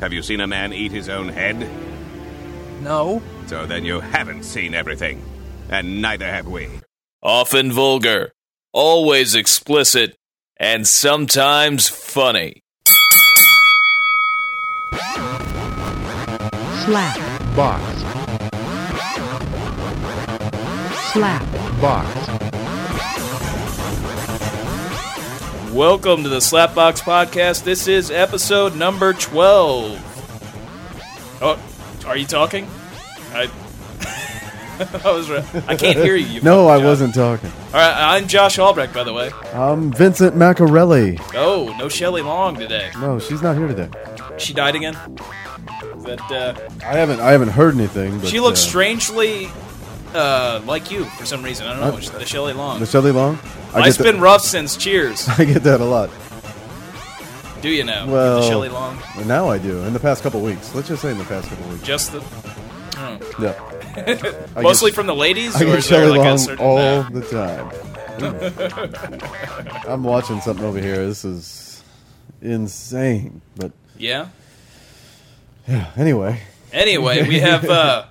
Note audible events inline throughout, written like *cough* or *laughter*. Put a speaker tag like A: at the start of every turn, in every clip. A: Have you seen a man eat his own head?
B: No.
A: So then you haven't seen everything. And neither have we.
C: Often vulgar, always explicit, and sometimes funny.
D: Slap
E: box,
D: slap
F: Um,
E: box,
C: Welcome to the Slapbox Podcast. This is episode number 12. Oh, are you talking? I. *laughs* I was. Re- I can't hear you.
G: No, I
C: Josh.
G: wasn't talking.
C: All right, I'm Josh Albrecht, by the way.
G: I'm Vincent Macarelli.
C: Oh, no Shelley Long today.
G: No, she's not here today.
C: She died again. But uh,
G: I haven't. I haven't heard anything. But,
C: she looks
G: uh,
C: strangely uh, like you for some reason. I don't know. the Shelley Long.
G: Michelle Lee Long. I
C: Life's
G: get that,
C: been rough since Cheers.
G: *laughs* I get that a lot.
C: Do you know?
G: Well-
C: the Shelley Long.
G: Well, now I do. In the past couple weeks. Let's just say in the past couple weeks.
C: Just the
G: Yeah.
C: *laughs*
G: I
C: mostly
G: get,
C: from the ladies. or
G: I get
C: is there
G: Shelley
C: like a
G: Long
C: certain-
G: all the time.
C: *laughs*
G: I'm watching something over here. This is insane. But
C: Yeah.
G: anyway,
C: Anyway,
G: *laughs*
C: we have uh,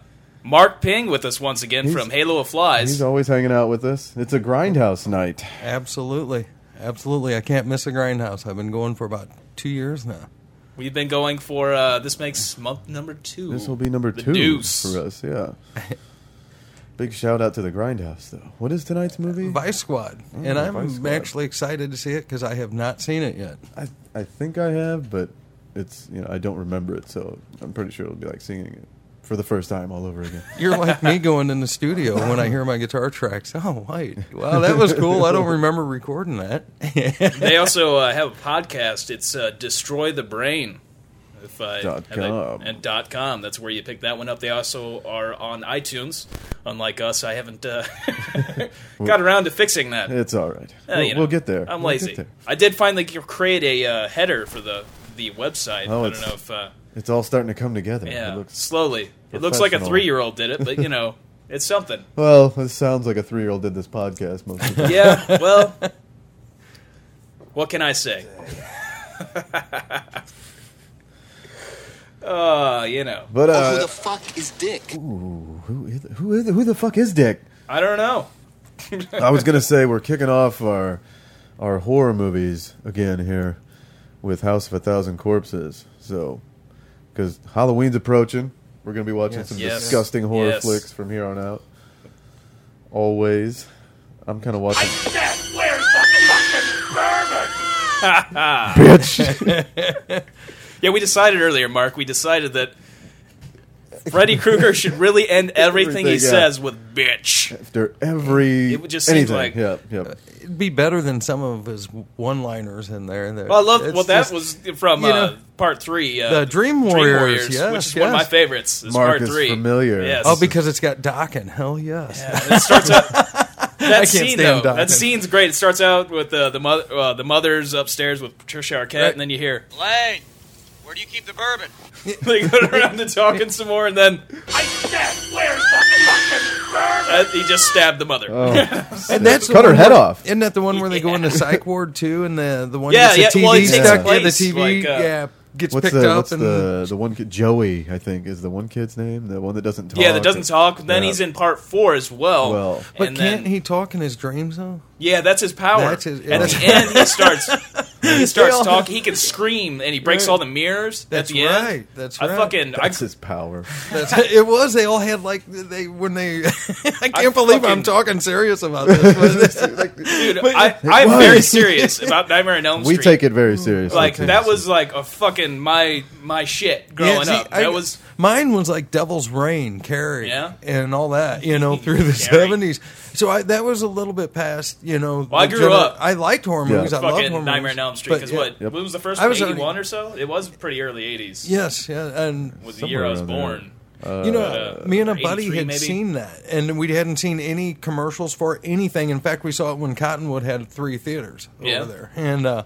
C: Mark Ping with us once again from Halo of Flies.
G: he's always hanging out with us. It's a grindhouse night.
H: Absolutely. Absolutely. I can't miss a grindhouse. I've been going for about two years now.
C: We've been going for uh, this makes month number two.
G: This will be number
C: The
G: two
C: Deuce.
G: for us. Yeah. *laughs* Big shout out to the Grindhouse, though. What is tonight's movie?
H: Vice Squad.
C: Mm,
H: and I'm
G: Vice Squad.
H: actually excited to see it because I have not seen it yet.
G: I, I think I have, but it's you know I don't remember it, so I'm pretty sure it'll be like singing it for the first time all over
C: *laughs*
G: again.
H: You're like me going in the studio when I hear my guitar tracks. Oh, wait. Wow, that was cool. I don't remember recording that. *laughs*
C: They also uh, have a podcast. It's uh, Destroy the Brain. If I,
G: Dot
C: and they-
G: com.
C: and dot com. That's where you pick that one up. They also are on iTunes. Unlike us, I haven't
G: *laughs*
C: uh, *laughs* got around to fixing that.
G: It's all right.
C: Uh,
G: we'll,
C: you know,
G: we'll get there.
C: I'm
G: We'll get
C: lazy.
G: there.
C: I did finally g- create a uh, header for the the website.
G: Oh,
C: I don't
G: it's-
C: know if uh,
G: It's all starting to come together.
C: yeah,
G: It looks,
C: slowly. It looks like a
G: professional.
C: three year old did it, but you
G: *laughs*
C: know, it's something.
G: well, this sounds like a three year old did this podcast most
C: *laughs*
G: of the time.
C: Yeah. Well, what can I say? *laughs* uh, you know,
G: But
I: Oh, who
G: uh,
I: the fuck is Dick?
G: who, is, who is who the fuck is Dick?
C: I don't know.
G: I was gonna say we're kicking off our our horror movies again here with House of a Thousand Corpses. So, because Halloween's approaching, we're gonna be watching some
C: Yes.
G: disgusting horror
C: Yes.
G: flicks from here on out. Always, I'm kind of watching. Bitch,
C: Yeah, we decided earlier, Mark. We decided that Freddy Krueger should really end everything he
G: *laughs* Everything, yeah.
C: says with "bitch."
G: after every
C: It just seems
G: anything,
C: like-
G: yep, yep.
H: It'd be better than some of his one liners in there. That-
C: Well, I love
H: it's
C: well that
H: just-
C: was from
H: you
C: uh,
H: know,
C: part three, uh,
H: the Dream Warriors, yes,
C: which is one of my
H: yes.
C: favorites. Is
G: Mark
C: part
G: is
C: three.
G: familiar.
C: Yes.
H: Oh, because it's got Dokken. Hell yes.
C: it starts
H: *laughs*
C: out. That
H: can't
C: scene
H: stand
C: though,
H: Doc.
C: that scene's great. It starts out with uh, the mother, uh, the mother's upstairs with Patricia Arquette,
H: Right.
C: and then you hear *laughs*
J: Lane, where do you keep the bourbon?
C: they go around to talking some more, and then I said, "Where's the fucking bourbon?" Uh, he just stabbed the mother.
G: Oh,
H: And that's the
G: Cut her
H: one
G: head
H: where-
G: off.
H: Isn't that the one where they go into psych ward too, and the the one
C: Yeah,
H: gets the
C: yeah,
H: TV
C: well, it takes
H: stuck, yeah, the
C: place,
H: TV,
C: like, uh,
H: yeah, gets
G: What's
H: picked
G: the
H: up,
G: what's
H: and
G: the the one kid Joey? I think is the one kid's name. The one that doesn't talk.
C: yeah, that doesn't talk. Then
G: Yeah.
C: he's in part four as well.
G: Well.
H: but
C: and
H: can't
C: then,
H: he talk in his dreams though?
C: Yeah, that's his power.
H: That's his-
C: At
H: that's-
C: the end,
H: *laughs*
C: he starts. He starts
H: all-
C: talking. He can scream, and he breaks all the mirrors.
H: That's
C: at the end.
H: right, that's
C: I
H: right.
C: fucking. I,
G: That's his power.
H: That's, it was. They all had like they when they. *laughs* I can't believe
C: fucking-
H: I'm talking serious about this. but-
C: dude, I, I'm
G: Why?
H: *laughs*
C: very serious about Nightmare on Elm
G: We
C: Street.
G: take it very seriously.
C: like
G: too.
C: that was like a fucking my my shit *laughs* growing
H: Yeah, see,
C: up.
H: I-
C: that was
H: mine was like Devil's Rain, Carrie,
C: Yeah.
H: and all that, you
C: *laughs*
H: know, through the
C: Carrie.
H: seventies. So I, that was a little bit past, you know.
C: Well, I
H: the
C: grew
H: gener-
C: up.
H: I liked horror
G: Yeah.
H: movies. I loved
C: fucking
H: horror
C: Nightmare
H: movies.
C: on Elm Street.
H: But,
C: Because
H: yeah.
C: what?
G: Yep.
C: When was the first
H: I
C: one?
H: was
C: Eighty
H: already-
C: one or so? It was pretty early eighties.
H: Yes, yeah, and
C: was the year I was
G: somewhere around
C: born.
H: you know,
C: uh,
H: me and a
C: 83
H: buddy had
C: maybe?
H: seen that, and we hadn't seen any commercials for anything. In fact, we saw it when Cottonwood had three theaters over
C: Yeah.
H: there, and uh,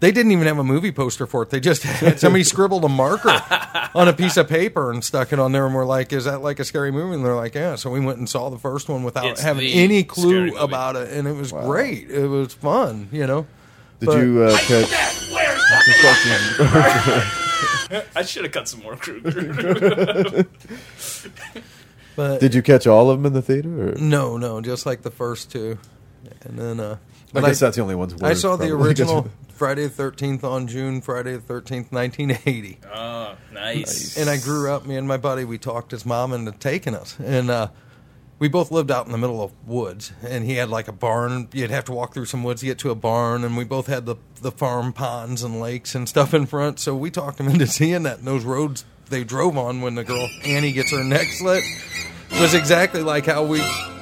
H: they didn't even have a movie poster for it. They just *laughs* had somebody scribbled a marker on a piece of paper and stuck it on there, and we're like, "Is that like a scary movie?" And they're like, "Yeah." So we went and saw the first one without
C: It's
H: having
C: the
H: any
C: scary
H: clue
C: movie.
H: about it, and it was great. It was fun, you know.
G: Did uh,
H: but-
G: you uh, catch the fucking
C: *laughs* I should have cut some
H: *laughs*
C: more Kruger.
H: But
G: Did you catch all of them in the theater? Or?
H: no, no, just like the first two, and then uh,
G: I
H: but
G: guess that's the only ones.
H: I
G: worth,
H: saw the
G: *laughs* probably.
H: original Friday the Thirteenth on June Friday the Thirteenth, nineteen eighty,
C: Oh, nice.
H: and I grew up. Me and my buddy, we talked his mom into taking us, and uh, we both lived out in the middle of woods. And he had like a barn. You'd have to walk through some woods to get to a barn, and we both had the the farm ponds and lakes and stuff in front. So we talked him into *laughs* seeing that. And those roads they drove on when the girl Annie gets her neck slit was exactly like how we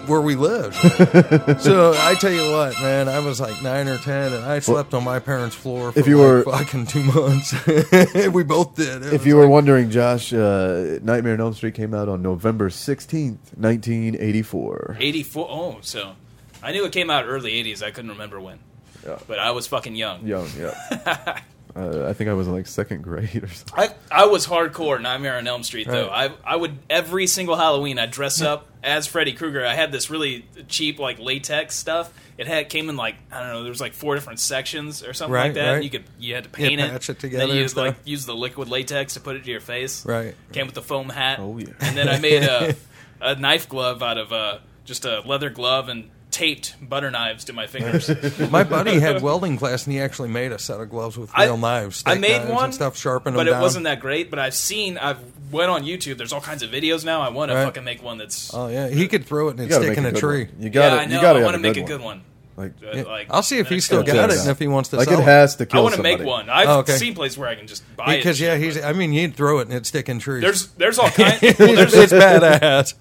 H: where we
G: *laughs*
H: lived. So I tell you what, man, I was like nine or ten, and I slept on my parents' floor for
G: if you
H: like
G: were-
H: fucking two months. *laughs* we both did. It
G: If
H: was
G: you were
H: like-
G: wondering, Josh, uh, Nightmare on Elm Street came out on November sixteenth, nineteen eighty-four.
C: 84. Oh, so I knew it came out early 80s. I couldn't remember when.
G: Yeah.
C: But I was fucking young.
G: Young, yeah.
H: *laughs*
G: uh, I think I was in like second grade or something.
C: I, I was hardcore Nightmare on Elm Street though.
H: Right.
C: I I would every single Halloween I'd dress up as Freddy Krueger. I had this really cheap like latex stuff. It had came in like I don't know. There was like four different sections or something
H: Right,
C: like that.
H: right.
C: and You could you had to paint it,
H: patch it
C: Then
H: together
C: you
H: and
C: used, like
H: stuff.
C: use the liquid latex to put it to your face.
H: Right.
C: Came with the foam hat.
G: Oh, yeah.
C: And then I
H: *laughs*
C: made a a knife glove out of uh, just a leather glove and taped butter knives to my fingers.
H: my buddy had welding class, and he actually made a set of gloves with real knives.
C: I
H: steak
C: made
H: knives
C: one
H: and stuff, sharpened
C: but
H: them
C: it
H: down.
C: wasn't that great. But I've seen, I've went on YouTube. There's all kinds of videos now. I want
H: Right.
C: to fucking make one that's.
H: Oh yeah, he could throw it and it'd
G: gotta
H: stick
G: make
H: in a
G: good
H: tree.
G: one. You got
C: yeah,
G: to
C: I know.
G: You gotta
C: I
G: have
C: want to make a
G: one.
C: good one.
G: Like,
C: Uh, Like,
H: I'll see if he
C: next
H: still
C: couple
H: got it
C: days.
H: and if he wants to
G: like
H: sell
G: it has to
C: I
G: kill.
C: want to make
G: somebody.
C: one. I've
H: Oh, okay.
C: seen places where I can just buy it.
H: because yeah, he's. I mean, he'd throw it and it'd stick in trees.
C: There's there's all kinds well,
H: *laughs* it's
C: *laughs* there's,
H: badass.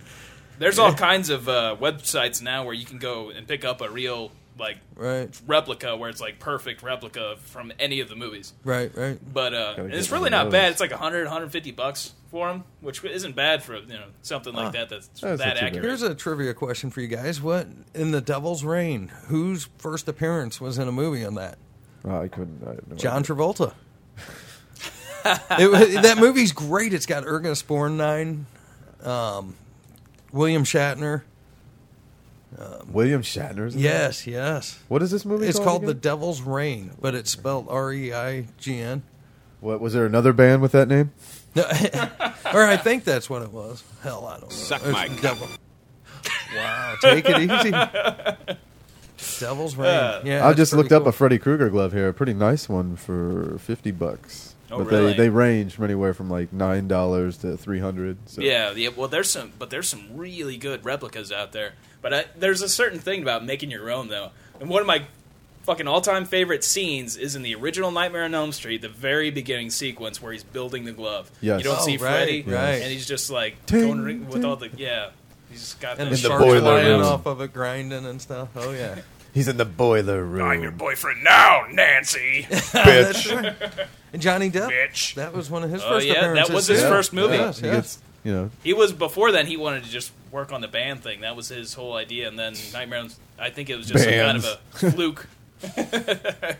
C: there's all kinds of uh, websites now where you can go and pick up a real like
H: Right,
C: replica where it's like perfect replica from any of the movies.
H: right, right.
C: But uh,
G: Gotta
C: and
G: get
C: it's
G: one
C: really
G: of
C: not
G: those.
C: bad. It's like 100, 150 bucks for them, which isn't bad for you know something like that. That's,
G: That's not
C: that
G: too bad.
C: accurate.
H: Here's a trivia question for you guys. What in the Devil's Reign? Whose first appearance was in a movie on that?
G: Oh, I couldn't. I have no
H: John
G: idea.
H: Travolta. it, wa- that movie's great. It's got Ergus Borgnine, um, William Shatner.
G: William Shatner's. in it?
H: Yes, yes.
G: What is this movie?
H: It's called The
G: again?
H: Devil's Reign, but it's spelled R E I G N.
G: What was there another band with that name?
H: No, *laughs* or I think that's what it was. Hell, I don't know.
A: Suck
H: It's
A: my
H: the
A: cock.
H: devil. Wow, take it easy. Devil's Reign.
C: Uh,
H: Yeah,
G: I
H: that's
G: just
H: pretty
G: looked up
H: cool.
G: a Freddy Krueger glove here, a pretty nice one for fifty bucks.
C: Oh,
G: but
C: really?
G: they they range from anywhere from like nine dollars to three hundred. So.
C: Yeah, yeah. Well, there's some, but there's some really good replicas out there. But I, there's a certain thing about making your own, though. And one of my fucking all-time favorite scenes is in the original Nightmare on Elm Street, the very beginning sequence where he's building the glove.
G: Yes.
C: You don't
H: Oh,
C: see
H: right,
C: Freddy,
H: right.
C: and he's just like
G: Ting,
C: going ring- with
G: ting.
C: all the yeah. He's just got
H: and
C: that
H: the
G: In the
C: sharp-
H: sharks
G: boiler
H: flying
G: room.
H: off of it, grinding and stuff. Oh yeah,
G: He's in the boiler room.
A: I'm your boyfriend now, Nancy.
C: *laughs*
H: That's right. And Johnny Depp.
A: Bitch.
H: That was one of his
C: Oh,
H: first
C: yeah, that
H: appearances.
C: was his
H: too.
C: first movie.
H: Yes,
G: He
H: yes.
G: gets you know
C: He was before then. He wanted to just work on the band thing. That was his whole idea. And then Nightmare on I think it was just some kind of
G: Bands.
C: a
G: *laughs*
C: fluke.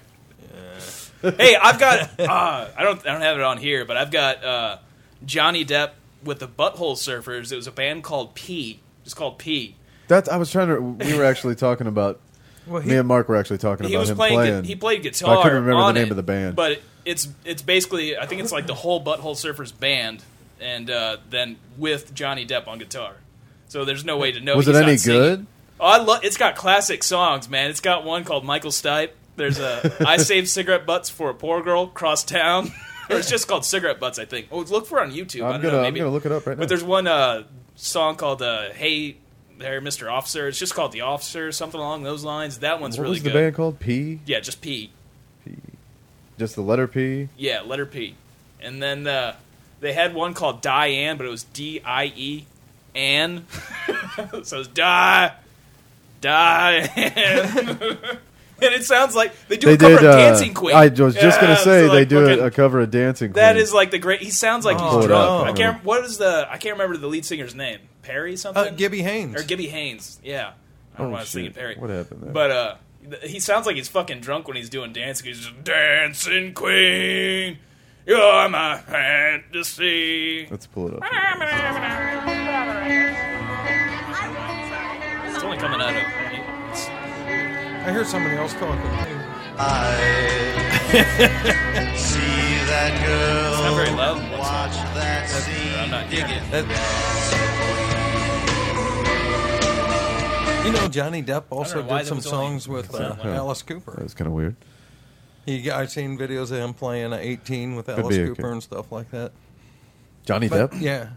C: hey, I've got. Uh, I don't. I don't have it on here, but I've got uh, Johnny Depp with the Butthole Surfers. It was a band called P. It's called P.
G: that's. I was trying to. We were actually talking about.
H: Well, he-
G: me and Mark were actually talking
C: He
G: about
C: was
G: him
C: playing.
G: playing.
C: He played
G: but
C: guitar.
G: I couldn't remember
C: on
G: the name
C: it,
G: of the band.
C: But it's it's basically. I think it's like the whole Butthole Surfers band, and uh, then with Johnny Depp on guitar. So there's no way to know.
G: was it
C: he's
G: any
C: not singing.
G: good?
C: Oh, I love. It's got classic songs, man. It's got one called Michael Stipe. There's
G: *laughs*
C: a I saved cigarette butts for a poor girl cross town, *laughs* or it's just called cigarette butts, I think. Oh, look for it on YouTube. I
G: I'm
C: don't
G: gonna
C: know,
G: I'm
C: maybe.
G: gonna look it up right
C: but
G: now.
C: there's one uh, song called uh, "Hey There, Mr. Officer." It's just called "The Officer," something along those lines. That one's
G: what
C: really
G: was the
C: good.
G: band called? P.
C: Yeah, just P.
G: Just the letter P.
C: Yeah, letter P. And then uh, they had one called Diane, but it was D I E Ann. *laughs* so it's Die Diane. *laughs* and it sounds like they do a cover of
G: uh,
C: Dancing Queen.
G: I was just
C: Yeah,
G: gonna
C: so,
G: say
C: like,
G: they do
C: fucking-
G: a, a cover of Dancing Queen.
C: That is like the great. He sounds like
H: Pull
C: he's
H: it
C: drunk.
H: up.
C: I can't. What is the? I can't remember the lead singer's name. Perry something.
H: Uh, Gibby Haynes.
C: or Gibby Haynes. Yeah, I don't
G: Oh,
C: know why I was thinking
G: shit.
C: Perry.
G: What happened there?
C: But uh, th- he sounds like he's fucking drunk when he's doing dancing. He's just dancing queen. You're my fantasy.
G: Let's pull it up.
C: It's only coming out of. It's,
H: I hear somebody else talking. too.
E: See that girl.
C: It's not very loud.
E: Watch that scene.
C: I'm not
E: Dig
C: hearing
E: it.
H: That- you know, Johnny Depp also
C: know why
H: did
C: that
H: some
C: was only-
H: songs with uh,
C: Yeah.
H: Alice
G: That
H: Cooper.
G: was kind of weird.
H: He, I've seen videos of him playing uh, 18 with Alice
G: be a
H: Cooper
G: kid.
H: and stuff like that.
G: Johnny
H: But,
G: Depp?
H: Yeah.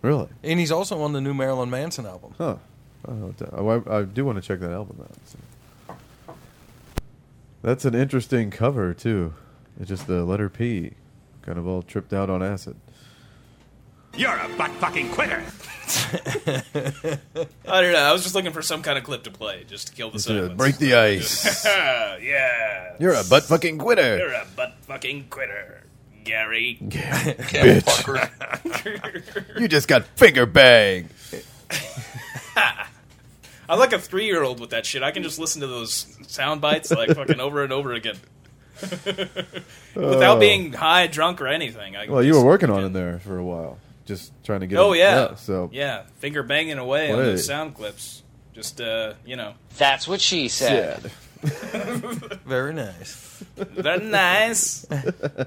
G: Really?
H: And he's also on the new Marilyn Manson album.
G: Huh. I, don't know what that- oh, I, I do want to check that album out. so. That's an interesting cover, too. It's just the letter P, kind of all tripped out on acid.
A: You're a butt fucking quitter.
C: I don't know. I was just looking for some kind of clip to play just to kill the silence.
G: the ice.
C: Ah, yeah.
G: You're a butt fucking quitter.
C: You're a butt fucking quitter, Gary.
E: *laughs*
G: Bitch. you just got finger bang.
C: I like a three year old with that shit. I can just listen to those sound bites like fucking over and over
G: *laughs*
C: again. Without being high, drunk, or anything. I can
G: Oh. Well, you were
C: just
G: working on
C: fucking-
G: it there for a while, just trying to get.
C: Oh
G: it-
C: yeah.
G: so
C: yeah, finger banging away
G: What
C: on
G: is
C: those
G: it?
C: sound clips. Just uh, you know,
I: That's what she said.
G: Sad.
H: Very nice.
C: they're
G: *laughs*
C: nice. All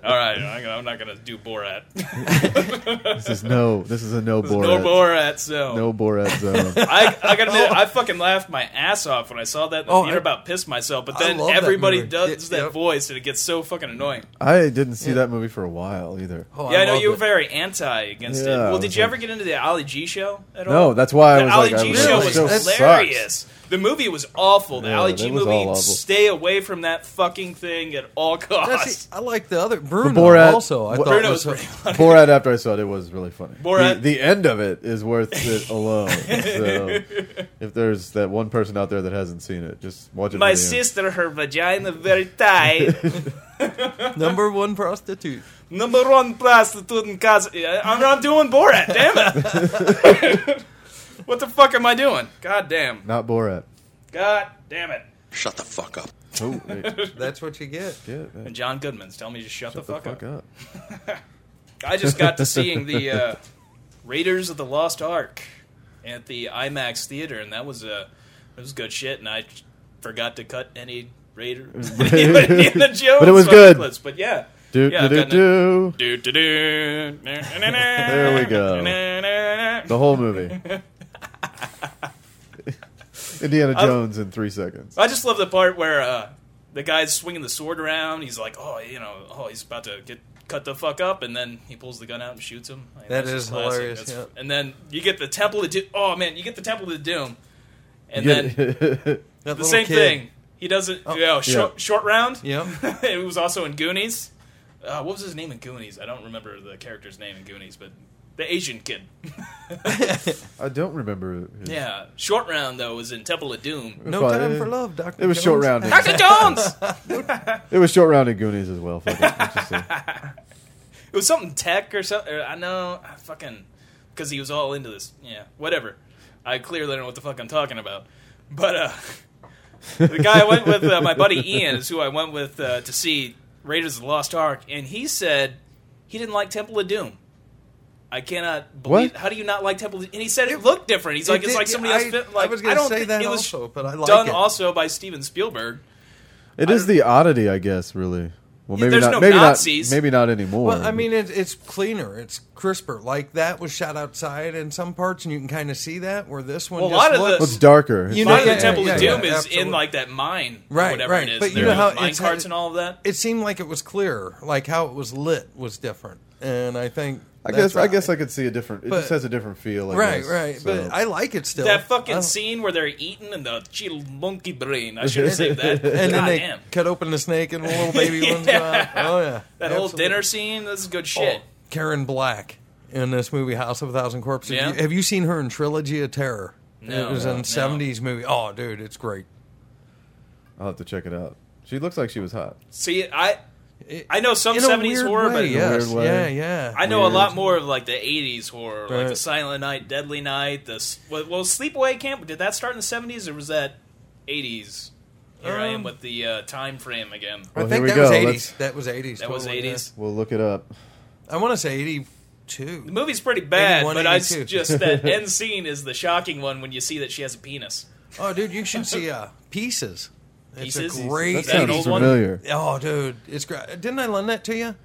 C: right, I'm I'm not gonna do Borat. *laughs*
G: This is no. This is a no Borat.
C: No Borat. So
G: No Borat Oh. zone.
C: I, I gotta
G: *laughs*
C: admit, I fucking laughed my ass off when I saw that. In the
H: Oh,
C: theater
H: I-
C: about pissed myself, but
H: I
C: then
H: love that
C: everybody
H: movie.
C: does
H: It-
C: that
H: yep.
C: voice, and it gets so fucking annoying.
G: I didn't see that movie for a while either.
H: Oh,
C: yeah, I know
H: love
C: you were
H: it.
C: very anti against
G: Yeah,
C: it.
G: I
C: Well,
G: was
C: did you ever
G: like-
C: get into the Ali G show at all?
G: No, that's why I
C: the
G: was
C: Ali
G: like, I
C: G
G: really-
C: show
H: that
C: was
H: show
G: sucks.
C: hilarious. The movie was awful. The
G: Yeah,
C: Ali
G: that
C: G
G: was all
C: movie.
G: awful.
C: Stay away from that fucking thing at all
H: That's-
C: costs.
H: I like the other Bruno
G: Borat-
H: also. I
G: Wha-
H: thought
C: Bruno
H: was,
C: was pretty-
G: Borat after I saw it, it was really funny.
C: Borat-
G: The, the end of it is worth it
C: *laughs*
G: alone. so if there's that one person out there that hasn't seen it, just watch it.
C: My
G: to the end.
C: sister, her vagina very tight.
H: *laughs*
G: *laughs*
H: number one prostitute.
C: Number one prostitute in Kazakhstan. Yeah, I'm not doing Borat, damn it.
G: *laughs*
C: what the fuck am I doing? God damn.
G: Not Borat.
C: God damn it.
E: Shut the fuck up.
G: Oh,
C: *laughs*
G: wait,
H: That's what you get.
G: shit, man.
C: And John Goodman's telling me to shut,
G: Shut
C: the, fuck, up.
G: up.
C: I just got to seeing the
G: *laughs*
C: uh, Raiders of the Lost Ark at the IMAX theater, and that was uh, it was good shit. And I forgot to cut any *laughs*
G: *laughs*
C: Raiders, Indiana Jones
G: But it was
C: fucking
G: good.
C: clips, But yeah,
G: Do,
C: yeah, I've
G: do, do,
C: gotten it. Do,
G: do.
C: do, do. There
G: There we go. The whole movie.
C: *laughs*
G: Indiana Jones in three seconds.
C: I just love the part where uh, the guy's swinging the sword around. He's like, oh, you know, oh, he's about to get cut the fuck up, and then he pulls the gun out and shoots him. Like,
H: That
C: that's
H: is
C: classic.
H: hilarious,
C: That's-
H: yeah.
C: And then you get the Temple of Doom. Oh man, you get the Temple of Doom, and then
H: *laughs* That
C: the
H: little
C: same
H: kid.
C: thing. He doesn't. Oh, short,
G: Yeah.
C: short round.
H: Yep.
C: *laughs* it was also in Goonies. Uh, what was his name in Goonies? I don't remember the character's name in Goonies, but the
H: *laughs*
C: Asian kid.
G: *laughs* I don't remember. his-
C: Yeah, short round though was in Temple of Doom.
H: No
G: But
H: time
G: it-
H: for love, Doctor.
G: It was short round. in-
C: Doctor Jones.
G: It was short round in Goonies as
C: *laughs*
G: well. Fuck it. Let's just say.
C: It was something tech or something. I know. I fucking because he was all into this. Yeah, whatever. I clearly don't know what the fuck I'm talking about. But uh, *laughs* the guy I went with, uh, my buddy Ian, is who I went with uh, to see Raiders of the Lost Ark, and he said he didn't like Temple of Doom. I cannot believe.
G: What?
C: How do you not like Temple? of Doom? And he said it looked different. He's like,
H: It
C: it's
H: did-
C: like somebody
H: I-
C: else. fit- like
H: I was gonna
C: don't
H: say
C: think
H: that
C: it was
H: also, but I like
C: done
H: it.
C: also by Steven Spielberg.
G: It is the oddity, I guess. Really. Well,
C: Yeah,
G: maybe
C: there's
G: not.
C: no
G: maybe
C: Nazis.
G: not. Maybe not anymore.
H: Well, I mean, it, it's cleaner, it's crisper. Like that was shot outside in some parts, and you can kind of see that. Where this one,
C: Well, a
H: just
C: lot of
H: looks-
C: the-
G: it's darker. It's
H: You
C: A
H: know,
G: not-
C: lot of the
H: yeah,
C: Temple
H: yeah,
C: of
H: yeah,
C: Doom is in
H: absolutely.
C: like that mine, or
H: Right,
C: whatever
H: right.
C: it is.
H: But
C: and
H: you
C: there
H: know
C: are
H: how
C: mine
H: it's-
C: carts and all of that.
H: it seemed like it was clearer. Like how it was lit was different, and I think
G: I
H: that's
G: guess. I
H: right.
G: guess I could see a different. It
H: But-
G: just has a different feel. I
H: right,
G: guess,
H: right.
G: so.
H: But I like it still.
C: That fucking
H: I-
C: scene where they're eating and the chill monkey brain. I should have saved
H: *laughs*
C: that.
H: And then
C: God
H: they
C: damn.
H: cut open the snake and the
C: *laughs*
H: little baby ones go out. Oh yeah,
C: That whole
H: Absolutely.
C: dinner scene, this is
H: Oh,
C: good shit.
H: Karen Black in this movie House of a Thousand Corpses.
C: Yeah.
H: Have you- Have you seen her in Trilogy of Terror?
C: No,
H: it was
C: no,
H: a
C: no.
H: '70s movie. Oh, dude, it's great.
G: I'll have to check it out. She looks like she was hot.
C: See, I
H: It-
C: I know some
H: in a
C: 70s
H: weird
C: horror,
H: way,
C: but-
H: yes.
G: In a weird way.
H: yeah, yeah.
C: I know
G: Weird.
C: a lot more of like the 80s horror, like the
H: Right.
C: Silent Night, Deadly Night, the s- well, well Sleepaway Camp. Did that start in the 70s or was that 80s? Here I am
H: Um,
C: with the uh, time frame again.
H: I
G: Well,
H: think that
G: here we
H: was
G: go.
H: 80s.
G: Let's-
H: That was 80s.
C: That was
H: totally,
C: 80s.
G: We'll look it up.
H: yeah. I want to say 82.
C: *laughs* The movie's pretty bad,
H: 81,
C: but I
H: 82.
C: s-
H: *laughs*
C: just that end scene is the shocking one when you see that she has a penis.
H: Oh, dude, you should see uh, Pieces. It's
C: Pieces?
H: a
C: Is
H: great
G: That
C: that an
H: 80s
G: sounds
C: old one?
G: familiar.
H: Oh, dude, it's great. Didn't I lend that to you?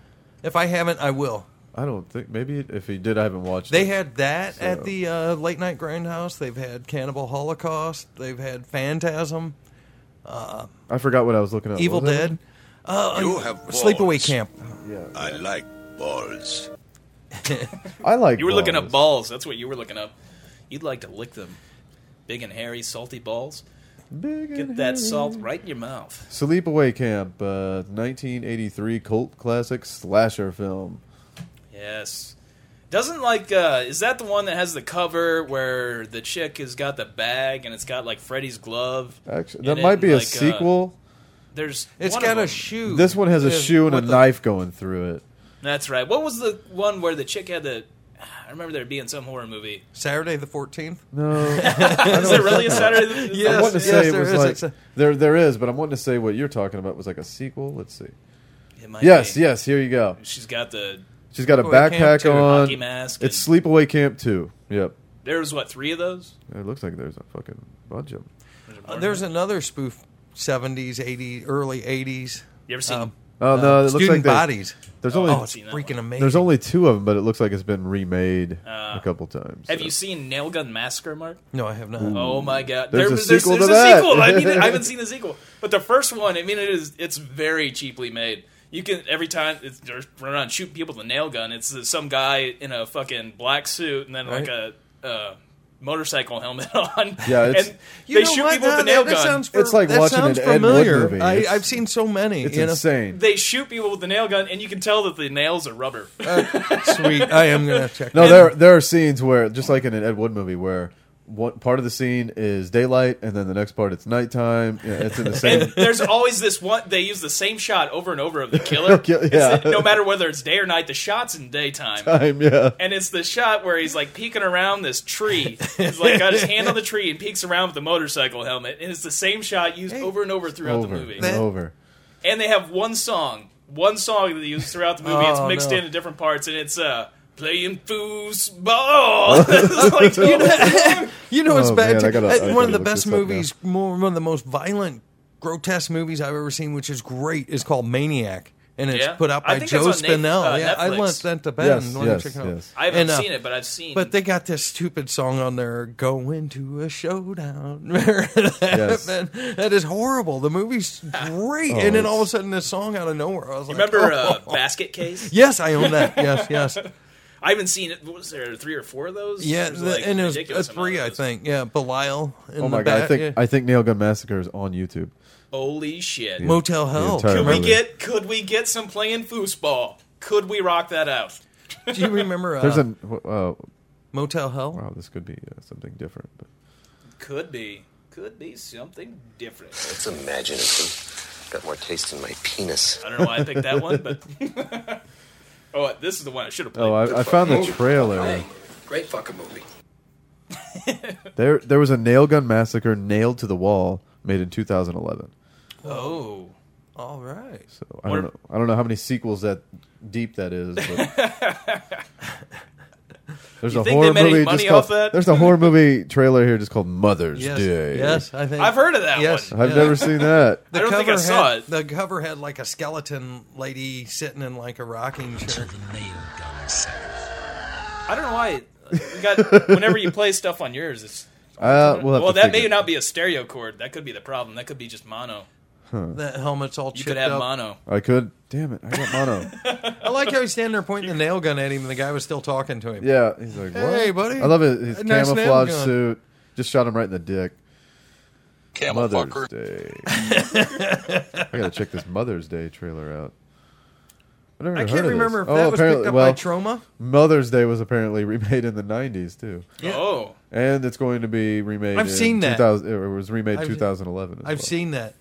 H: If I haven't, I will.
G: I don't think maybe if he did, I haven't watched.
H: They
G: it.
H: had that
G: So-
H: at the uh, late night grindhouse. They've had Cannibal Holocaust. They've had Phantasm,
G: I forgot what I was looking at.
H: Evil
G: What was
H: Dead, Uh,
E: you have balls.
H: Sleepaway Camp.
G: it? Yeah.
E: I like balls.
G: I like.
C: You were looking up
G: balls.
C: balls. That's what you were looking up. You'd like to lick them. Big and hairy, salty balls.
G: Big and
C: Get that salt right in your mouth.
G: Sleepaway Camp, uh, 1983 cult classic slasher film.
C: Yes. Doesn't like uh is that the one that has the cover where the chick has got the bag and it's got like Freddy's glove?
G: Actually,
C: in
G: that
C: it,
G: might be a
C: like, uh,
G: sequel.
C: there's
H: It's
C: one of
H: got a
C: them.
H: shoe.
G: this one has a
H: With-
G: shoe and a
H: with
G: knife going through it.
C: That's right. What was the one where the chick had the? *sighs* I remember there being some horror movie.
H: Saturday the fourteenth.
G: No,
C: Is it really a Saturday?
G: I
H: *laughs* Yes,
G: want to say
H: yes,
G: it
H: there
G: was
H: is.
G: like
H: It's a-
G: there. There is, but I'm wanting to say what you're talking about was like a sequel. Let's see.
C: It might
G: Yes,
C: be.
G: yes. Here you go.
C: She's got the
G: She's got a
H: Sleepaway Camp
G: backpack
H: two,
G: on.
C: hockey mask.
G: It's
C: It's
G: Sleepaway Camp Two. Yep.
C: there was what three of those.
G: It looks like there's a fucking bunch of 'em.
H: Uh, there's another spoof, seventies, eighties, early eighties.
C: You ever seen?
H: Um,
G: Oh no! It looks
H: Student
G: like they-
H: bodies.
G: There's
C: Oh,
G: only
H: Oh, it's
C: seen that one.
H: freaking amazing.
G: there's only two of them, but it looks like it's been remade
C: Uh,
G: a couple times.
C: have
G: so.
C: you seen Nail Gun Massacre, Mark?
H: No, I have not.
C: Oh my god!
G: There's
C: There-
G: a sequel
C: there's,
G: to
C: there's
G: that.
C: a sequel. I mean, I haven't seen the sequel, but the first one. I mean, it is. It's very cheaply made. You can every time it's, they're running around shooting people with a nail gun. It's uh, some guy in a fucking black suit and then like
H: Right.
C: a. Uh, Motorcycle helmet *laughs* on,
G: Yeah, it's-
C: and
H: You
C: they
H: know
C: shoot
H: what?
C: people with
H: Now
C: a nail
H: that, that
C: gun.
H: sounds
G: It's
H: fam-
G: like
H: that
G: watching
H: sounds
G: an Ed Wood
H: familiar.
G: movie.
H: I,
G: It's-
H: I've seen so many.
G: It's
H: you know?
G: insane.
C: they shoot people with a nail gun, and you can tell that the nails are rubber.
H: *laughs* Sweet. I am gonna check.
G: No,
H: that.
G: there there are scenes where just like in an Ed Wood movie where one part of the scene is daylight and then the next part it's nighttime. Yeah, it's in the same.
C: and there's always this one. They use the same shot over and over of the killer.
G: Kill-
C: It's
G: yeah.
C: the- no matter whether it's day or night, the shot's in daytime.
G: *laughs* time, yeah.
C: And it's the shot where he's like peeking around this tree. He's like got his hand on the tree and peeks around with the motorcycle helmet. And it's the same shot used over and over throughout
G: Over
C: the movie.
G: and over.
C: And they have one song, one song that they use throughout the movie.
H: Oh,
C: it's mixed
H: no.
C: in in different parts, and it's uh playing foosball.
G: *laughs*
C: it's like, you know,
H: You know, it's
G: Oh,
H: bad.
G: man,
H: too.
G: I gotta-
H: Uh,
G: I gotta
H: one of the
G: look
H: best
G: this up
H: movies, more, one of the most violent, grotesque movies I've ever seen, which is great, is called Maniac, and it's
C: Yeah.
H: put out
C: I
H: by
C: think
H: Joe
C: it's on Nef-
H: Spinell.
C: uh,
H: yeah, I
C: Netflix.
H: lent that to Ben.
G: Yes,
H: when I was
G: yes,
H: checking it out.
G: yes.
C: I haven't
H: And, uh,
C: seen it, but I've seen.
H: But they got this stupid song on there, "Going to a Showdown." *laughs* yes. that is horrible. The movie's great, and
G: Oh,
H: then all of a sudden, this song out of nowhere. I was like,
C: remember
H: oh. *laughs*
C: uh, Basket Case?
H: Yes, I own
C: *laughs*
H: that. Yes, yes,
C: I haven't seen it. Was there three or four of those?
H: yeah,
C: There's,
H: the-
C: like,
H: and it was a
C: ridiculous amount
H: three,
C: of
H: I
C: those.
H: think. Yeah, Belial. In
G: Oh
H: the
G: my god!
H: back,
G: I think
H: yeah.
G: I think Nail Gun Massacre is on YouTube.
C: Holy shit!
H: Motel Hell.
G: entire
H: Do you
C: Could we
G: movie.
H: remember-
C: get? Could we get some playing foosball? Could we rock that out?
H: Do you remember
G: There's
H: uh,
G: an oh
H: Motel Hell?
G: wow, this could be uh, something different. But
C: Could be. Could be something different.
I: It's imaginative. Got more taste in my penis.
C: I don't know why I picked that one, but *laughs* oh, this is the one I should have played.
G: oh, I, I
H: *laughs*
G: found the trailer.
I: Great fucking movie.
G: There there was a Nail Gun Massacre nailed to the wall made in 2011.
C: oh,
H: All right.
G: So I
C: What-
G: don't know. I don't know how many sequels that deep that is. But
H: *laughs*
G: there's
C: You
G: a
C: think they
G: horror
C: made any
G: movie
C: money
G: just called,
C: off that?
G: There's a horror movie trailer here just called Mother's
H: Yes.
G: Day.
H: Yes, I think
C: I've heard of that
H: Yes.
C: one.
G: I've
H: yeah.
G: never
H: *laughs*
G: seen that.
H: The
C: I don't think I
H: cover
C: saw
H: had-
C: it.
H: The cover had like a skeleton lady sitting in like a rocking chair.
C: I don't know why. We *laughs* got whenever you play stuff on yours, it's
G: Uh, we'll have
C: well
G: to
C: that
G: figure
C: may
G: it.
C: not be a stereo cord. That could be the problem. That could be just mono.
H: That helmet's all
C: You
H: chipped
C: could have
H: up.
C: mono.
G: I could. Damn it! I
H: *laughs*
G: got mono.
H: I like how he's standing there pointing
C: *laughs*
H: the nail gun at him, and the guy was still talking to him.
G: yeah. He's like, what?
H: Hey, buddy.
G: I love it. His
H: A nice nail
G: camouflage
H: gun.
G: suit. Just shot him right in the dick.
E: Camel
G: Mother's
E: fucker.
H: *laughs*
G: Day. I gotta check this Mother's Day trailer out. I, never
H: I
G: even heard
H: can't
G: of this.
H: remember if
G: Oh,
H: that was picked
G: apparently-
H: up by
G: well,
H: Trauma.
G: Mother's Day was apparently *laughs* remade in the '90s too.
C: Oh,
G: And it's going to be remade.
H: I've
G: in
H: seen that.
G: 2000 It was remade
H: I've-
G: 2011. as
H: I've
G: well.
H: seen that.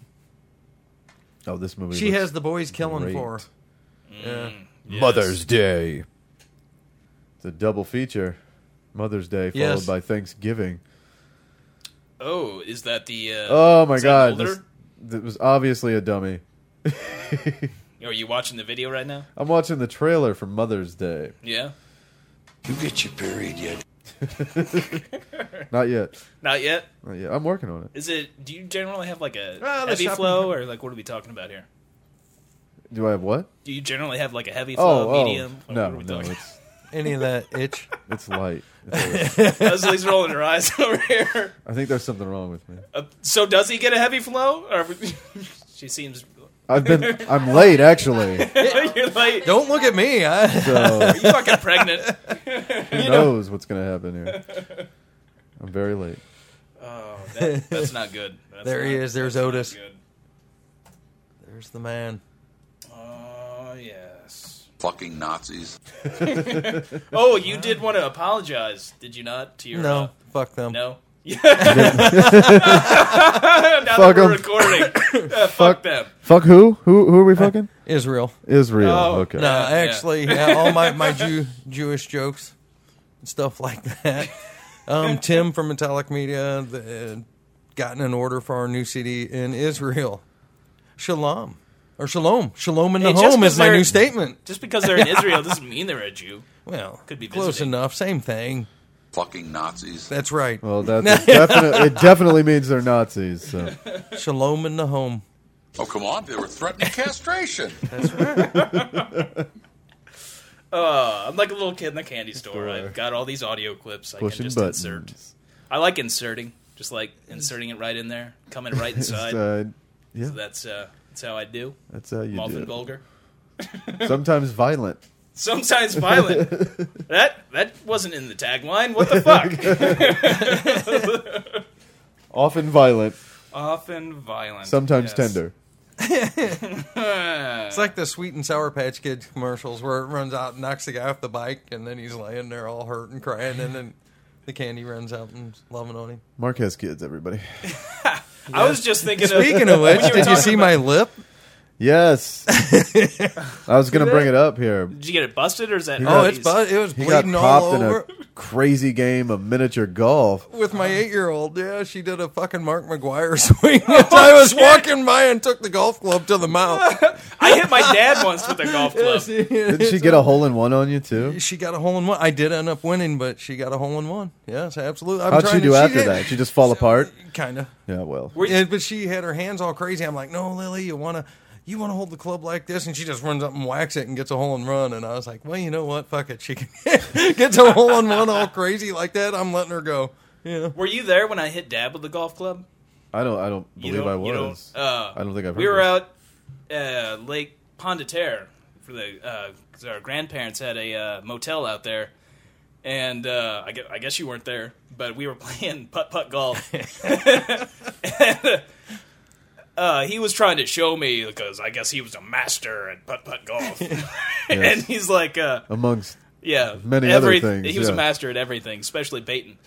G: Oh, this movie.
H: She
G: looks
H: has the boys killing
G: great.
H: for. uh, her. Yeah.
C: Mm.
G: Mother's Day. It's a double feature. Mother's Day followed
H: Yes.
G: by Thanksgiving.
C: oh, is that the? Uh,
G: Oh my
C: is that
G: God!
C: Older?
G: This, that was obviously a dummy.
C: Are you watching the video right now?
G: I'm watching the trailer for Mother's Day.
C: Yeah.
E: You get your period yet?
G: Not yet.
C: Not yet.
G: Not yet. I'm working on it.
C: Is it? Do you generally have like a
H: Ah, the
C: heavy
H: shopping-
C: flow, or like what are we talking about here?
G: Do I have what?
C: Do you generally have like a
H: uh,
C: heavy flow,
G: Oh, oh,
C: medium? Like,
G: no,
C: what are we
G: no,
C: talking?
G: it's
H: Any of that
C: *laughs*
H: itch?
G: it's light. It's always-
C: Leslie's rolling her eyes *laughs* over here.
G: I think there's something wrong with me.
C: Uh, so does he get a heavy flow? Or *laughs* she seems. *laughs*
G: I've been, I'm late actually.
C: You're like,
H: Don't look at me. I, *laughs*
G: So
C: you fucking pregnant.
G: who knows what's gonna happen *laughs* here? I'm very late.
C: That- that's not good. That's
H: there he
C: not-
H: is. There's
C: that's
H: Otis.
C: not good.
H: There's the man.
C: Oh yes.
H: *laughs*
E: Fucking Nazis.
C: *laughs* Oh, you did want to apologize, did you not? To your uh,
H: No, *laughs* fuck them.
C: no. *laughs* now that
G: Fuck
C: we're
G: 'em.
H: *laughs*
C: recording, Uh, fuck, them.
G: Fuck who? Who? Who are we fucking?
H: Israel.
G: *laughs* Israel.
C: Oh,
G: okay.
H: No,
C: Yeah, yeah.
H: uh, actually,
C: *laughs*
H: yeah, all my my Jew, Jewish jokes, and stuff like that. Um, Tim from Metallic Media the, gotten an order for our new CD in Israel. Shalom or shalom, shalom in the
C: Hey, just
H: home is
C: 'cause
H: my
C: they're-
H: new statement.
C: Just because they're in Israel doesn't mean they're a Jew.
H: Well,
C: Could be
H: close
C: visiting.
H: enough. Same thing.
E: Fucking Nazis.
H: That's right.
G: Well,
H: *laughs*
G: that's definitely. It definitely means they're Nazis. So
H: Shalom in the home.
E: Oh, come on. They were threatening *laughs* castration.
C: Uh, I'm like a little kid in the candy store. I've got all these audio clips I can
G: pushing
C: just
G: buttons.
C: insert. I like inserting, just like inserting it right in there, coming right
G: *laughs*
C: inside.
G: Inside. yeah,
C: So that's uh, that's how I do.
G: that's how uh, you
C: I'm
H: *laughs*
C: often
G: do.
C: vulgar,
G: It. Sometimes violent.
C: sometimes
G: *laughs*
C: violent. that that wasn't in the tagline. What the
G: *laughs*
C: fuck?
G: Often violent.
C: often violent.
G: Sometimes
C: yes.
G: tender.
C: uh,
H: It's like the sweet and sour patch kids commercials where it runs out and knocks the guy off the bike, and then he's laying there all hurt and crying, and then the candy runs out and loving on him.
G: Marquez kids, everybody. *laughs*
C: I was just thinking.
H: Speaking *laughs* of which, did you see my lip? *laughs*
G: Yes. I was gonna bring it up here.
C: Did you get it busted or is that?
H: Oh,
G: got-
H: it's bu- it was
G: He got
H: bleeding all
G: popped in
H: over
G: a crazy game of miniature golf.
H: with my eight year old. Yeah, she did a fucking Mark McGuire *laughs* swing. as I was walking by and took the golf club to the mouth. *laughs*
C: I hit my dad once with a golf club.
G: Didn't she get a hole in one on you too?
H: She got a hole in one. I did end up winning, but she got a hole in one. Yes, absolutely. I'm
G: How'd
H: trying
G: she do
H: to,
G: after
H: did-
G: that? She just fall apart.
H: Kind of.
G: Yeah, well,
C: Were you-
H: Yeah, but she had her hands all crazy. I'm like, no, Lily, you want to. You want to hold the club like this, and she just runs up and whacks it and gets a hole in run. And I was like, "Well, you know what? Fuck it. She *laughs* gets a hole in one all crazy like that. I'm letting her go." Yeah.
C: Were you there when I hit dad with the golf club?
G: I don't. I don't
C: You
G: believe I
C: don't- you don't-
G: was.
C: uh,
G: I don't think I've.
C: we
G: heard
C: were
G: this.
C: out uh, Lake Pond de Terre for the uh 'cause our grandparents had a uh, motel out there, and uh, I, guess, I guess you weren't there, but we were *laughs* playing putt
H: *laughs*
C: putt golf. *laughs* And, uh, he was trying to show me because I guess he was a master at putt
H: *laughs*
C: putt golf, *laughs* and he's like, uh, *laughs*
G: amongst
C: yeah,
G: Many other
C: every,
G: things,
C: He was a
G: yeah.
C: master at everything, especially baiting.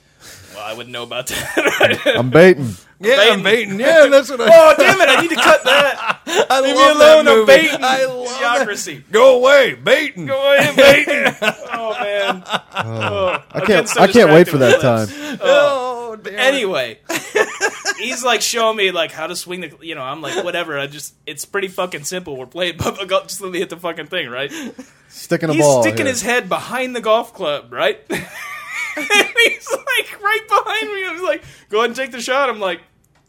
C: Well, I wouldn't know about that.
H: *laughs*
C: *laughs*
G: I'm baiting.
H: Yeah,
C: Baiting.
H: I'm baiting.
C: *laughs*
H: Yeah, that's what I.
C: oh damn it! I need to cut that.
H: I
C: Oh,
H: love
C: Leave me alone.
H: that
C: I'm
H: movie.
C: baiting.
H: I love that.
C: Idiocracy.
H: Go away, baiting.
C: *laughs* Go ahead, baiting. *laughs* oh man. Oh,
G: I can't. I can't wait for that time.
H: Oh, damn it.
C: Anyway, he's like showing me like how to swing the. You know, I'm like whatever. I just it's pretty fucking simple. We're playing bubble golf. Just let me hit the fucking thing, right?
G: Sticking a
C: He's
G: ball.
C: sticking
G: here.
C: his head behind the golf club, right? *laughs* and he's like right behind me. I'm like, go ahead and take the shot. I'm like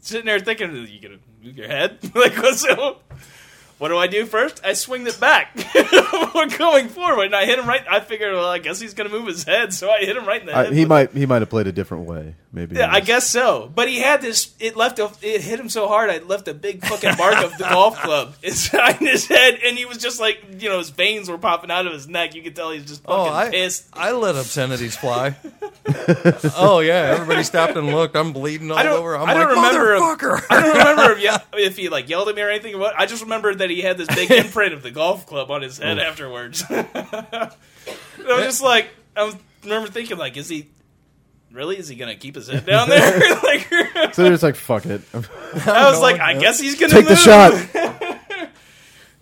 C: sitting there thinking, you gonna move your head? *laughs* like, what's so? What do I do first? I swing it back. *laughs* We're going forward, and I hit him right. I figure, well, I guess he's gonna move his head, so I hit him right in the
G: I,
C: head.
G: Uh, he
C: with-
G: might. He might have played a different way. Maybe.
C: Yeah, I guess so. But he had this. It left. A, it hit him so hard. I left a big fucking mark
G: *laughs*
C: of the golf club *laughs* inside his head, and he was just like, you know, his veins were popping out of his neck. You could tell he's just fucking
H: Oh, I,
G: *laughs*
C: pissed.
H: I let obscenities
C: *laughs*
H: fly. oh yeah, everybody stopped and looked. I'm bleeding all
C: I don't-
H: over. I'm
C: I don't
H: like,
C: remember him.
H: motherfucker.
C: *laughs* I don't remember if, ye- if he like yelled at me or anything. What I just remember that he had this
G: *laughs*
C: big imprint of the golf club on his head afterwards. *laughs* and I was just like, I was, remember thinking like, is he really? Is he gonna keep his head down there? *laughs* like,
G: So they're just like, fuck it. *laughs*
C: I was like,
H: going
C: I
H: down.
C: guess he's gonna
G: Take the
C: move.
G: shot.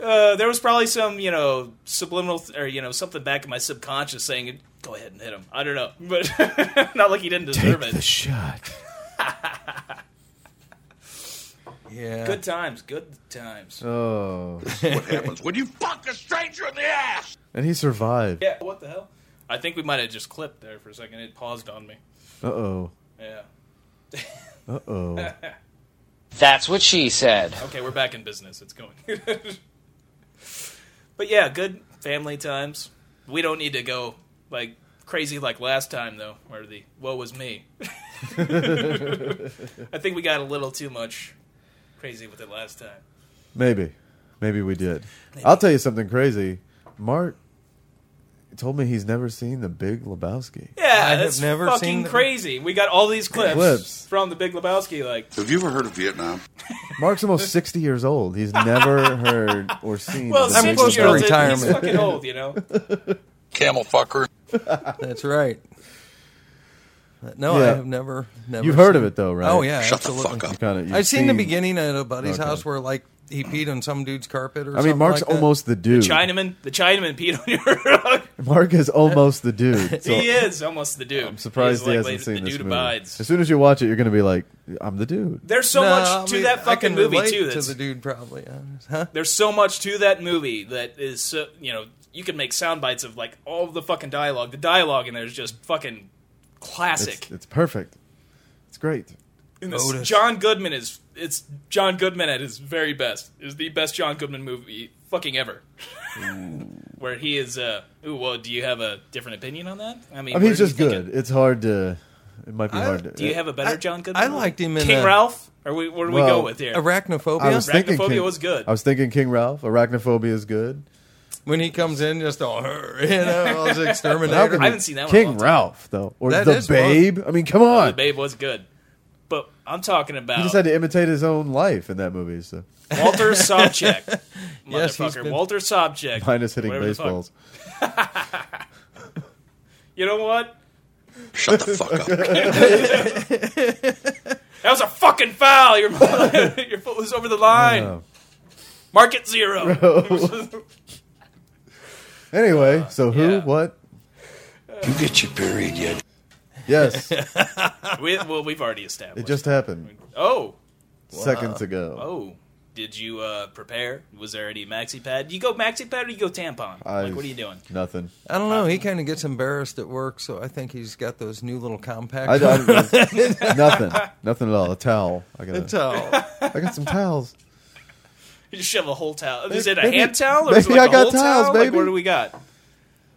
C: Uh, there was probably some you know subliminal th- or you know something back in my subconscious saying, go ahead and hit him. I don't know, *laughs* but not like he didn't *laughs* deserve
G: Take
C: it.
G: the shot.
H: Yeah.
C: good times, good times.
G: Oh,
E: what happens when you fuck a stranger in the ass?
G: and he survived.
C: yeah, what the hell? I think we might have just clipped there for a second. It paused on me.
G: Uh oh.
C: Yeah.
H: *laughs*
G: Uh oh.
K: *laughs* That's what she said.
C: Okay, we're back in business. It's going. But yeah, good family times. We don't need to go like crazy like last time though, where the woe was
H: *laughs*
C: me. *laughs* I think we got a little too much crazy with it last time.
G: Maybe. Maybe we did. I'll tell you something crazy. Mark told me he's never seen the Big Lebowski.
C: Yeah,
H: I have
C: that's
H: never
C: fucking
H: seen the-
C: crazy. We got all these clips,
G: Clips.
C: from the Big Lebowski. Like,
E: Have you ever heard of Vietnam?
G: Mark's almost 60 years old.
C: *laughs*
G: He's never heard or seen
C: well,
G: the
H: I'm
G: Big
H: close
C: sixty
H: to
C: year old,
G: Lebowski.
C: he's
H: retirement.
C: fucking old,
H: *laughs*
C: you know.
E: Camel fucker.
H: That's right. No, I
G: Yeah.
H: have never. never
G: You've heard
H: seen
G: of it, though, right?
H: Oh yeah,
E: Shut the
H: absolutely.
E: fuck up.
G: Kinda, you've
H: I've seen, the beginning at a buddy's
G: Okay.
H: house where like he peed on some dude's carpet or
G: I mean,
H: something
G: Mark's
H: like that.
G: almost the dude.
C: Chinaman, the Chinaman peed on your *laughs* rug.
G: Mark is almost
C: *laughs*
G: the dude. So
C: he is almost the dude.
G: I'm surprised
C: He's like,
G: he hasn't
C: like,
G: seen
C: the
G: this
C: dude
G: movie.
C: abides.
G: As soon as you watch it, you're going to be like, "I'm the dude."
C: There's so
H: No,
C: much
H: I
C: to
H: mean,
C: that
H: I
C: fucking
H: can
C: movie
H: relate
C: too.
H: To
C: That's,
H: the dude, probably. uh, Huh?
C: There's so much to that movie that is so you know you can make sound bites of like all the fucking dialogue. The dialogue in there is just fucking classic.
G: It's, it's perfect. It's great.
C: And this-
H: Otis.
C: John Goodman is it's John Goodman at his very best. It's the best John Goodman movie fucking
G: *laughs*
C: ever. Where he is, uh, ooh, well, do you have a different opinion on that? I mean,
G: I
C: where
G: mean, it's
C: do you
G: just
C: think
G: good.
C: it-
G: It's hard to. It might be
H: I-
G: hard to.
C: do you have a better
H: I-
C: John Goodman?
H: I liked him in,
C: King
H: uh,
C: Ralph. Or we, where do we
G: well,
C: go with here?
H: Arachnophobia.
G: I was thinking
C: Arachnophobia
G: King,
C: was good.
G: I was thinking King Ralph. Arachnophobia is good.
H: when he comes in, just all *laughs* her, you know, all his
G: How can
H: exterminator.
C: I
G: you-
C: haven't seen that one in a
G: King
C: long time.
G: Ralph though, or
H: That
G: the
H: is one.
G: Babe. I mean, come
C: the
G: on.
C: Babe was good, but I'm talking
G: He
C: about
G: just had to imitate his own life in that movie. So *laughs*
C: Walter Sobchak,
H: Yes, he's
C: motherfucker.
H: been-
C: Walter Sobchak,
G: minus hitting
C: whatever the fuck.
G: baseballs.
C: You know what?
E: Shut the fuck up.
C: That was a fucking foul. Your *laughs* your foot was over the line.
G: Oh.
C: Mark it
G: *laughs*
C: zero.
G: Anyway, so who?
C: Uh, yeah.
G: What?
E: *laughs* you get you buried yet.
C: *laughs*
G: Yes,
C: we, well, we've already
G: it
C: established.
G: just happened
C: oh,
G: seconds ago.
C: oh. Did you uh, prepare? Was there any maxi pad? You go maxi pad or you go tampon?
G: I-
C: like, what are you doing?
G: Nothing.
H: I don't know. He kind of gets embarrassed at work, so I think he's got those new little compact.
G: I, *laughs*
C: *laughs*
G: I- nothing. Nothing at all. A towel. I got. A,
H: towel.
G: I got some towels.
C: You just shove a whole towel. Is it a
G: Maybe-
C: hand towel or is it
G: maybe
C: like a
G: I got
C: whole
G: towels,
C: towel? Like,
G: baby.
C: what do we got?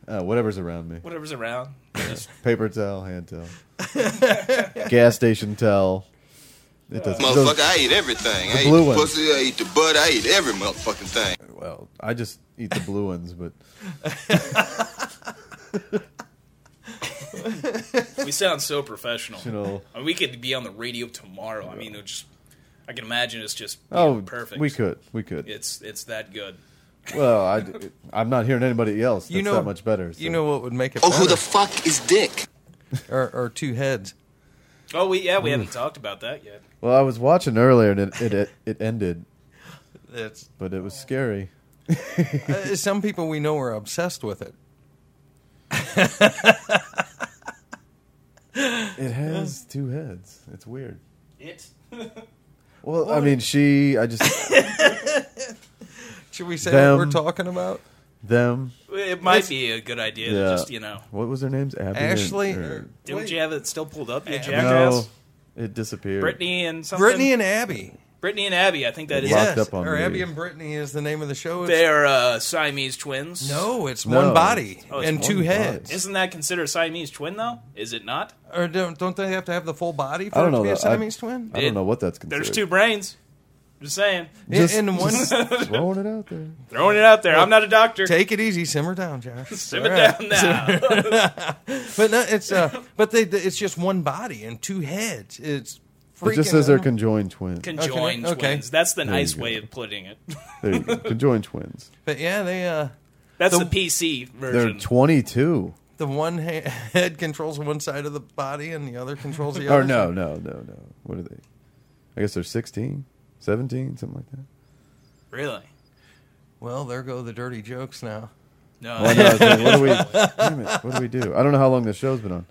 G: Uh, whatever's around me.
C: Whatever's around. Just-
G: Paper towel,
C: *laughs*
G: hand towel, gas station towel. It doesn't.
K: Motherfucker,
G: those-
K: I eat everything. I
G: blue
K: eat the
G: ones.
K: pussy, I eat the butt, I eat every motherfucking thing.
G: well, I just eat the blue ones,
C: *laughs*
G: but
C: we sound so professional.
G: you know.
C: I mean, we could be on the radio tomorrow. I mean, it just I can imagine it's just you know,
G: Oh,
C: perfect.
G: We could. We could.
C: It's it's that good.
G: Well, I, I'm not hearing anybody else. That's
H: You know
G: that much better.
H: You
G: so.
H: know what would make it?
K: Oh, who
H: better?
K: the fuck is Dick?
H: or, or two heads.
C: Oh, we yeah, we
G: Mm.
C: haven't talked about that yet.
G: Well, I was watching earlier, and it it, it, it ended,
H: That's
G: but it was scary.
H: uh, some people we know are obsessed with it.
G: It has two heads. It's weird.
C: It.
G: Well, I mean, she. I
C: *coughs*
G: just
H: Should we say
G: Them.
H: what we're talking about?
G: them.
C: It might be a good idea. to
G: Yeah.
C: Just you know.
G: What was their names? Abby and-
H: Ashley,
G: or-
C: Don't you have it still pulled up? Your
G: no,
C: jackass?
G: it disappeared.
C: Brittany and something?
H: Brittany and Abby.
C: Brittany and Abby, I think that is.
G: Locked Yeah.
H: Yes,
G: up on
H: or
G: me.
H: Abby and Brittany is the name of the show. It's-
C: They're uh, Siamese twins.
H: no, it's
G: No.
H: one body
C: Oh, it's
H: and
G: one
H: two
G: body.
H: heads.
C: Isn't that considered a Siamese twin, though? Is it not?
H: Or don't, don't they have to have the full body for
G: I don't
H: it to
G: know
H: be a
G: that. I-
H: Siamese twin?
G: I don't know what that's considered.
C: There's two brains. Just saying.
G: Just-
H: in, in
C: *laughs*
H: one,
G: Throwing it out there.
C: Throwing it out there. I'm not a doctor.
H: take it easy, simmer down, Josh.
C: *laughs* Simmer
H: *laughs* All right.
C: down now.
H: But no, it's uh, but they, it's just one body and two heads. It's freaking.
G: It just says they're conjoined twins.
C: Conjoined
H: Okay, okay.
C: twins. That's the nice
G: go.
C: way of putting it. *laughs*
G: There you go. Conjoined twins.
H: but yeah, they uh,
C: That's the,
H: The-
C: PC
G: They're
C: version.
G: 22.
H: the one he- *laughs* head controls one side of the body and the other controls
G: *laughs*
H: the other.
G: Or Oh, no, no, no, no. What are they? I guess they're 16, 17, something
C: *laughs*
G: like that.
C: really?
H: Well, there go the dirty jokes now.
C: No. *laughs*
G: Well, no, I was like, what do we? Damn it! What do we do? I don't know how long the show's been on.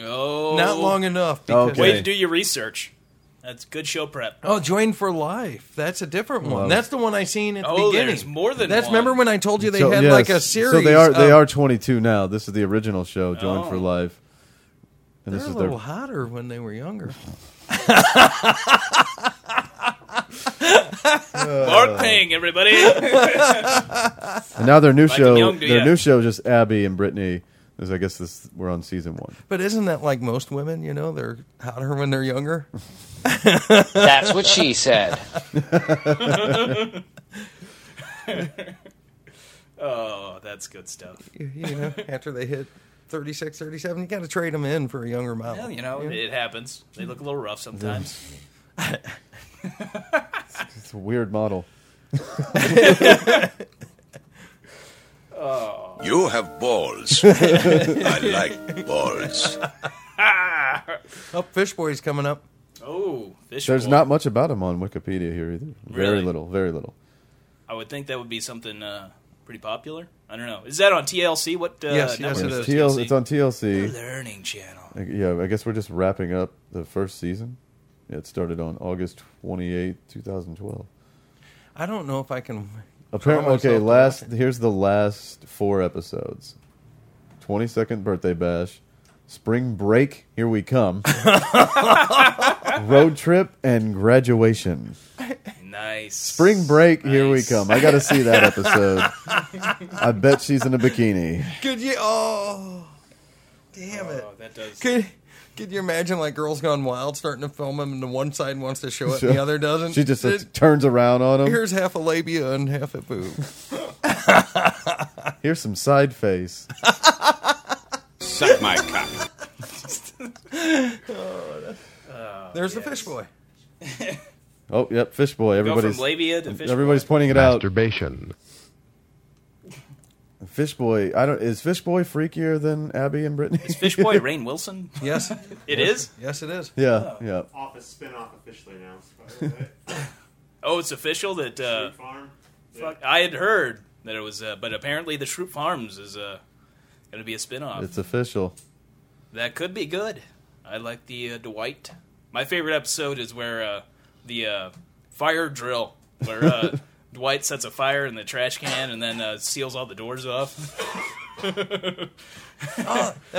C: Oh.
H: Not long enough. Because
G: Okay.
C: Way to do your research. That's good show prep.
H: Oh, join for life. That's a different one.
G: Wow.
H: That's the one I seen at the
C: Oh,
H: beginning.
C: there's more than
H: That's
C: one.
H: remember when I told you they
G: So,
H: had
G: yes,
H: like a series.
G: So they are they
H: of-
G: are 22 now. This is the original show, Join for
C: Oh.
G: Life. And
H: They're
G: this
H: a
G: is
H: little
G: their
H: hotter when they were younger.
G: Uh,
C: Mark Ping,
G: *laughs*
C: everybody.
G: And now their new
C: Like
G: show,
C: Young, do
G: their
C: ya?
G: new show, is just Abby and Brittany. Is I guess this we're on season one.
H: But isn't that like most women? You know, they're hotter when they're younger.
L: That's what she said.
C: oh, that's good stuff.
H: You, *laughs* you
C: *laughs*
H: know, after they hit 36, 37, you got to trade them in for a younger model.
C: Well, you know, it happens. They look a little rough sometimes.
G: It's a weird model.
E: You have *laughs* balls. I like balls.
H: Oh, Fish Boy's coming up.
C: Oh, fish.
G: There's
C: boy.
G: not much about him on Wikipedia here either. Very
C: Really?
G: little. Very little.
C: I would think that would be something uh, pretty popular. I don't know. Is that on TLC? What? Uh,
H: Yes, yes,
C: network
H: it
G: It's,
H: is.
G: TL
C: TLC?
G: it's on TLC.
C: Learning Channel.
G: I- Yeah, I guess we're just wrapping up the first season. It started on August 28, 2012.
H: I don't know if I can.
G: Apparently,
H: draw myself
G: okay.
H: to
G: Last
H: watch it.
G: here's the last four episodes. Twenty second birthday bash, spring break. Here we come. Road trip and graduation.
C: Nice.
G: Spring break. Here we
C: Nice.
G: come. I got to see that episode. I bet she's in a bikini.
H: Could you? Oh, damn it!
C: Oh, that does.
H: Could Could you imagine like Girls Gone Wild starting to film them and the one side wants to show it and the other doesn't?
G: She just
H: It-
G: turns around on him.
H: here's half a labia and half a boob.
C: *laughs*
G: Here's some side face.
A: Suck my cock.
H: There's the Fish Boy.
G: Oh, yep, fish boy.
C: Go
G: Everybody's
C: from labia to fish.
G: everybody's
C: boy.
G: pointing it out. *laughs*
F: Masturbation.
G: Fish boy. I don't. Is fish boy freakier than Abby and Brittany?
C: Is Fish boy Rain Wilson.
H: Yes,
C: It is.
H: yes, it is.
G: *laughs* yeah, yeah.
M: Office spin off officially now.
C: Oh, it's official that. Uh,
M: Farm.
C: fuck, I had heard that it was, uh, but apparently the Shroop Farms is uh, going to be a spinoff.
G: It's official.
C: That could be good. I like the uh, Dwight. My favorite episode is where uh, the uh, fire drill, where
H: *laughs*
C: uh, Dwight sets a fire in the trash can and then uh, seals all the doors off.
H: That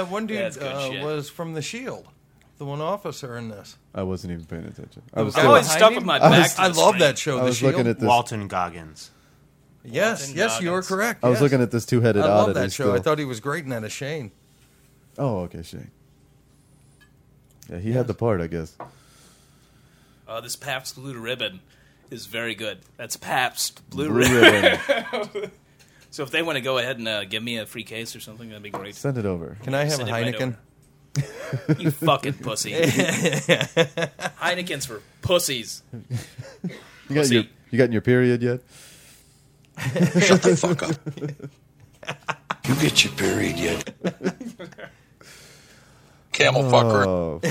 H: one dude
C: That's good
H: uh,
C: shit.
H: was from The Shield, the one officer in this.
G: I wasn't even paying attention. I was
H: Guy
C: I'm
G: still-
C: always
H: behind
C: stuck
H: him?
C: with my
H: I
C: back
H: was-
C: to
H: I
C: the
H: love
C: screen.
H: that show.
G: I
H: the
G: was
H: Shield.
G: looking at this.
M: Walton Goggins.
H: yes,
C: Walton
H: yes, you are
C: Goggins.
H: correct.
G: I was
H: yes.
G: looking at this two-headed
H: I love
G: oddity.
H: that show.
G: still.
H: I thought he was great in that as Shane.
G: oh, okay, Shane. Yeah, he had the part,
H: *laughs*
G: I guess.
C: Uh, this Pabst Blue Ribbon is very good. That's Pabst Blue,
G: Blue
C: Ribbon.
G: ribbon.
C: *laughs* So if they want to go ahead and uh, give me a free case or something, that'd be great.
G: Send it over.
H: Can I have
C: Send
H: a
C: it right
H: Heineken?
C: You fucking *laughs* pussy. Heineken's for pussies.
G: You got your
C: see.
G: you got in your period yet?
E: Shut the fuck up. You get your period yet. Camel fucker.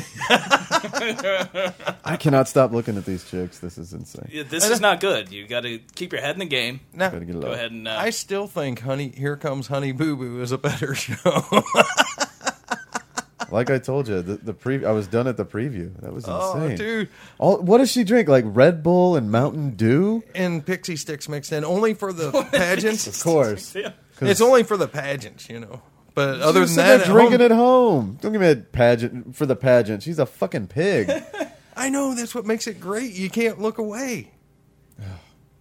G: Oh.
H: *laughs*
G: I cannot stop looking at these chicks. This is insane.
C: Yeah, This is not good. You got to keep your head in the game.
H: Now,
G: Gotta get it
C: Go
G: out.
C: ahead and uh,
H: I still think Honey Here Comes Honey Boo Boo is a better *laughs* show.
G: Like I told you, the, the pre I was done at the preview. That was
H: oh,
G: insane.
H: dude.
G: All, what does she drink? Like Red Bull and Mountain
H: *laughs*
G: Dew?
H: And Pixie Sticks mixed in only for
C: *laughs*
H: the pageants.
G: Of course. *laughs*
H: it's only for the pageants, you know. But other than
G: She's sitting
H: that,
G: there
H: at
G: drinking
H: home-
G: at home. Don't give me a pageant for the pageant. She's a
H: *laughs*
G: fucking pig.
H: I know that's what makes it great. You can't look away.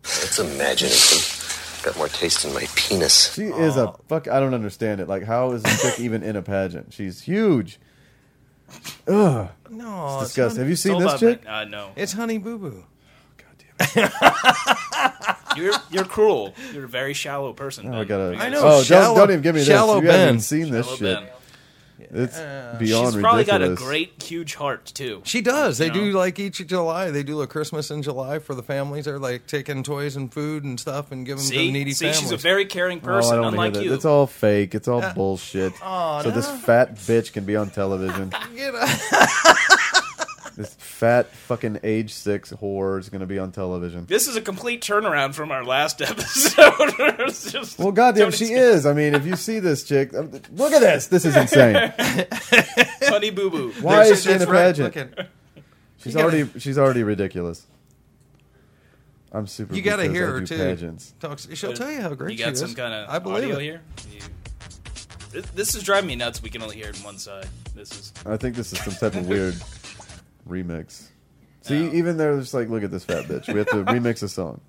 I: That's imaginative. Got more taste in my penis.
G: She is a fuck. I don't understand it. Like, how is this chick even in a pageant?
H: *laughs*
G: She's huge.
H: No, it's,
G: Disgusting. Have you
C: It's
G: seen
C: all
G: this
C: about
G: chick?
C: men- Uh, no,
H: it's Honey Boo Boo.
C: you're you're cruel. You're a very shallow person.
G: Oh,
C: Ben.
G: I gotta.
C: Because-
H: I know.
G: Oh,
H: shallow-
G: don't, don't even give me this. You
H: shallow
G: haven't even
H: Ben.
G: seen this
C: Shallow
G: shit.
C: Ben.
G: It's
C: She's
G: beyond
C: probably
G: ridiculous.
C: got a great, huge heart too.
H: She does. They
C: You
H: do
C: know?
H: like each July. They do a Christmas in July for the families. They're like taking toys and food and stuff and giving them
C: See,
H: to needy
C: see,
H: families.
C: she's a very caring
G: Oh, I don't
C: person,
G: wanna hear
C: unlike
G: that.
C: you.
G: It's all fake. It's all bullshit.
H: *laughs* Aw,
G: so this
H: no.
G: fat bitch can be on
H: *laughs*
G: television.
H: You know?
G: *laughs* this fat fucking age six whore is gonna be on television.
C: This is a complete turnaround from our last *laughs* episode. It's just-
G: Well, goddamn,
C: Tony's
G: she
C: got
G: is. I mean, if you see this chick, uh, look at this. This is
C: *laughs*
G: insane.
C: *laughs* Honey Boo Boo.
G: Why is she in a
H: That's right.
G: pageant?
H: Look at-
G: She's
H: You gotta-
G: already she's already ridiculous. I'm super.
H: You got to
G: because
H: hear
G: I
H: her
G: do
H: too.
G: Pageants.
H: Talks, she'll tell you how great
C: You got
H: she
C: some
H: is.
C: kind of
H: I believe
C: audio
H: it.
C: here. You- This, this is driving me nuts. We can only hear it on one side. This is
H: *laughs*
G: I think this is some type of weird remix. See, even they're just like, look at this fat bitch. We
H: *laughs*
G: have to remix a song.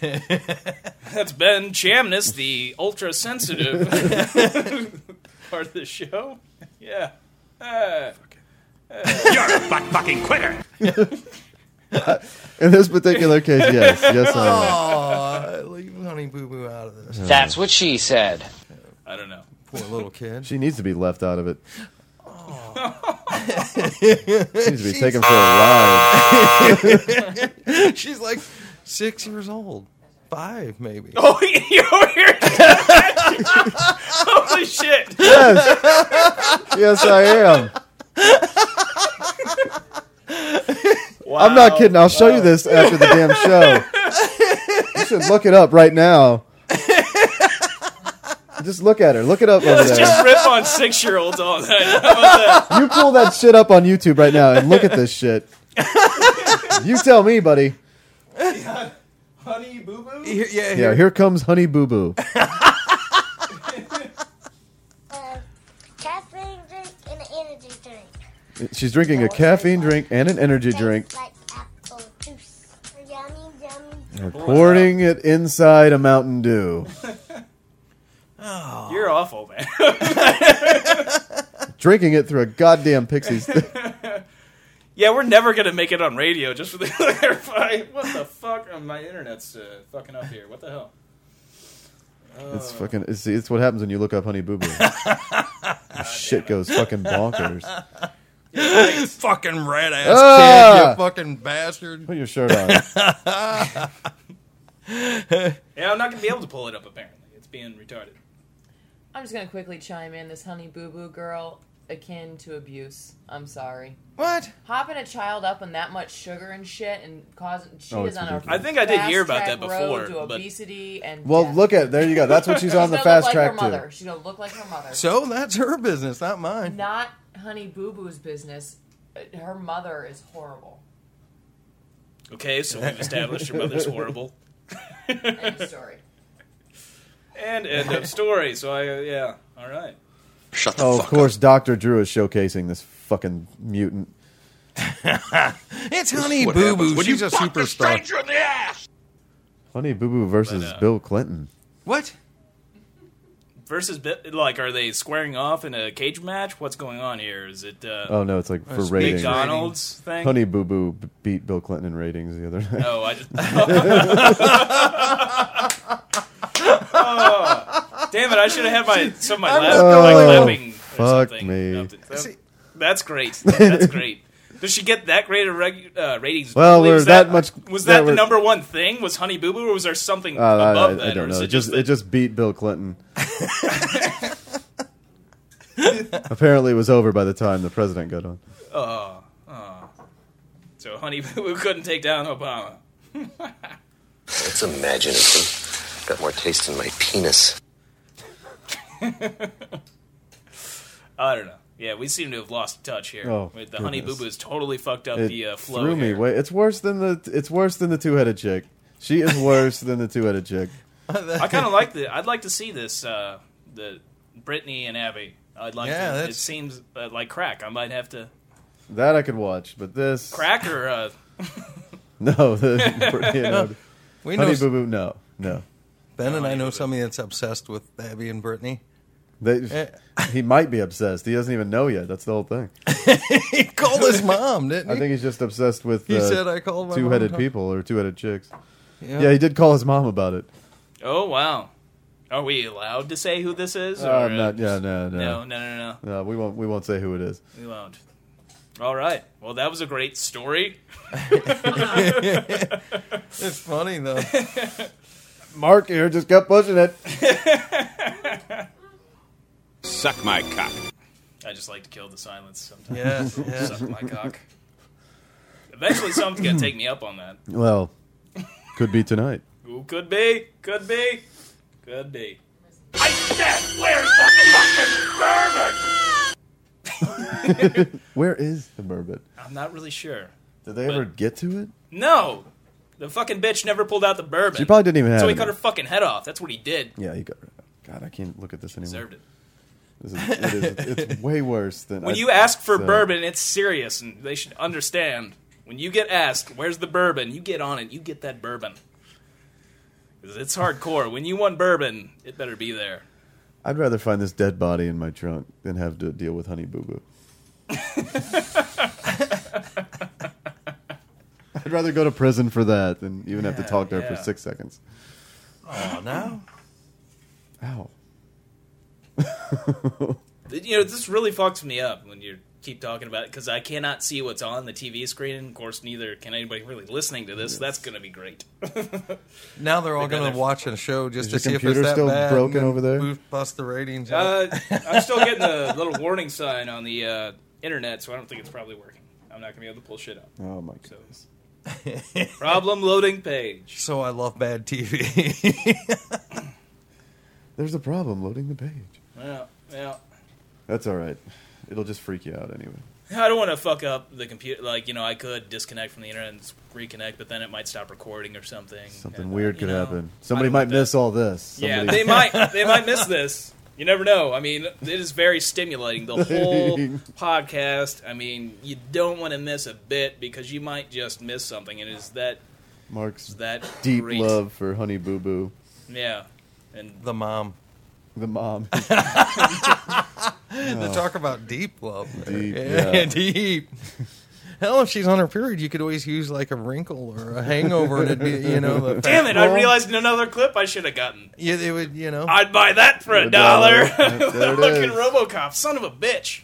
C: That's Ben Chamness, the ultra sensitive
H: *laughs*
C: part of the show. Yeah. Uh,
A: You're a fuck fucking quitter.
G: In this particular case, yes, yes, I am.
H: Aw, leave Honey Boo Boo out of
G: *laughs*
H: this.
L: That's what she said.
C: I don't know.
H: *laughs* Poor little kid.
G: She needs to be left out of it. she needs to be taken for a ride.
H: *laughs* She's like six years old, five maybe.
G: Ah!
C: Oh, *laughs* you're over here. Holy shit.
G: yes, yes, I am. I'm not kidding. I'll show you this after the damn show. You should look it up right now. Just look at her. Look it up over
C: Let's
G: there.
C: just rip on six year olds all night. How about that?
G: you pull that shit up on YouTube right now and look at this shit. you tell me, buddy.
C: Honey Boo Boo?
H: Yeah, yeah,
G: Yeah, here comes Honey Boo Boo.
F: Caffeine drink and an energy drink.
G: She's drinking a caffeine drink and an energy drink,
F: Tastes Like apple juice. Yummy, yummy.
G: and pouring it inside a Mountain Dew.
C: *laughs* You're awful, man. *laughs*
G: Drinking it through a goddamn Pixies. *laughs* thing.
C: yeah, we're never going to make it on radio just for the *laughs* clarify. What the fuck? Oh, my internet's uh, fucking up here. What the hell?
G: It's fucking. It's, it's what happens when you look up Honey Boo Boo. Your shit goes fucking bonkers.
H: fucking red ass
G: Ah!
H: kid, you fucking bastard.
G: Put your shirt on. Oh,
C: Yeah, I'm not going to be able to pull it up, apparently. It's being retarded.
N: I'm just gonna quickly chime in. This honey boo boo girl akin to abuse. I'm sorry.
H: What?
N: Hopping a child up on that much sugar and shit and causing she
G: Oh,
N: is
G: it's
N: on
G: ridiculous.
N: a
G: I
C: think I did hear about
N: fast-track
C: that
N: road
C: before,
N: to
C: but-
N: obesity and
G: Well, look at there you go. That's what she's on the
N: gonna
G: fast
N: look like
G: track
N: her
G: to.
N: mother. She's gonna look like her mother.
H: So that's her business, not mine.
N: not honey boo boo's business. Uh, Her mother is horrible.
C: Okay, so we've established your mother's horrible.
N: End of story.
C: And end of story. So I, uh, yeah, all right.
K: Shut
G: Oh, of course, Doctor Drew is showcasing this fucking mutant.
H: It's Honey
K: What
H: Boo
K: happens
H: Boo.
K: when you
H: She's a
K: fuck the
H: superstar.
K: stranger in the ass.
G: Honey Boo Boo versus
C: But, uh,
G: Bill Clinton.
H: What?
C: Versus, bit- like, are they squaring off in a cage match? What's going on here? Is it uh,
G: Oh no, it's like for
H: it's
G: ratings.
C: McDonald's thing?
G: Honey Boo Boo b- beat Bill Clinton in ratings the other *laughs* night.
C: No, I just. Oh, *laughs* damn it! I should have had my some of my lap, like
G: Oh,
C: lapping. or
G: fuck
C: something.
G: me.
C: That- That's great.
G: *laughs*
C: That's great. Does she get that great of reg- uh, ratings?
G: Well,
C: Was
G: we're that much-
C: Was
G: yeah,
C: that the
G: we're-
C: number one thing? Was Honey Boo Boo, or was there something
G: Uh, I-
C: above
G: I,
C: that?
G: I don't
C: or is
G: know. It
C: it just,
G: just it just beat Bill Clinton. Apparently, it was over by the time the president got on.
C: Oh, oh. So Honey Boo Boo couldn't take down Obama.
I: It's imaginative. Got more taste in my penis.
C: I don't know. Yeah, we seem to have lost touch here.
G: Oh,
C: the Honey Boo
G: goodness.
C: Boo's totally fucked up
G: It
C: the uh, flow.
G: threw me.
C: here.
G: Wait, it's worse than the it's worse than the two headed chick. She is worse than the two headed chick.
H: *laughs*
C: I kind of like the. I'd like to see this. Uh, the Brittany and Abby. I'd like.
H: Yeah,
C: to, It
H: that's-
C: seems uh, like crack. I might have to
G: That I could watch, but this
C: crack or. Uh,
G: *laughs* no. The, Brittany and
H: *laughs*
G: Abby.
H: We know
G: Honey Boo Boo, no, no.
H: Ben and I know somebody that's obsessed with Abby and
G: *laughs*
H: Brittany. Eh.
G: They, he might be obsessed. He doesn't even know yet. That's the whole thing.
H: He called his mom, didn't he?
G: I think he's just obsessed with
H: He
G: uh,
H: said I called my mom
G: two-headed
H: and-
G: people or two-headed chicks. Yeah. he did call his mom about it.
C: oh wow. Are we allowed to say who this is?
G: Uh,
C: or,
G: I'm not- yeah, no, no.
C: no, no, no, no.
G: No, we won't. We won't say who it is.
C: We won't. All right. Well, that was a great story.
H: It's funny
C: *laughs*
H: though.
G: Mark here just kept pushing it.
A: Suck my cock.
C: I just like to kill the silence sometimes.
H: Yeah, yeah.
C: *laughs* Suck my cock. Eventually, someone's gonna take me up on that.
G: *laughs* Well, could be tonight.
C: Who could be? Could be. Could be.
K: I said, where's the fucking bourbon?
G: Where is the bourbon?
C: I'm not really sure.
G: Did they ever get to it?
C: No, the fucking bitch never pulled out the bourbon.
G: She probably didn't even have
C: So he
G: it.
C: cut her fucking head off. That's what he did.
G: Yeah, you got. God, I can't look at this anymore.
C: Deserved it.
G: This is,
C: *laughs*
G: it is, it's way worse than
C: When
G: I-
C: you ask for
G: so-
C: bourbon, it's serious, and they should understand. When you get asked, "Where's the bourbon?" You get on it. You get that bourbon. 'Cause It's hardcore. When you want bourbon, it better be there.
G: I'd rather find this dead body in my trunk than have to deal with Honey Boo
C: *laughs*
G: Boo. I'd rather go to prison for that than even have to
H: Yeah,
G: talk to her
H: yeah.
G: for six seconds.
H: Oh, now?
G: Ow.
C: You know, this really fucks me up when you keep talking about it because I cannot see what's on the TV screen. and Of course, neither can anybody really listening to this. That's going to be great.
H: Now they're all
C: They
H: going
C: gotta-
H: to watch a show just
G: Is
H: to
G: your
H: see if it's
G: computer
H: that
G: still
H: bad. and
G: broken
H: then
G: over there?
H: boost- Bust the ratings.
C: Uh,
G: *laughs*
C: I'm still getting the little warning sign on the uh, internet, so I don't think it's probably working. I'm not going to be able to pull shit up.
G: Oh my *laughs*
C: goodness. Problem loading page.
H: so I love bad TV.
G: There's a problem loading the page.
C: Yeah, yeah.
G: That's all right. It'll just freak you out anyway.
C: I don't want to fuck up the computer. Like, you know, I could disconnect from the internet and s- reconnect, but then it might stop recording or something.
G: Something
C: And, uh,
G: weird
C: you
G: could
C: know,
G: happen. Somebody might miss all this.
C: Yeah,
G: Somebody-
C: they
G: *laughs*
C: might. They might miss this. You never know. I mean, it is very stimulating. The
G: *laughs*
C: whole podcast. I mean, you don't want to miss a bit because you might just miss something. And is that
G: Mark's
C: is that
G: deep
C: great?
G: love for Honey Boo Boo,
C: Yeah, and
H: *laughs* the mom.
G: the mom.
C: *laughs*
H: To talk about deep love. there.
G: Oh. Deep, yeah.
H: deep. Hell, if she's on her period, you could always use like a wrinkle or a hangover, and it'd be, you know.
G: *laughs*
H: The
C: damn it! I
H: Well,
C: realized in another clip I should have gotten.
H: Yeah, they would, you know.
C: I'd buy that for a
H: A dollar.
C: dollar. *laughs*
H: There it is.
C: Fucking RoboCop, son of a bitch.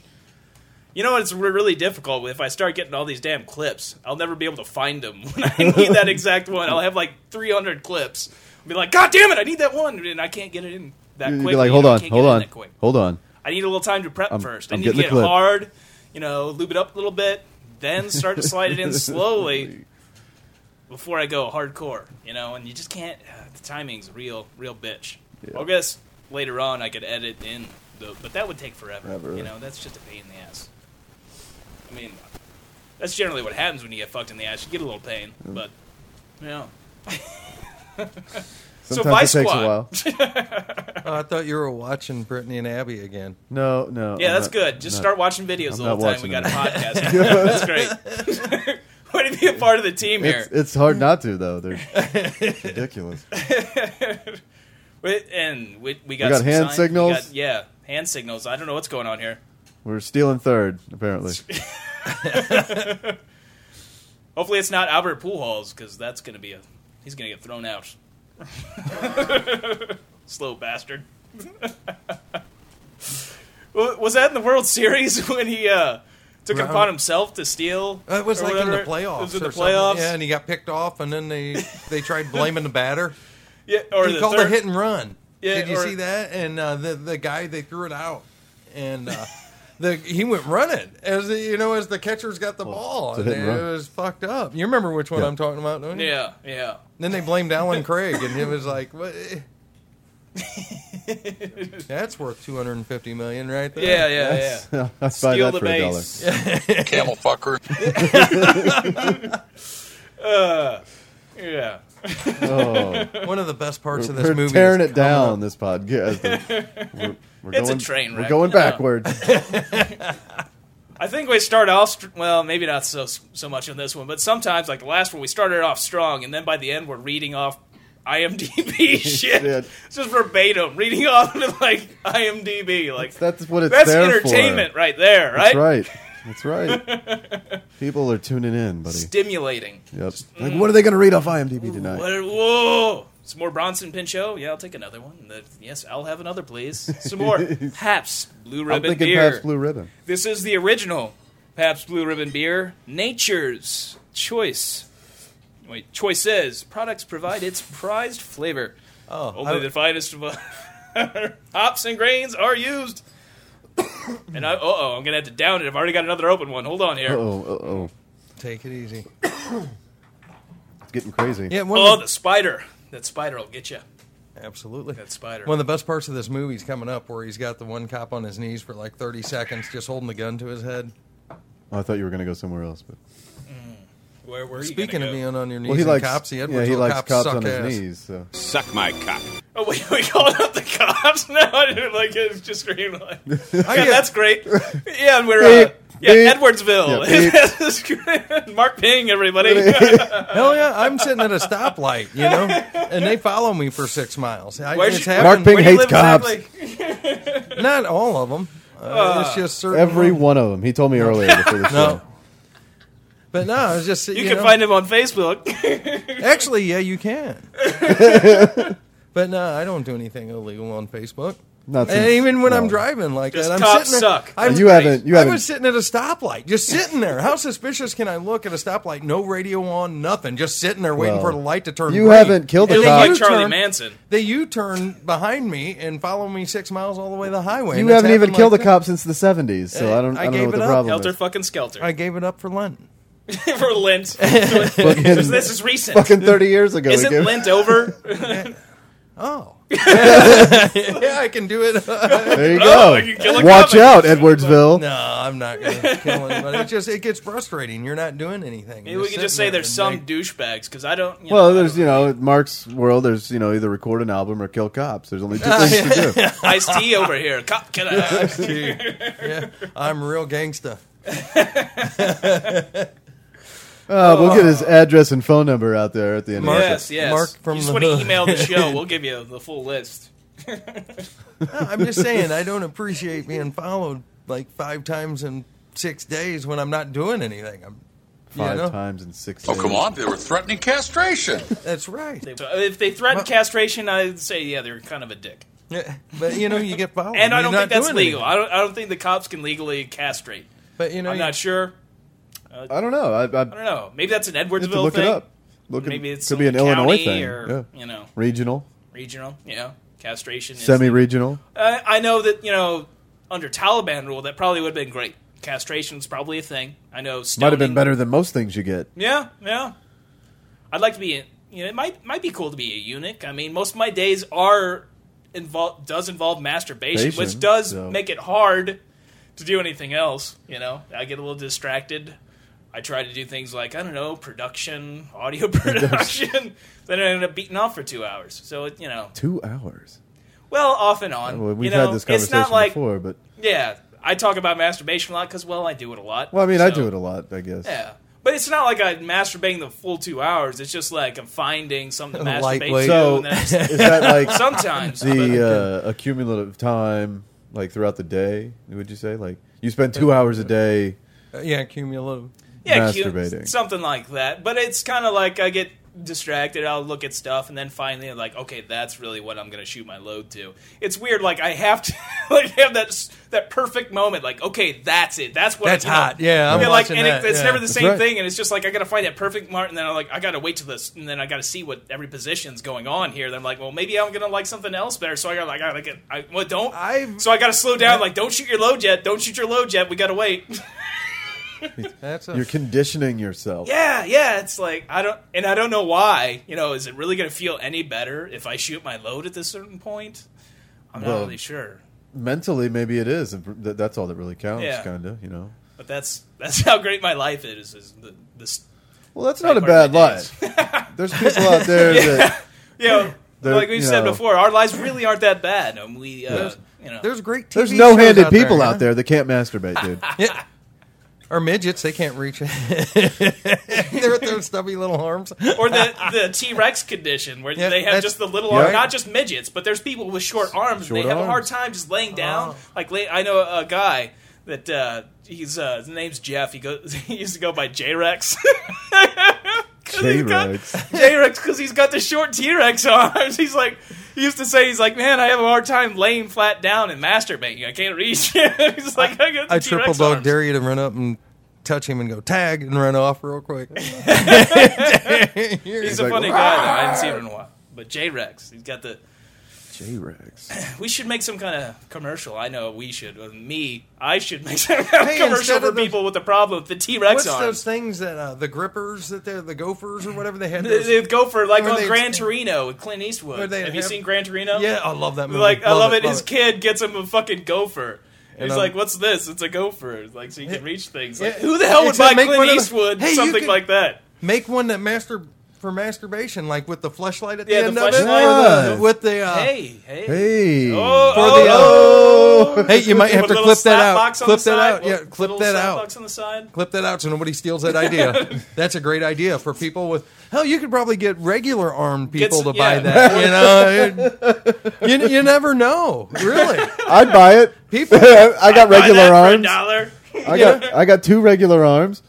C: You know it's re- really difficult if I start getting all these damn clips. I'll never be able to find them *laughs* when I
G: *laughs*
C: need that exact one. I'll have like 300 clips. I'll be like, God damn it, I need that one, and I can't get it in that
G: You'd
C: quick.
G: be like,
C: you
G: hold
C: know, I
G: on,
C: can't
G: hold
C: get it in
G: on,
C: that quick.
G: hold on.
C: I need a little time to prep
G: I'm-
C: 1st I
G: I'm
C: need to
G: getting the
C: get
G: clip.
C: hard, you know, lube it up a little bit, then start to slide
G: *laughs*
C: it in slowly before I go hardcore, you know, and you just can't. Uh, the timing's a real, real bitch. I guess later on I could edit in, the, but that would take forever.
G: Forever.
C: You know, that's just a pain in the ass. I mean, that's generally what happens when you get fucked in the ass. You get a little pain,
G: Mm.
C: but, you know.
G: *laughs*
C: so
G: Sometimes
C: Vice
G: it takes a
C: Squad. *laughs*
G: while.
H: Oh, I thought you were watching Brittany and Abby again.
G: No, no.
C: Yeah,
G: I'm
C: that's
G: not-
C: good. Just
G: I'm
C: start
G: *laughs* not-
C: watching videos
G: I'm
C: the whole
G: not
C: time. We got
G: watching
C: a
G: them.
C: podcast. *laughs*
G: *laughs*
C: that's great. *laughs* Way to be a part of the team here.
G: It's, it's hard not to though. They're
C: *laughs*
G: ridiculous.
C: We- and we, we
G: We
C: got,
G: got
C: some
G: hand
C: signs.
G: signals?
C: We got- yeah, hand signals. I don't know what's going on here.
G: We're stealing third, apparently.
C: Hopefully, it's not Albert Pujols because that's going to be a he's going to get thrown out. Slow bastard. *laughs* Wa- Was that in the World Series *laughs* when he uh, took it
H: Round-
C: upon himself to steal?
H: It was
C: or
H: like in the
C: whatever?
H: playoffs.
C: It was in
H: or
C: the
H: something.
C: playoffs.
H: Yeah, and he got picked off, and then they they tried blaming the batter.
C: Yeah, or
H: he
C: the
H: called a
C: third-
H: hit and run.
C: Yeah,
H: Did you
C: or-
H: see that? And uh, the the guy they threw it out, and uh, the he went running as the, you know as the catcher's got the ball.
G: it's a
H: And
G: hit and
H: it,
G: run.
H: was fucked up. You remember which one
G: Yeah.
H: I'm talking about, don't you?
C: Yeah, yeah.
H: Then they blamed Alan Craig, and it was like,
C: *laughs*
H: what? That's worth 250 million, right there.
C: Yeah, *laughs* yeah,
G: *laughs*
C: That's- yeah. I'd buy Steal that the for a base. *laughs* dollar. Camel
G: *laughs*
C: fucker. Uh, yeah.
H: One of the best parts of
G: We're-
H: this
G: we're
H: movie is
G: Tearing it
H: coming up.
G: down this podcast.
C: *laughs*
G: We're, we're
C: It's a
G: going,
C: train
G: We're
C: wreck.
G: going
C: No. *laughs*
G: backwards.
C: I think we start off str- well, maybe not so so much on this one, but sometimes like the last one, we started off strong, and then by the end, we're reading off
G: *laughs*
C: IMDb *laughs* shit, It's just verbatim, reading off of like IMDb, like
G: That's what it's
C: that's
G: there
C: entertainment
G: for.
C: right there, right?
G: That's right. That's
C: *laughs*
G: right. People are tuning in, buddy.
C: Stimulating.
G: Yep. Like, what are they going to read off IMDb tonight?
C: Mm. What are- whoa! Some more Bronson Pinchot. Yeah, I'll take another one. The- yes, I'll have another, please. Some
G: *laughs*
C: more Paps Blue
G: I'm
C: Ribbon
G: thinking
C: beer.
G: Pabst Blue Ribbon.
C: This is the original Pabst Blue Ribbon beer. Nature's choice. Wait, choice says products provide its prized flavor.
H: Oh,
C: only
H: I-
C: the finest of *laughs* hops and grains are used. *coughs* and I, uh oh, I'm gonna have to down it. I've already got another open one. Hold on here.
G: Oh, oh, oh.
H: Take it easy.
G: It's getting crazy.
C: oh, the spider. That spider will get you.
H: Absolutely.
C: That spider.
H: One of the best parts of this movie is coming up where he's got the one cop on his knees for like 30 seconds just holding the gun to his head.
G: Oh, I thought you were going to go somewhere else, but
C: Where were
H: Speaking of uh, being on your knees
G: well, he
H: and
G: likes
H: cops, the Edwards
G: yeah, he
H: little
G: likes
H: cops
G: cops
H: suck
G: on
H: ass.
G: his knees. So
A: Suck my cock.
C: Oh, we, *laughs* we called up the cops *laughs* now. I didn't like it. was just screamed like,
H: Oh,
C: yeah, *laughs*
H: *laughs*
C: that's great. Yeah, and we're uh, yeah Edwardsville.
H: Yeah,
C: *laughs*
H: beep.
C: That's great. Mark Ping,
H: *laughs*
C: everybody.
H: Hell yeah, I'm sitting at a stoplight, you know, and they follow me for six miles. I,
C: Where's
H: it's
C: your-
H: happened.
G: Mark Ping Where do you hates live
H: Exactly. Not all of them. Uh, it's just certain
G: Every
H: ones.
G: one of them. He told me earlier before the
H: *laughs* No.
G: show.
H: But no, I was just
C: You,
H: you,
C: can
H: know.
C: find him on
H: *laughs*
C: Facebook.
H: Actually, yeah, you can.
C: *laughs*
H: but no, I don't do anything illegal on Facebook.
G: Not
H: and
G: since-
H: even when I'm
G: no.
H: driving like
C: Just
H: that, I'm
C: cops
H: sitting.
C: suck.
H: At, I'm,
G: You haven't- you
H: I
G: haven't-
H: was sitting at a stoplight,
C: *laughs*
H: just sitting there. How suspicious can I look at a stoplight? No radio on, nothing. Just sitting there waiting
G: Well,
H: for the light to turn.
G: you
H: green.
G: haven't killed a
H: And they
G: cop.
H: U-turn-
C: Like Charlie Manson.
H: They U-turn behind me and follow me six miles all the way to the highway.
G: You
H: and it's
G: haven't even
H: happened
G: killed
H: like
G: a
H: that.
G: cop since the 70s, so I don't,
H: I
G: I don't know
H: gave
G: what
H: it
G: the
H: up.
G: problem
C: Helter
G: is.
C: fucking skelter *laughs*
H: I gave it up for Lent.
C: for
H: *laughs*
C: Lent. *laughs*
G: Fucking-
C: this is recent.
G: Fucking 30 years ago. he
C: Isn't
G: gave-
H: *laughs*
C: Lent over? *laughs*
H: Oh, *laughs* yeah, I can do it. *laughs*
G: There you
C: Oh,
G: go.
C: you kill a
G: Watch
C: comic.
G: out, Edwardsville.
H: No, I'm not going to kill anybody. It just it gets frustrating. You're not doing anything.
C: Maybe we can just say
H: sitting there
C: there's some
H: and
C: douchebags because I don't. You know,
G: Well, there's, you know, at Mark's world, there's, you know, either record an album or kill cops. There's
C: *laughs*
G: only two things to do.
C: Ice tea over here.
H: *laughs*
C: Cop killer.
H: make- yeah, I'm real gangsta.
G: Uh, we'll get his address and phone number out there at the end of
C: yes,
G: the
C: yes.
H: Mark from
C: you just
H: the
C: want
H: hood.
C: to email
H: *laughs*
C: the show. We'll give you the full list.
H: No, I'm just saying I don't appreciate being followed like five times in six days when I'm not doing anything. I'm, you
G: Five
H: know?
G: times in six
E: Oh,
G: days.
E: come on. They were threatening castration.
H: That's
C: *laughs*
H: right.
C: They- If they threaten castration, I'd say yeah, they're kind of a dick.
H: Yeah, but you know you get followed,
C: And I
H: You're
C: don't think
H: not
C: that's
H: doing
C: legal.
H: anything.
C: I don't. I don't think the cops can legally castrate.
H: But you know,
C: I'm
H: you-
C: not sure.
G: I don't know. I, I,
C: I don't know. Maybe that's an Edwardsville
G: have to look
C: thing.
G: it up. Look it-
C: Maybe it's
G: could be an
C: Illinois
G: Illinois thing.
C: or
G: yeah.
C: you know,
G: Regional,
C: regional. You know, castration. is- Uh,
G: semi-regional.
C: I, I know that you know under Taliban rule that probably would have been great. Castration's probably a thing. I know. Stoning,
G: Might have been better than most things you get.
C: Yeah, yeah. I'd like to be. You know, it might might be cool to be a eunuch. I mean, most of my days are involve does involve masturbation,
G: Masturbation,
C: which does
G: so-
C: make it hard to do anything else. You know, I get a little distracted. I try to do things like I don't know production, *laughs* audio production. *laughs* then I end up beating off for two hours. So it, you know,
G: Two hours.
C: well, off and on.
G: Well,
C: you
G: we've
C: know,
G: had this
C: it's
G: conversation
C: not like
G: before, but
C: yeah, I talk about masturbation a lot because, well, I do it a lot.
G: well, I mean, I
C: so-
G: do it a lot, I guess.
C: Yeah, but it's not like I'm masturbating the full two hours. It's just like I'm finding something to masturbate
H: Lightweight.
C: to.
G: So
C: and then it's-
G: *laughs* is
C: *laughs*
G: that like
C: sometimes but-
G: *laughs* the uh, accumulative time, like throughout the day? Would you say like you spend two hours a day?
H: Uh, yeah, cumulative.
C: yeah, cute,
G: masturbating.
C: something like that. But it's kind of like I get distracted. I'll look at stuff, and then finally, I'm like, okay, that's really what I'm going to shoot my load to. It's weird. Like I have to *laughs* like have that s- that perfect moment. Like, okay, that's it. That's what
H: That's
C: you know.
H: hot. Yeah, I'm
C: Yeah, like,
H: watching
C: and
H: that.
C: it, it's
H: yeah.
C: never the same
G: right.
C: thing, and it's just like I gotta find that perfect mark, and then I'm like, I gotta wait to this, and then I gotta see what every position's going on here. Then I'm like, well, maybe I'm gonna like something else better, so I gotta, like, I gotta get, I, well, don't,
H: I've-
C: so I gotta slow down. Like, don't shoot your load yet, don't shoot your load yet. We gotta wait.
H: That's a,
G: You're conditioning yourself.
C: Yeah, yeah. It's like I don't, and I don't know why. You know, is it really going to feel any better if I shoot my load at this certain point? I'm
G: Well-
C: not really sure.
G: Mentally, maybe it is. and th- That's all that really counts,
C: Yeah.
G: kind of. You know.
C: But that's that's *laughs* how great my life is. Is the this?
G: Well, that's not a
C: part of
G: bad
C: my days.
G: life. *laughs* There's people
H: *laughs*
G: out there that
C: You know,
G: *laughs* There-
C: like we've
G: you
C: said
G: know.
C: before, our lives really aren't that bad. And we, uh,
H: There's-
C: you know,
H: there's great. TV
G: there's no-handed
H: shows out
G: people
H: there,
G: out
H: huh?
G: there that can't masturbate,
H: *laughs*
G: dude.
H: Yeah. Or midgets, they can't reach
C: *laughs*
H: They're with their stubby little arms.
C: or the the T Rex condition where
H: Yeah,
C: they have
H: that's-
C: just the little
G: Yeah.
C: arm, not just midgets, but there's people with short arms. and they
G: Short
C: have a hard
G: arms.
C: time just laying down. Like lay, I know a guy that uh, he's uh, his name's Jeff. He goes he used to go *laughs* by J *laughs* Rex.
G: J-Rex.
C: J Rex because he's got the short T Rex arms. *laughs* He's like. He used to say, "He's like, man, I have a hard time laying flat down and masturbating. I can't reach." *laughs* he's like, "I got the
H: I
C: T-Rex
H: triple dog
C: arms."
H: dare you to run up and touch him and go tag and run off real
C: *laughs*
H: quick. *laughs*
C: He's,
G: He's
C: a
G: like,
C: funny guy. Though. I haven't seen him in a while, but J Rex, he's got the
G: J-Rex.
C: *clears throat* We should make some kind of commercial. I know we should. Uh, Me, I should make some *laughs* kind of
H: Hey,
C: commercial
H: instead
C: for
H: of those-
C: people with the problem with the T Rex
H: What's
C: arms.
H: those things that uh, the grippers that they're the gophers or whatever they had?
C: They-
H: Those,
C: They'd go for like
H: Where
C: on
H: they-
C: Gran Torino with Clint Eastwood.
H: Where
C: Have
H: they
C: you
H: have-
C: seen Gran Torino?
H: yeah, I love that movie.
C: Like I love it. His
H: it.
C: kid gets him a fucking gopher.
H: And
C: He's
H: I'm-
C: like, "What's this? It's a gopher." Like so you can reach things. Like,
H: Yeah.
C: who the hell would
H: Except
C: buy
H: make one
C: Clint
H: of the-
C: Eastwood
H: Hey, you
C: something
H: could-
C: like that?
H: Make one that masturbates for masturbation, like with the flashlight at the
C: Yeah, the
H: end of it,
C: fleshlight with the-
H: with the uh,
C: Hey, hey.
G: Hey.
C: Oh,
H: for
C: oh,
H: the, uh,
C: oh.
H: hey, you might have
C: With
H: to
C: a little
H: clip that
C: slap
H: out.
C: box on
H: clip
C: the
H: that
C: side.
H: out. Yeah,
C: Little-
H: clip
C: little
H: that
C: slap
H: out.
C: box on the side.
H: Clip that out so nobody steals that
C: *laughs*
H: idea. That's a great idea for people with. Hell, you could probably get regular armed
C: Get
H: people
C: some-
H: to buy
C: yeah. *laughs*
H: that. You know, you, you never know, really.
G: I'd buy it.
H: People-
G: I got
H: I'd buy
G: regular
H: that for a
G: arms.
H: dollar.
G: I got I got two regular arms.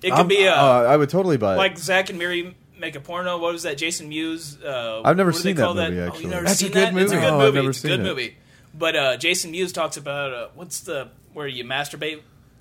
C: It
G: I'm-
C: could be a
G: uh, I would totally buy it.
C: like Zach and Mary make a porno. What was that? Jason Mewes. Uh,
G: I've never
C: what do they
G: seen that
C: call
G: movie,
C: Oh, you
G: actually.
C: never
G: That's a
C: seen
G: good
C: that? It's a
G: movie.
C: good
G: No, I've
C: movie.
G: never
C: it's a
G: seen
C: good
G: it.
C: movie. But uh, Jason Mewes talks about uh, what's the where you masturbate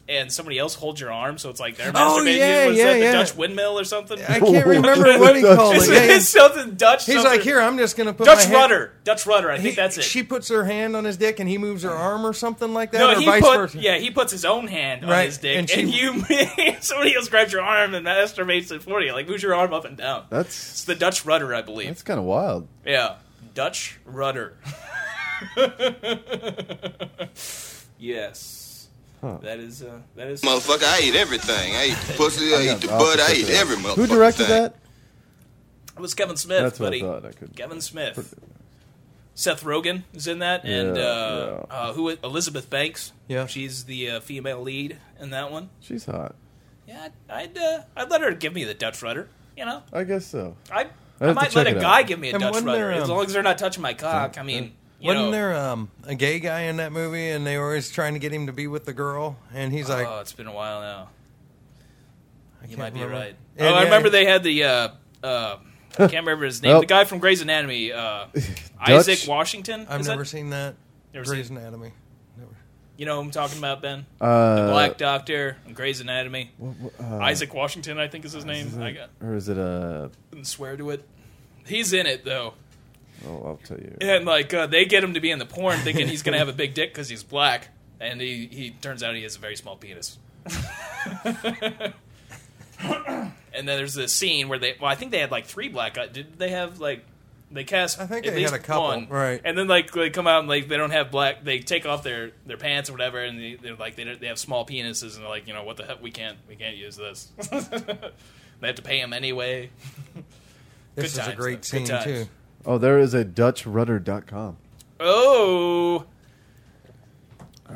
C: and somebody else holds your arm, so it's like they're
H: Oh,
C: masturbating.
H: yeah,
C: you. Was
H: yeah,
C: that
H: yeah.
C: the Dutch windmill or something? *laughs*
H: I can't remember what he called it.
C: It's,
H: Yeah, yeah.
C: it's something Dutch.
H: He's
C: something.
H: like, here, I'm just gonna put my
C: Dutch
H: hand-
C: rudder. Dutch rudder. I think that's it.
H: She puts her hand on his dick and he moves her arm or something like that,
C: no,
H: or
C: he
H: vice
C: put
H: versa.
C: yeah, he puts his own hand on
H: Right,
C: his dick, and,
H: and she-
C: you *laughs* somebody else grabs your arm and masturbates it for you. Like moves your arm up and down.
G: That's-
C: it's the Dutch rudder, I believe.
G: That's kind of wild.
C: Yeah, Dutch rudder. yes,
G: Huh.
C: that is uh, that is
O: Motherfucker, I eat everything. I eat the pussy, I eat the
G: I'll
O: butt,
G: have
O: I
G: to check
O: eat
G: it out.
O: every motherfucker.
G: Who directed that?
C: It was Kevin Smith,
G: That's what I
C: buddy.
G: thought. I couldn't-
C: Kevin Smith. Seth Rogen is in that, and
G: Yeah,
C: uh, uh, who? Elizabeth Banks.
H: Yeah.
C: she's the uh, female lead in that one.
G: She's hot.
C: Yeah, I'd I'd, uh, I'd let her give me the Dutch rudder. You know,
G: I guess so.
C: I
G: I'd
C: I
G: have
C: might
G: to
C: let a
G: check it
C: guy
G: out.
C: give me a
H: And
C: Dutch
H: wasn't
C: rudder
H: there, um,
C: as long as they're not touching my cock. I mean, you
H: Wasn't
C: know,
H: there um, a gay guy in that movie, and they were always trying to get him to be with the girl, and he's like,
C: oh, it's been a while now. You
H: can't
C: might be
H: remember.
C: right.
H: And
C: oh, I
H: yeah,
C: remember
H: he-
C: they had the uh,
G: *laughs*
C: uh, I can't remember his name.
G: Nope.
C: The guy from Grey's Anatomy,
G: *laughs*
C: uh, Isaac
G: Dutch?
C: Washington.
H: "I've
C: is
H: never
C: that?
H: seen that."
C: Never
H: Grey's
C: seen-
H: Anatomy. Never.
C: You know who I'm talking about, Ben?
G: Uh,
C: the Black Doctor, and Grey's Anatomy.
G: wh- uh,
C: Isaac Washington, I think is his name.
G: Is it-
C: I got
G: or is it a?
C: couldn't swear to it. He's in it though,
G: Oh, I'll tell you.
C: and like uh, they get him to be in the porn, thinking he's gonna have a big dick because he's black, and he he turns out he has a very small penis. and then there's this scene where they well, I think they had like three black. guy- Did they have like? They cast. I
H: think
C: at
H: they had
C: least
H: a couple,
C: one.
H: right.
C: And then like they come out and like they don't have black. They take off their their pants or whatever, and they, they're like they don't- they have small penises, and they're like you know what the heck we can't we can't use this. *laughs* they have to pay him anyway.
H: This
C: Good
H: is a
C: times,
H: great
C: though. Good
H: scene
C: times.
H: too.
G: Oh, there is a DutchRudder.com.
C: Oh.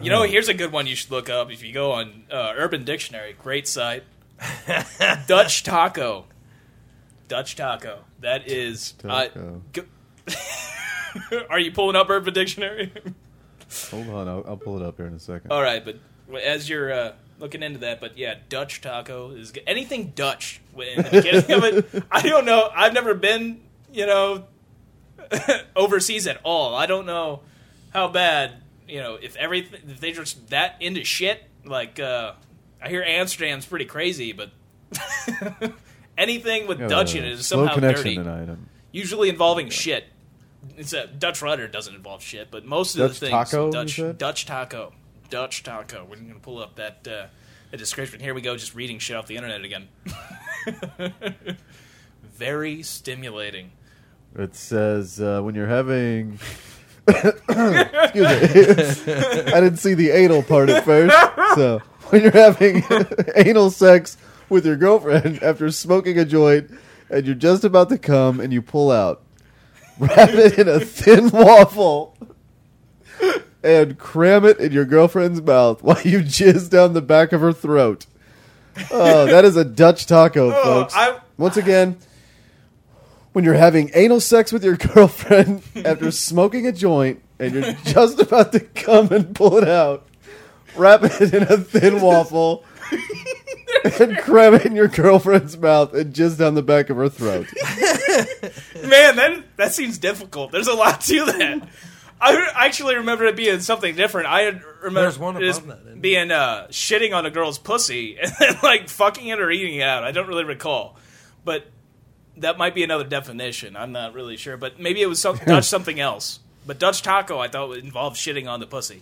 C: You know, here's a good one you should look up if you go on uh, Urban Dictionary. Great site. Dutch taco. Dutch taco. That is.
G: Taco.
C: Uh, g- *laughs* Are you pulling up Urban Dictionary?
G: Hold on, I'll, I'll pull it up here in a second.
C: All right, but as you're uh, looking into that, but yeah, Dutch taco is good. anything Dutch. In the beginning of
G: *laughs*
C: it, I don't know. I've never been, you know, *laughs* overseas at all. I don't know how bad, you know, if everything if they just that into shit. Like uh, I hear Amsterdam's pretty crazy, but *laughs* anything with
G: Got a
C: Dutch in it is
G: slow
C: somehow
G: connection
C: dirty.
G: tonight. I'm-
C: Usually involving shit. It's a Dutch rudder doesn't involve shit, but most of
G: Dutch
C: the things
G: taco, you
C: Dutch
G: said?
C: Dutch taco, Dutch taco. We're gonna pull up that uh, the description. Here we go, just reading shit off the internet again. *laughs* Very stimulating.
G: It says uh, when you're having. Excuse me. I didn't see the anal part at first. So when you're having *laughs* anal sex with your girlfriend after smoking a joint and you're just about to come and you pull out, wrap it in a thin waffle and cram it in your girlfriend's mouth while you jizz down the back of her throat. Oh, that is a Dutch taco, folks.
C: I-
G: Once again, when you're having anal sex with your *laughs* girlfriend after smoking a joint and you're just about to come and pull it out, wrap it in a thin waffle, and cram it in your girlfriend's mouth and jizz down the back of her throat.
C: Man, that that seems difficult. There's a lot to that. I re- actually remember it being something different. I had remember
H: There's one above
C: just
H: that, isn't
C: being uh, shitting on a girl's pussy *laughs* and then like fucking it or eating it out. I don't really recall, but that might be another definition. I'm not really sure, but maybe it was
H: *laughs*
C: some, Dutch something else. But Dutch taco, I thought would involve shitting on the pussy.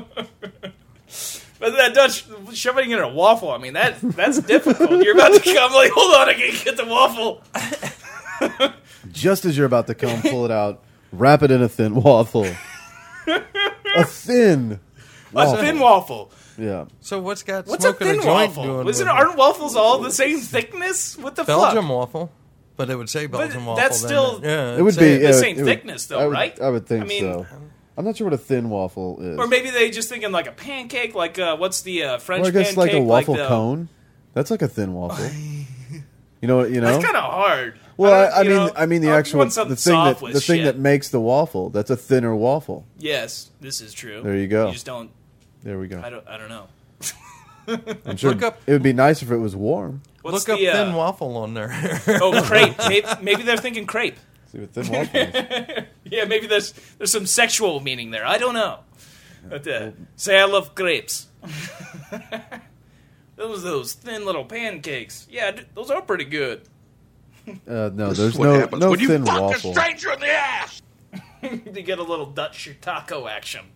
C: *laughs* But that Dutch shoving in a waffle, I mean that that's difficult. You're about to come like, hold on, I can get the waffle.
G: Just as you're about to come, *laughs* pull it out, wrap it in a thin waffle. A thin
C: A thin waffle.
G: Yeah.
H: So what's got
C: What's a
H: Oh. smoking
C: thin
H: joint
C: waffle?
H: doing?
C: Isn't
H: with it?
C: aren't waffles all the same thickness? What the
H: Belgium
C: fuck?
H: waffle? But it would say Belgium waffle.
C: that's
H: then.
C: still-
H: yeah,
G: it would
H: it'd
G: be
H: say
G: yeah,
H: it.
C: same
G: it would-
C: thickness, though,
G: I would-
C: right?
G: I would think
C: I mean-
G: so. I'm not sure what a thin waffle is.
C: Or maybe they just thinking like a pancake, like uh, what's the uh, French
G: Well, I guess
C: pancake?
G: like a waffle
C: the-
G: cone. That's like a thin waffle. you know, you know.
C: That's kind of hard.
G: Well, I, I
C: you
G: mean,
C: know,
G: I mean the
C: I
G: actual
C: want
G: the
C: something
G: thing that
C: soft
G: the
C: with
G: thing
C: shit.
G: that makes the waffle. That's a thinner waffle.
C: Yes, this is true.
G: There you go.
C: You just don't.
G: There we go.
C: I don't. I don't know.
G: I'm sure it would be nice if it was warm.
C: What's
H: Look
C: the,
H: up
C: uh,
H: thin waffle on
C: *laughs*
H: there. *laughs*
C: Oh, crepe. Maybe, maybe they're thinking crepe.
G: See what thin
C: *laughs*
G: waffle is.
C: yeah, maybe there's there's some sexual meaning there. I don't know. But, uh, say I love grapes. *laughs* those those thin little pancakes. Yeah, d- those are pretty good. *laughs*
G: Uh, no,
C: This
G: there's
C: is what
G: no
C: happens
G: no
C: when you
G: thin
C: fuck a
G: waffle.
C: stranger in the ass. you get a little Dutch taco action.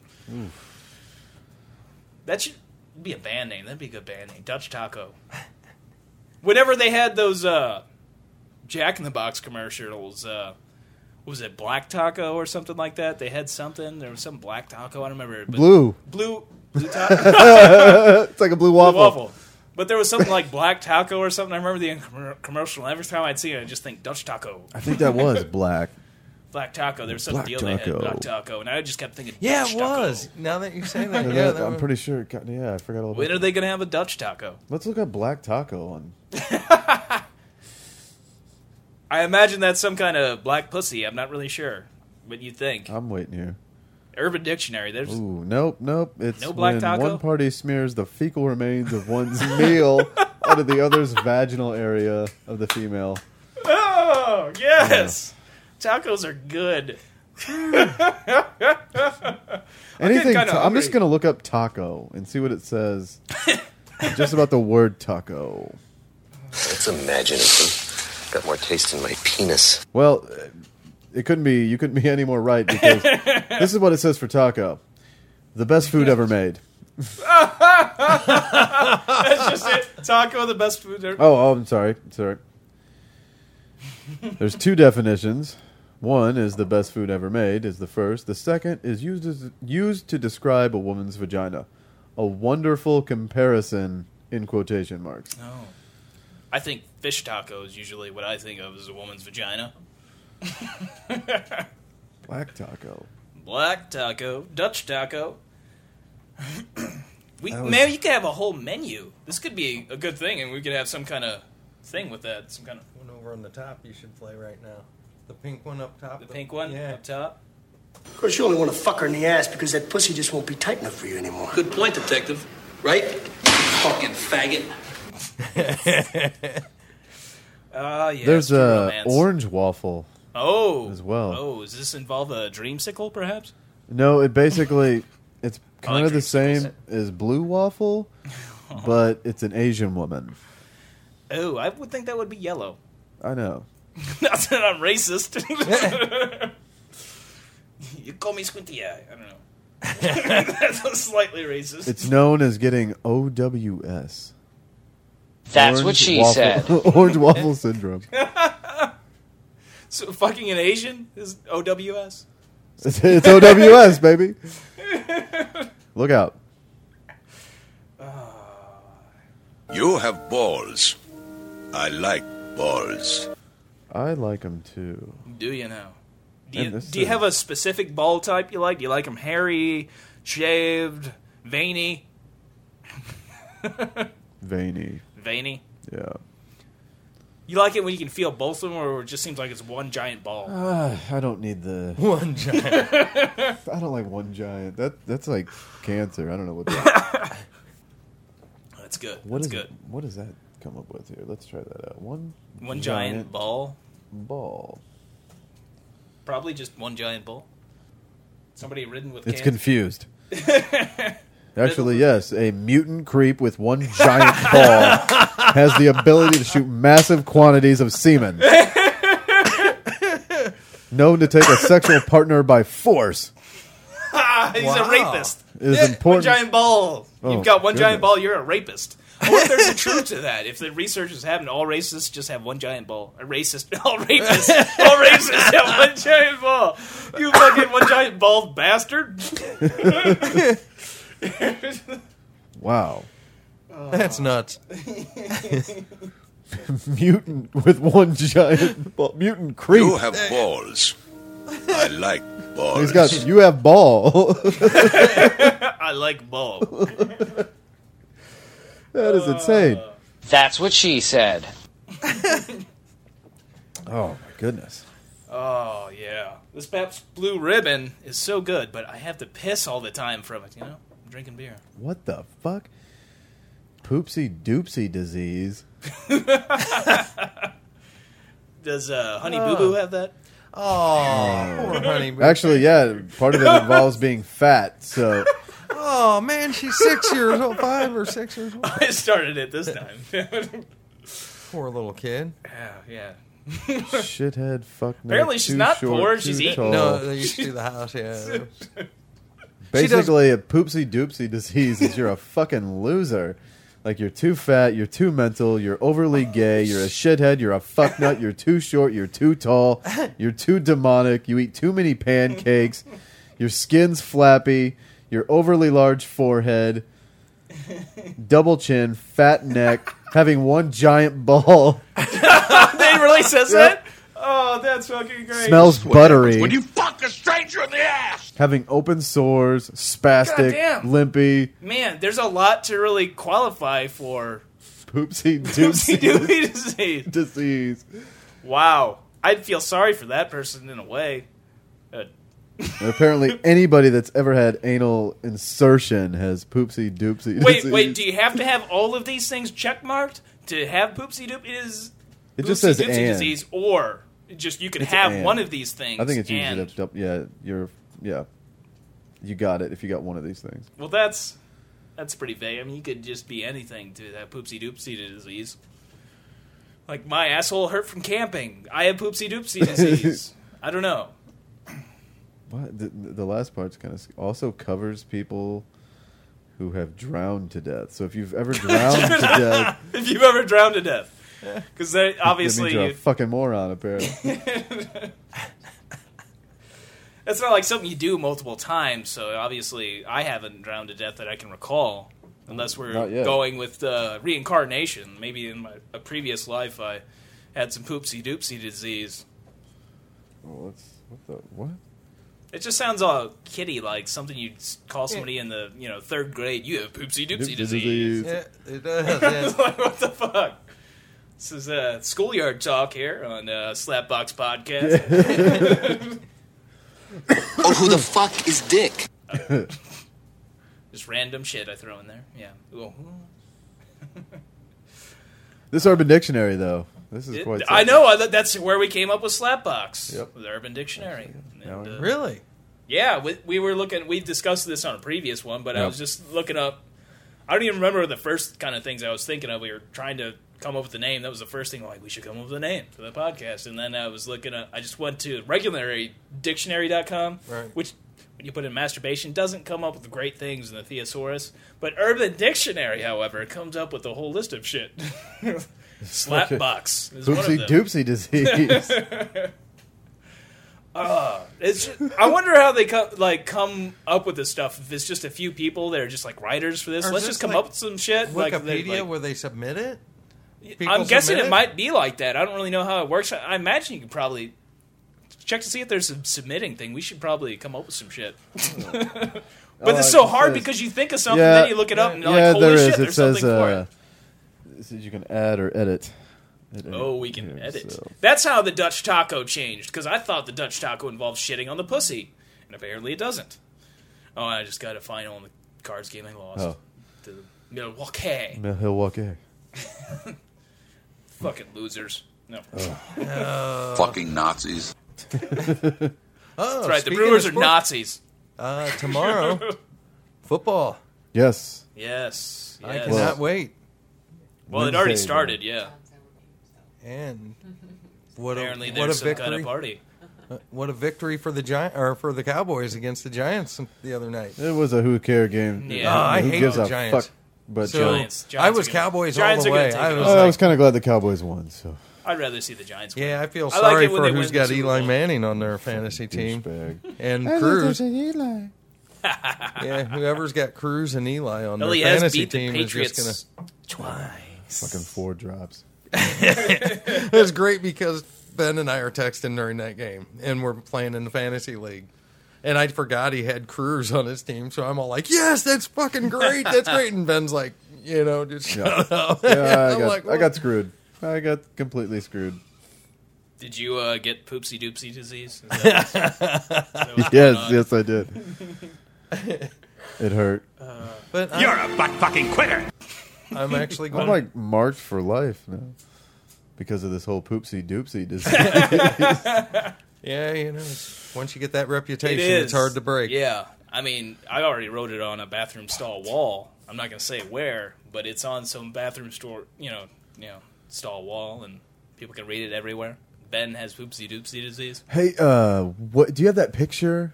C: That should be a band name. That'd be a good band name. Dutch Taco. Whenever they had those uh, Jack in the Box commercials, uh, what was it Black Taco or something like that? They had something. There was some Black Taco. I don't remember. but-
G: Blue.
C: Blue. Blue *laughs* taco.
G: it's like a blue waffle.
C: But there was something like Black Taco or something. I remember the incomm- commercial. Every time I'd see it, I'd just think Dutch Taco.
G: I think that was black.
C: Black Taco. There was some
G: Black
C: deal they had
G: Taco.
C: Black Taco, and I just kept thinking,
H: yeah,
C: Dutch
H: it
C: Taco.
H: was. Now that you say
G: *laughs*
H: that,
G: No,
H: yeah,
G: that-
H: that
G: I'm
H: would-
G: pretty sure. it got- Yeah, I forgot all about.
C: When are they going to have a Dutch Taco?
G: Let's look up black taco on.
C: I imagine that's some kind of black pussy. I'm not really sure, but you think
G: I'm waiting here.
C: Urban Dictionary? There's
G: Oh. Ooh, nope, nope. It's
C: No black
G: when
C: taco?
G: one party smears the fecal remains of one's
C: *laughs*
G: meal out of the other's vaginal area of the female.
C: oh *laughs* yes, tacos are good. I'm
G: Anything.
C: kinda
G: ta- I'm just
C: hungry.
G: gonna look up taco and see what
C: *laughs*
G: it says. just about the word taco.
I: That's imaginative. Got more taste in my penis.
G: Well, uh, it couldn't be. You couldn't be *laughs* any more
C: *laughs*
G: right because this is what it says for taco: the best food ever made.
C: That's just it. Taco, the best food. Ever.
G: Oh, oh, I'm sorry. Sorry. There's two definitions. One is the best food ever made is the first. The second is used as, used to describe a woman's vagina. A wonderful comparison in quotation marks.
C: I think fish taco is usually what I think of as a woman's vagina.
G: Black taco.
C: Black taco, Dutch taco. *clears throat* we
G: That was-
C: man, you could have a whole menu. This could be a good thing, and we could have some kind of thing with that. Some kind of
H: one over on the top. You should play right now. The pink one up top. The,
C: pink one
H: *laughs*
C: up top.
P: Of course, you only want to fuck her in the ass because that pussy just won't be tight enough for you anymore.
Q: Good point, detective. Right? Fucking faggot.
C: Ah, yeah.
G: There's
C: true
G: a
C: romance.
G: orange waffle.
C: Oh,
G: as well.
C: Oh, does this involve a dreamsicle, perhaps?
G: No, it
C: *laughs*
G: basically it's kind of the
C: dreamsicles.
G: same as
C: *laughs*
G: blue waffle, but it's an Asian woman.
C: Oh, I would think that would be yellow. *laughs*
G: I know.
C: Not that I'm racist. *laughs* you call me squinty eye. I don't know. *laughs* That's slightly racist.
G: It's known as getting OWS.
L: That's what she
G: waffle,
L: said.
G: *laughs* orange
C: *laughs*
G: waffle syndrome.
C: so fucking an Asian is OWS.
G: It's, it's
C: *laughs*
G: OWS, baby. Look out.
E: You have balls. I like balls.
G: I like them too.
C: Do you know? Do you,
G: And this
C: do you
G: is-
C: have a specific ball type you like? Do you like them hairy, shaved, veiny?
G: Veiny.
C: Veiny?
G: Yeah.
C: You like it when you can feel both of them, or it just seems like it's one giant ball?
G: Ah, I don't need the
C: One giant.
G: I don't like one giant. That that's like cancer. I don't know what.
C: *laughs*
G: That,
C: That's good.
G: what
C: That's
G: is-
C: good.
G: What does that come up with here? Let's try that out. One.
C: One giant ball.
G: Ball.
C: Probably just one giant ball. Somebody ridden with
G: It's
C: cancer. *laughs*
G: confused. Actually, yes, a mutant creep with one giant *laughs* ball has the ability to shoot massive quantities
C: *laughs*
G: of semen. Known to take a sexual partner by force.
C: Ah, *laughs* he's
G: Wow.
C: a rapist.
G: It is
C: One
G: important-
C: giant ball.
G: Oh,
C: You've got one giant
G: goodness.
C: ball. You're a rapist. I wonder if there's a truth to that. If the research is happening, all racists just have one giant ball. A racist, *laughs* all rapists, all racists have one giant ball. You fucking one giant bald bastard.
G: Wow. *laughs*
H: That's
C: *laughs*
H: nuts.
G: mutant with one giant ball. mutant creep.
E: You have balls. I like balls.
G: He's got you have ball. *laughs*
C: I like ball.
G: that is insane.
L: That's what she said.
C: Uh.
G: Oh my goodness.
C: Oh yeah, this Pabst Blue Ribbon is so good, but I have to piss all the time from it. You know, I'm drinking beer.
G: What the fuck? Poopsie doopsie disease.
C: Does uh, Honey Boo
G: Ah.
C: Boo have that? *laughs*
H: Oh, poor honey. Boo.
G: Actually, yeah, part of
C: *laughs*
G: it involves being fat. So
H: Oh man, she's six years old, five or six years old.
C: I started it this time. *laughs*
H: Poor little kid.
C: yeah,
G: *laughs*
C: yeah.
G: shithead fuck. neck,
C: Apparently she's
G: too
C: not
G: short,
C: poor,
G: too
C: she's eating.
G: tall.
H: No, they used to do the house.
C: *laughs*
H: Yeah.
G: Basically, a poopsie doopsie disease is you're a fucking loser. Like you're too fat, you're too mental, you're overly gay, you're a shithead, you're a fucknut, you're too short, you're
C: *laughs*
G: too tall, you're too demonic, you eat too many pancakes, your skin's flappy, your overly
C: *laughs*
G: large forehead, double chin, fat neck, having one giant ball,
C: they really says that. Oh, that's fucking great.
G: smells buttery,
K: When you fuck a stranger in the ass!
G: having open sores, spastic,
C: Goddamn. *laughs*
G: limpy, *laughs*
C: Man, there's a lot to really qualify for *laughs*
G: poopsie
C: Doopsie
G: doopsie
C: Doopsie disease.
G: disease.
C: Wow, I'd feel sorry for that person in a way. Uh,
G: And apparently, anybody that's ever had anal insertion has poopsie doopsie.
C: wait,
G: disease.
C: wait, do you have to have all of these things checkmarked to have poopsie doop? It is
G: It just
C: poopsie
G: says
C: doopsie
G: and.
C: disease, or just you can
G: It's
C: have
G: and.
C: one of these things.
G: I think it's
C: and-
G: usually the dou- yeah. You're yeah. You got it. If you got one of these things,
C: Well, that's that's pretty vague. I mean, you could just be anything to that poopsie doopsie disease. Like my asshole hurt from camping. I have poopsie
G: *laughs*
C: doopsie disease. I don't know.
G: what the, the last part's kind of also covers people who have drowned to death. So if
C: *laughs*
G: you've ever drowned to death,
C: if you've ever drowned to death, because obviously
G: that means you're a
C: you-
G: fucking moron. Apparently, *laughs*
C: that's not like something you do multiple times. So obviously, I haven't drowned to death that I can recall, unless
G: Not
C: we're
G: yet.
C: going with uh, reincarnation. Maybe in my, a previous life, I had some poopsie doopsie disease.
G: well, let's, what the what?
C: It just sounds all kitty like something you'd s- call somebody in the you know third grade. You have poopsie doopsie
G: Doopsie
C: disease.
G: disease.
H: Yeah, it does. yeah.
C: *laughs* It's *laughs* like, what the fuck? This is uh, schoolyard talk here on uh, Slapbox
G: *laughs*
C: Podcast.
Q: Oh, who the fuck is Dick?
C: just random shit I throw in there. Yeah. Ooh.
G: This Urban Dictionary though. This is
C: It-
G: quite.
C: I
G: something.
C: know. I, th- that's where we came up with Slapbox.
G: Yep.
C: With Urban Dictionary.
G: Now
C: And,
G: we-
C: uh,
H: Really?
C: Yeah, we, we were looking. We discussed this on a previous one, but I
G: Yeah.
C: was just looking up. I don't even remember the first kind of things I was thinking of. We were trying to come up with a name. That was the first thing. Like we should come up with a name for the podcast. And then I was looking. Up, I just went to regularydictionary.com,
H: Right.
C: which when you put in masturbation doesn't come up with great things in the thesaurus. But Urban Dictionary, however, comes up with a whole list of shit. *laughs* Slapbox is one of
G: Poopsie
C: them.
G: doopsie
C: *laughs*
G: disease.
C: It's ju- I wonder how they come like come up with this stuff. If it's just a few people that are just like writers for this,
H: Or
C: let's
H: just,
C: just come
H: like,
C: up with some shit. like, that,
H: Wikipedia,
C: like-
H: where they submit it.
C: I'm
H: People
C: guessing
H: submit
C: it might be like that. I don't really know how it works. I, I imagine you could probably check to see if there's a submitting thing. We should probably come up with some
G: *laughs*
C: shit. *laughs* but it's
H: Oh,
G: it
C: so
G: just
C: hard
G: says-
C: because you think of something,
G: Yeah,
C: then you look it up, and you're
G: yeah,
C: like, holy
G: there
C: shit,
G: is.
C: there's
G: it says,
C: something for
G: uh,
C: it.
G: it says you can add or edit. Edit
C: Oh, we can
G: here,
C: edit.
G: so.
C: That's how the Dutch taco changed, because I thought the Dutch taco involved shitting on the pussy, and apparently it doesn't. Oh, I just got a final in the cards game I lost.
G: Oh.
C: To the Milwaukee.
G: Milwaukee.
C: Fucking losers. No.
O: Fucking Nazis.
H: Oh,
C: That's right, the
H: speaking of
C: Brewers are
H: sports,
C: Nazis.
H: Uh,
C: *laughs*
H: tomorrow, football.
G: Yes.
C: Yes.
H: I
C: yes.
H: cannot wait.
C: Well, it already
G: Wednesday,
C: started, yeah. *laughs*
H: And what
C: Apparently
H: a what a
C: there's some
H: victory!
C: kind of party.
H: Uh, What a victory for the Giant or for the Cowboys against the Giants the other night.
G: It was a who care game.
C: Yeah. Oh,
H: I
G: who
H: hate
G: gives
H: the
G: a
H: Giants.
G: fuck? But
H: So,
G: uh,
C: Giants.
H: I was
C: are gonna-
H: Cowboys
C: Giants
H: all
C: are
H: the
C: gonna
H: way.
C: take
H: I
C: it.
H: was
G: I was
H: like,
G: kind of glad the Cowboys won. So
C: I'd rather see the Giants win.
H: yeah, I feel
C: I like
H: sorry
C: it when
H: for
C: they
H: who's
C: win
H: got
C: the Super
H: Eli *laughs*
C: Bowl.
H: Manning on their fantasy team
G: douchebag.
H: and Cruz. yeah, whoever's got Cruz and Eli on
C: Well,
H: their
C: he has
H: fantasy
C: E beat the
H: team is
C: Patriots
H: just gonna
C: twice.
G: Fucking four
H: *laughs*
G: drops.
H: it's great because Ben and I are texting during that game, and we're playing in the fantasy league. And I forgot he had Cruz on his team, so I'm all like, "Yes, that's fucking great. That's great." And Ben's like, "You know, just
G: Yeah,
H: shut up." *laughs*
G: Yeah, I,
H: I'm
G: got,
H: like,
G: I got screwed. I got completely screwed.
C: Did you uh, get poopsie doopsie disease? Is that- is that what's going
G: yes,
C: on?
G: yes, I did.
C: *laughs*
G: it hurt.
H: But
A: You're a butt fucking quitter.
H: I'm actually going.
G: I'm like marked for life now because of this whole poopsie
C: *laughs*
G: doopsie disease.
H: yeah, you know, it's- once you get that reputation,
C: It
H: it's
C: is.
H: hard to break.
C: Yeah, I mean, I already wrote it on a bathroom stall wall. I'm not gonna say where, but it's on some bathroom store, you know, you know, stall wall, and people can read it everywhere. Ben has poopsie doopsie disease.
G: hey, uh, what? Do you have that picture?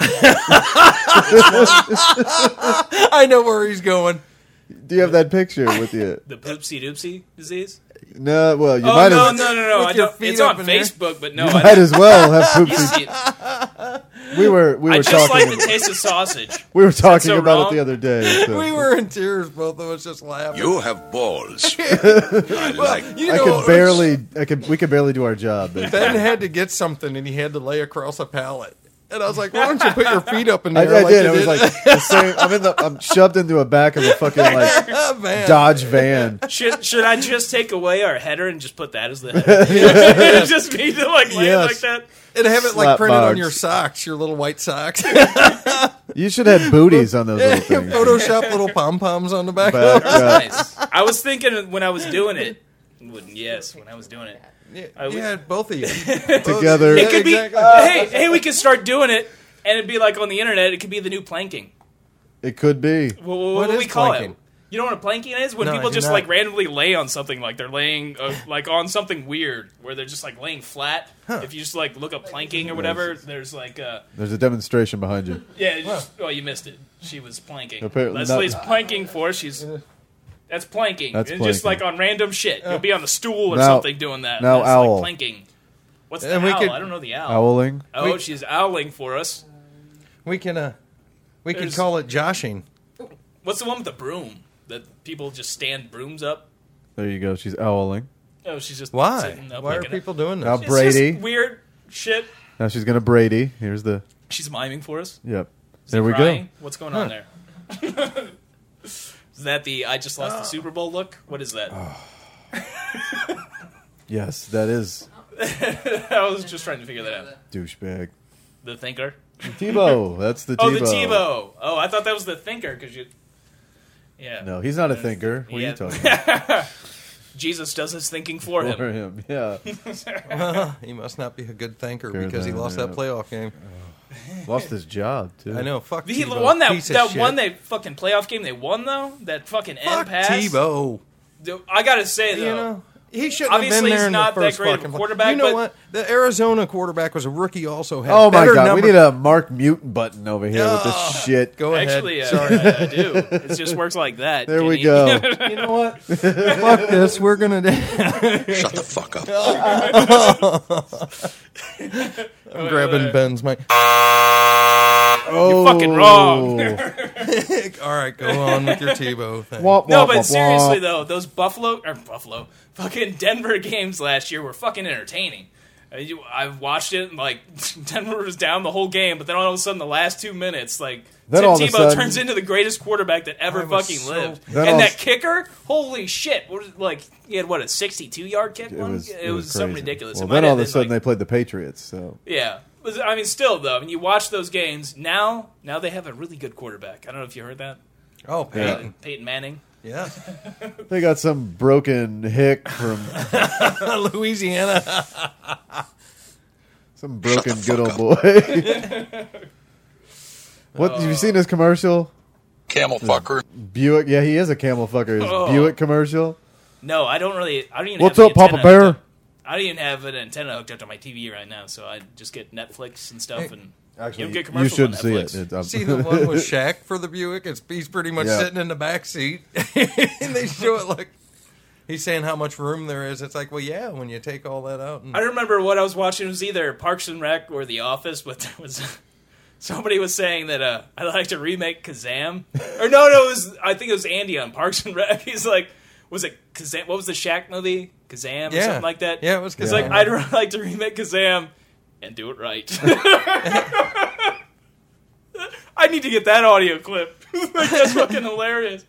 H: I know where he's going.
G: Do you have that picture with you?
C: The poopsie doopsie disease.
G: No, well, you
C: oh
G: might
C: no,
G: as
C: no, no, no!
H: With
C: I
H: your
C: don't,
H: feet
C: it's on
H: up in there.
C: Facebook, but no,
G: you
C: I
G: might
C: don't-
G: as well
C: *laughs*
G: have
C: You see
G: poopsie.
C: it.
G: We were we *laughs* were
C: I just
G: talking.
C: like the taste of sausage.
G: we were talking
C: so
G: about
C: wrong.
G: it the
C: *laughs*
G: other day. so-
H: We were in tears, both of us, just laughing.
O: You have
K: *laughs*
O: balls.
H: I
O: like-
H: you
G: I
H: know,
G: could barely, I could, we could barely do our
C: *laughs*
G: job. basically.
H: Ben had to get something, and he had to lay across a pallet. And I was like, "Why don't you put your feet up in
G: I,
H: there?"
G: I
H: like
G: did.
H: you
G: It was
H: *laughs*
G: like the same. I'm in the. I'm shoved into the back of a fucking
C: *laughs*
G: like
H: Van.
G: Dodge van.
C: Should should I just take away our header and just put that
G: *laughs*
C: as the header? *laughs* just me to like lay it like
G: Yes.
C: that.
H: and have it like
G: Slap
H: printed on
G: box.
H: your socks, your little white
G: *laughs*
H: socks.
G: You should have booties on
C: *laughs*
G: those little things.
H: *laughs*
G: uh,
H: Photoshop little pom poms on the back.
G: Back up.
C: Nice. I was thinking when I was doing it. When, yes, when I was doing it. I would-
H: Yeah, both of you
C: *laughs*
G: Together.
H: Yeah,
C: It could be.
H: exactly.
C: hey, hey, we could start doing it, and it'd be like on the internet. It could be the new planking.
G: It could be.
C: Wha- wha- What,
H: What
C: do we
H: is
C: call
H: planking?
C: it? You know what a planking is? When
H: No, I
C: people
H: do
C: just
H: not.
C: like randomly lay on something, like they're
H: *laughs*
C: laying uh, like on something weird, where they're just like laying flat. If you just like look up planking or whatever, there's like uh,
G: There's a demonstration behind you.
C: yeah. Just, oh, you missed it. She was planking.
G: Apparently not-
C: Leslie's planking for us. she's. That's planking.
G: That's
C: and just like
G: planking.
C: on random shit. You'll be on the stool or
G: Now-
C: something doing that.
G: now
C: and it's
G: owl.
C: like planking. What's the
H: And we
C: owl?
H: could-
C: I don't know the owl.
G: Owling.
C: Oh,
H: We-
C: she's owling for us.
H: we can uh, we can
C: There's-
H: call it joshing.
C: What's the one with the broom that people just stand brooms up?
G: There you go. She's owling.
C: Oh, she's just
H: Why?
C: Sitting up
H: Why are
C: looking up.
H: people doing
G: Now
H: this?
C: It's
G: Brady.
C: just weird shit.
G: Now she's gonna Brady. Here's the.
C: She's miming for us.
G: Yep.
C: Is
G: There
C: he
G: we
C: crying?
G: go.
C: What's going on there? *laughs* is that the I just lost
H: Oh.
C: the Super Bowl look? What is that?
G: Oh. Yes, that is
C: *laughs* I was just trying to figure that out. *laughs*
G: douchebag.
C: The thinker.
G: Tebow. That's the Tebow.
C: Oh, the Tebow. Oh, I thought that was the thinker because you. Yeah.
G: No, he's not a thinker. What are
C: Yeah. *laughs*
G: you talking about?
C: Jesus does his thinking for
G: For
C: him.
G: him.
C: *laughs*
G: Yeah.
H: he must not be a good thinker
G: Good
H: because he lost that
G: thinker.
H: playoff game.
G: Lost his job too.
H: I know. Fuck.
C: He
H: Tebow,
C: won that
H: piece of
C: that
H: shit.
C: one that fucking playoff game they won though that fucking end
H: Fuck
C: pass.
H: Tebow.
C: Dude, I gotta say though,
H: You know. He shouldn't have
C: Obviously,
H: been
C: he's
H: there in
C: not
H: the
C: that
H: first
C: great of a
H: fucking place.
C: quarterback,
H: You know
C: but-
H: what? The Arizona quarterback was a rookie. Also had
G: Oh my
H: better
G: god,
H: number-
G: we need a Mark Mutant button over here with
C: Oh.
G: this shit.
H: Go ahead.
C: actually, uh,
H: Sorry.
C: I, I do. It just works
H: *laughs*
C: like that.
G: There we
C: Jimmy. *laughs*
G: go.
H: you know what? Fuck this. We're gonna. *laughs*
O: Shut the fuck up.
H: I'm grabbing Ben's mic. *laughs*
G: Oh,
C: fucking wrong.
H: All right, go on with your Tebow thing.
G: Womp,
C: no,
G: womp,
C: but
G: womp,
C: seriously
G: womp.
C: though, those Buffalo or Buffalo fucking Denver *laughs* games last year were fucking entertaining. Uh, you- I watched it and like *laughs* Denver was down the whole game, but then all of a sudden the last two minutes, like
G: Then
C: Tim
G: all of a
C: Tebow
G: sudden-
C: turns into the greatest quarterback that
H: I
C: ever
H: was
C: fucking
H: so-
C: lived.
G: Then
C: and
G: all of
C: that
G: a-
C: kicker, holy shit! What was, like he had what a sixty-two yard kick.
G: It
C: one?
G: was, it was
C: something
G: crazy.
C: ridiculous.
G: Well,
C: It might
G: then all
C: have
G: of a
C: been,
G: sudden
C: like-
G: they played the Patriots. So
C: Yeah. But, I mean, still though, when you watch those games now, now they have a really good quarterback. I don't know if you heard that, Uh,
H: Oh, Peyton.
C: Peyton Manning.
H: Yeah. *laughs*
G: they got some broken hick
C: *laughs*
G: from
H: Louisiana.
G: some broken good old boy.
C: *laughs*
G: what have you seen his commercial?
O: Camel fucker.
G: Buick. Yeah, he is a camel fucker. His
C: Oh.
G: Buick commercial.
C: No, I don't really. I don't even.
G: What's
C: have
G: up,
C: the
G: Papa
C: antenna
G: Bear?
C: hooked up. I don't even have an antenna hooked up to my TV right now, so I just get Netflix and stuff. And
G: Actually,
C: you, don't get
G: you
C: commercials
G: should
C: on
G: see it.
C: Netflix.
G: It- um, I'm-
H: See the one with Shaq for the Buick? It's, he's pretty much
G: Yeah.
H: sitting in the back seat. *laughs* and they show it like he's saying how much room there is. It's like, well, yeah, when you
C: Mm-hmm.
H: take all that out. And,
C: I remember what I was *laughs* watching was either Parks and Rec or The Office, but there was Somebody was saying that uh, I'd like to remake Kazam. Or no, no, it was I think it was Andy on Parks and Rec. *laughs* He's like, was it Kazam? What was the Shaq movie? Kazam or
H: Yeah.
C: something like that.
H: Yeah, it was
C: He's
H: Kazam.
C: like, I'd *laughs* really like to remake Kazam and do it right. *laughs* I need to get that audio clip. *laughs* like, that's fucking hilarious.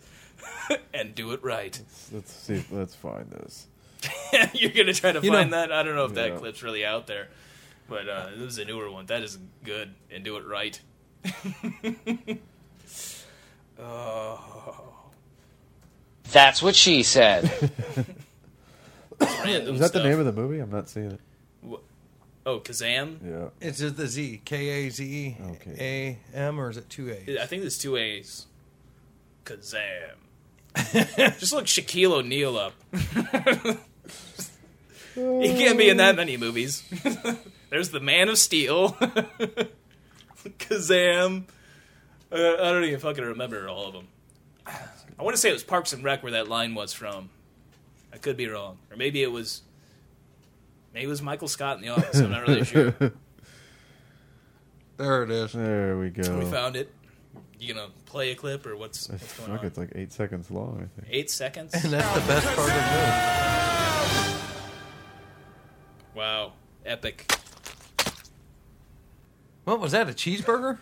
C: *laughs* and do it right.
G: *laughs* Let's see. Let's find this.
C: *laughs* You're gonna try to
H: You
C: find
H: know-
C: that. I don't know if that
H: Yeah.
C: clip's really out there, but uh, this is a newer one. That is good and do it right. oh,
L: That's what she said.
C: random
G: Is that
C: stuff.
G: the name of the movie? I'm not seeing it.
C: oh, Kazam.
G: Yeah.
H: It's just the Z K A Z E A M or is it two A?
C: I think there's two A's. Kazam. Just look Shaquille O'Neal up. he can't be in that many movies. there's the Man of Steel. *laughs* Kazam. Uh, I don't even fucking remember all of them. I want to say it was Parks and Rec where that line was from. I could be wrong, or maybe it was. Maybe it was Michael Scott in the office. I'm not really sure.
H: There it is.
G: There we go. *laughs*
C: We found it. You gonna play a clip or what's, what's going
G: Fuck,
C: on?
G: it's like eight seconds long. I think.
C: Eight seconds.
H: And that's the best part of it.
C: Wow, epic.
H: What was that? A cheeseburger?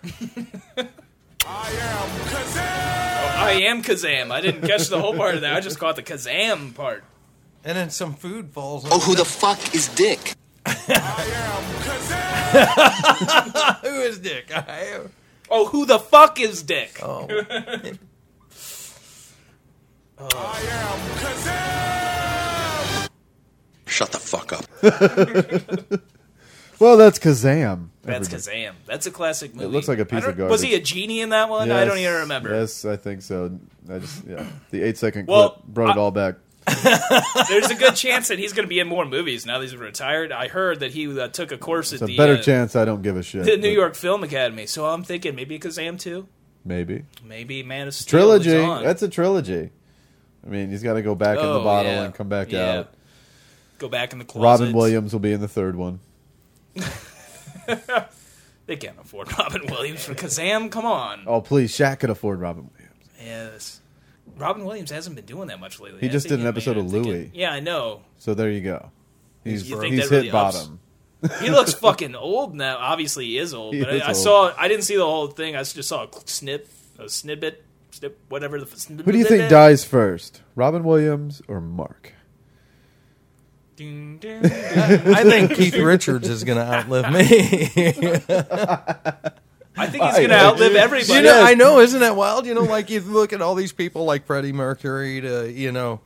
C: I am Kazam. I didn't catch the whole part of that. I just caught the Kazam part.
H: and then some food falls.
Q: Oh, who the
H: fuck is Dick?
C: Who
H: is Dick? *laughs* I am.
C: Oh, who the fuck is Dick?
H: Oh.
O: Shut the fuck up.
G: well, that's Kazam.
C: That's
G: everybody.
C: Kazam. That's a classic movie.
G: It looks like a piece
C: I don't-
G: of garbage.
C: Was he a genie in that one? I don't
G: Yes,
C: even remember.
G: Yes, I think so. I just yeah, the eight second
C: Well,
G: clip brought it all back.
C: *laughs* There's a good chance that he's going to be in more movies now that he's retired. I heard that he uh, took a course
G: It's
C: at
G: a
C: the
G: better
C: uh,
G: chance. I don't give a shit.
C: the New
G: but
C: York Film Academy. So I'm thinking maybe Kazam too.
G: maybe
C: Maybe Man of Steel. is
G: trilogy.
C: on.
G: That's a trilogy. I mean, he's got to go back in
C: Oh,
G: the bottle
C: yeah.
G: and come back
C: Yeah.
G: out.
C: Go back in the closet.
G: Robin Williams will be in the third one.
C: they can't afford *laughs* Robin Williams for Kazam. Come on.
G: Oh please, Shaq could afford Robin. Williams.
C: Yes. Robin Williams hasn't been doing that much lately.
G: He
C: I
G: just
C: think
G: did an episode of Louie,
C: Yeah, I know.
G: so there you go. He's
C: You think
G: he's
C: that really
G: hit
C: ups-
G: bottom.
H: *laughs*
C: he looks fucking old now. Obviously, he is old.
G: He
C: but
G: is
C: I, I
G: old.
C: saw. I didn't see the whole thing. I just saw a cl- snip, a snippet, snip, whatever. The, f- snip,
G: Who do you
C: *laughs*
G: think dies first, Robin Williams or Mark?
H: I think Keith Richards is going to outlive *laughs* me.
C: I think he's gonna outlive everybody.
H: You know, I know, isn't that wild? You know, like you look at all these people, like Freddie Mercury, to you know.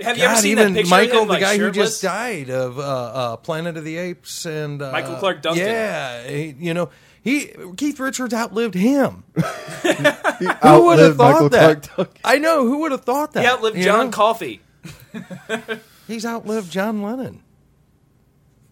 C: Have you ever
H: God,
C: seen that
H: even
C: picture of
H: Michael,
C: him, like,
H: the guy who
C: shirtless?
H: just died of uh, uh, Planet of the Apes, and uh,
C: Michael Clark Duncan.
H: Yeah, he- you know, he Keith Richards outlived him. who would have
G: outlived
H: thought
G: Michael
H: that?
G: Clark *laughs*
H: I know who would have thought that.
C: He outlived
H: you
C: John
H: know?
C: Coffey.
H: He's outlived John Lennon.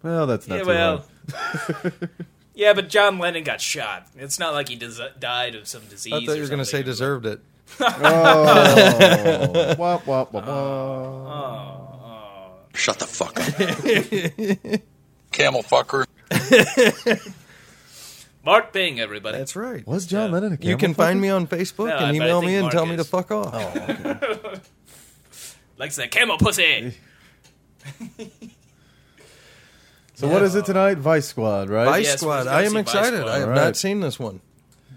G: Well, that's not
C: Yeah,
G: too
C: well.
G: hard.
C: *laughs* Yeah, but John Lennon got shot. It's not like he des- died of some disease.
H: I thought you were going to say deserved it.
G: Oh. Wah, wah, wah,
H: Uh,
G: wah.
O: Shut the fuck
K: *laughs*
O: up. Camel fucker.
C: Mark Bing, everybody.
H: That's right.
G: Was John Lennon a camel
H: You can find me on Facebook
C: No, but I
H: and email
C: think Oh.
H: me and
C: Mark
H: tell me
C: is.
H: to fuck off.
C: Likes that
H: *laughs*
C: camel pussy.
G: So what is it tonight? Vice Squad, right?
H: Vice Squad. I am excited. I have
G: All
H: not
G: right.
H: seen this one,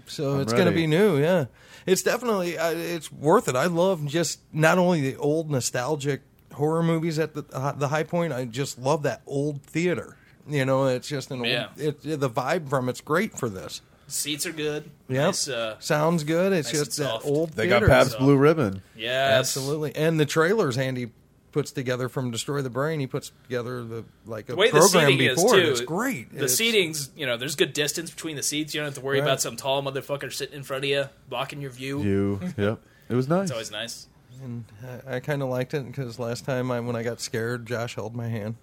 H: so
G: I'm
H: it's going to
G: ready.
H: be new. Yeah, it's definitely uh, it's worth it. I love just not only the old nostalgic horror movies at the uh, the high point. I just love that old theater. You know, it's just an old.
C: Yeah.
H: It, it- the vibe from it's great for this.
C: Seats are good.
H: Yeah,
C: Nice, uh,
H: sounds good. It's
C: nice and
H: just that
C: soft.
H: old.
G: They got
H: theater.
G: Pabst Blue Ribbon.
C: Yes.
H: absolutely. And the trailers, Andy puts together from Destroy the Brain. He puts together the like a
C: the way the
H: program
C: seating
H: before.
C: is too.
H: It's great.
C: The
H: It's-
C: seating's you know there's good distance between the seats. You don't have to worry
H: Right.
C: about some tall motherfucker sitting in front of you blocking your view.
G: You. Yep. It was nice.
C: It's always nice.
H: and I, I kind of liked it because last time I, when I got scared, Josh held my hand.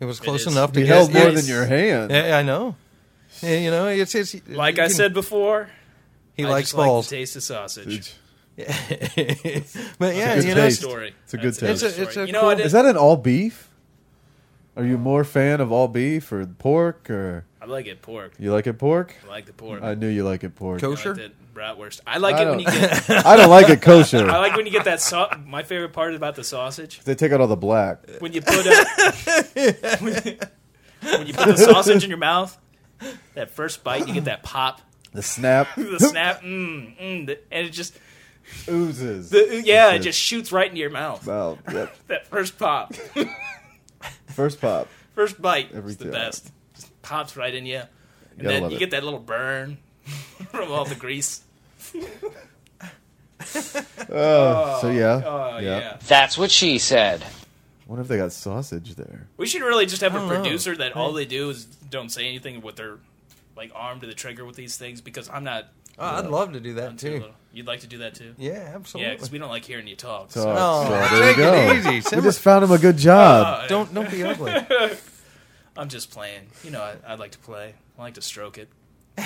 H: It was
C: It
H: close
C: is-
H: enough to
G: He
H: get-
G: held more
H: it's-
G: than your hand.
H: Yeah, I know. Yeah, you know, it's, it's
C: Like
H: you
C: I
H: can-
C: said before,
H: He
C: I
H: likes
C: just
H: balls. *laughs*
C: Like the taste of sausage.
H: but yeah,
G: It's a
H: you
G: good
H: know,
G: taste.
C: story.
G: It's a good
C: That's
G: taste.
C: a- it's a
G: you
C: You know, cool- I did-
G: is that an all beef? Are you more fan of all beef or pork or?
C: I like it pork.
G: You like it pork?
C: I like the pork.
G: I knew you like it pork.
C: Kosher? bratwurst. I like it when you
G: don't-
H: *laughs*
C: get.
G: I don't like it kosher.
C: I like when you get that. Sau- My favorite part about the sausage
G: They take out all the black.
C: when you put a, when, when you put the sausage in your mouth. That first bite, you get that pop,
G: The snap
H: *laughs*
C: the snap, mm, mm, the- and it just
G: oozes.
C: the, yeah, it
G: It's
C: just shoots right into your mouth.
G: Mouth, yep.
C: That first pop,
G: First pop.
C: first bite,
G: Every
C: is the
G: time.
C: best. Just pops right in you, and
G: Gotta
C: then
G: love
C: you
G: it.
C: get that little burn *laughs* from all the grease.
G: Oh, so yeah.
C: Oh,
G: yeah.
C: yeah.
L: That's what she said.
G: What if they got sausage there?
C: We should really just have
L: I
C: a
L: don't know.
C: producer that
L: I-
C: all they do is don't say anything with their like arm to the trigger with these things because I'm not.
H: Oh, I'd love to do that
C: I'm
H: too.
C: little. You'd like to do that too?
H: Yeah,
C: Yeah,
H: absolutely.
C: because we don't like hearing you talk.
G: So,
C: so-
G: so there
H: Oh, take
G: you go.
H: it easy.
G: We
H: Simmer.
G: just found him a good job.
C: Uh,
H: *laughs* Don't- don't be ugly.
C: I'm just playing. You know, I, I like to play. I like to stroke it.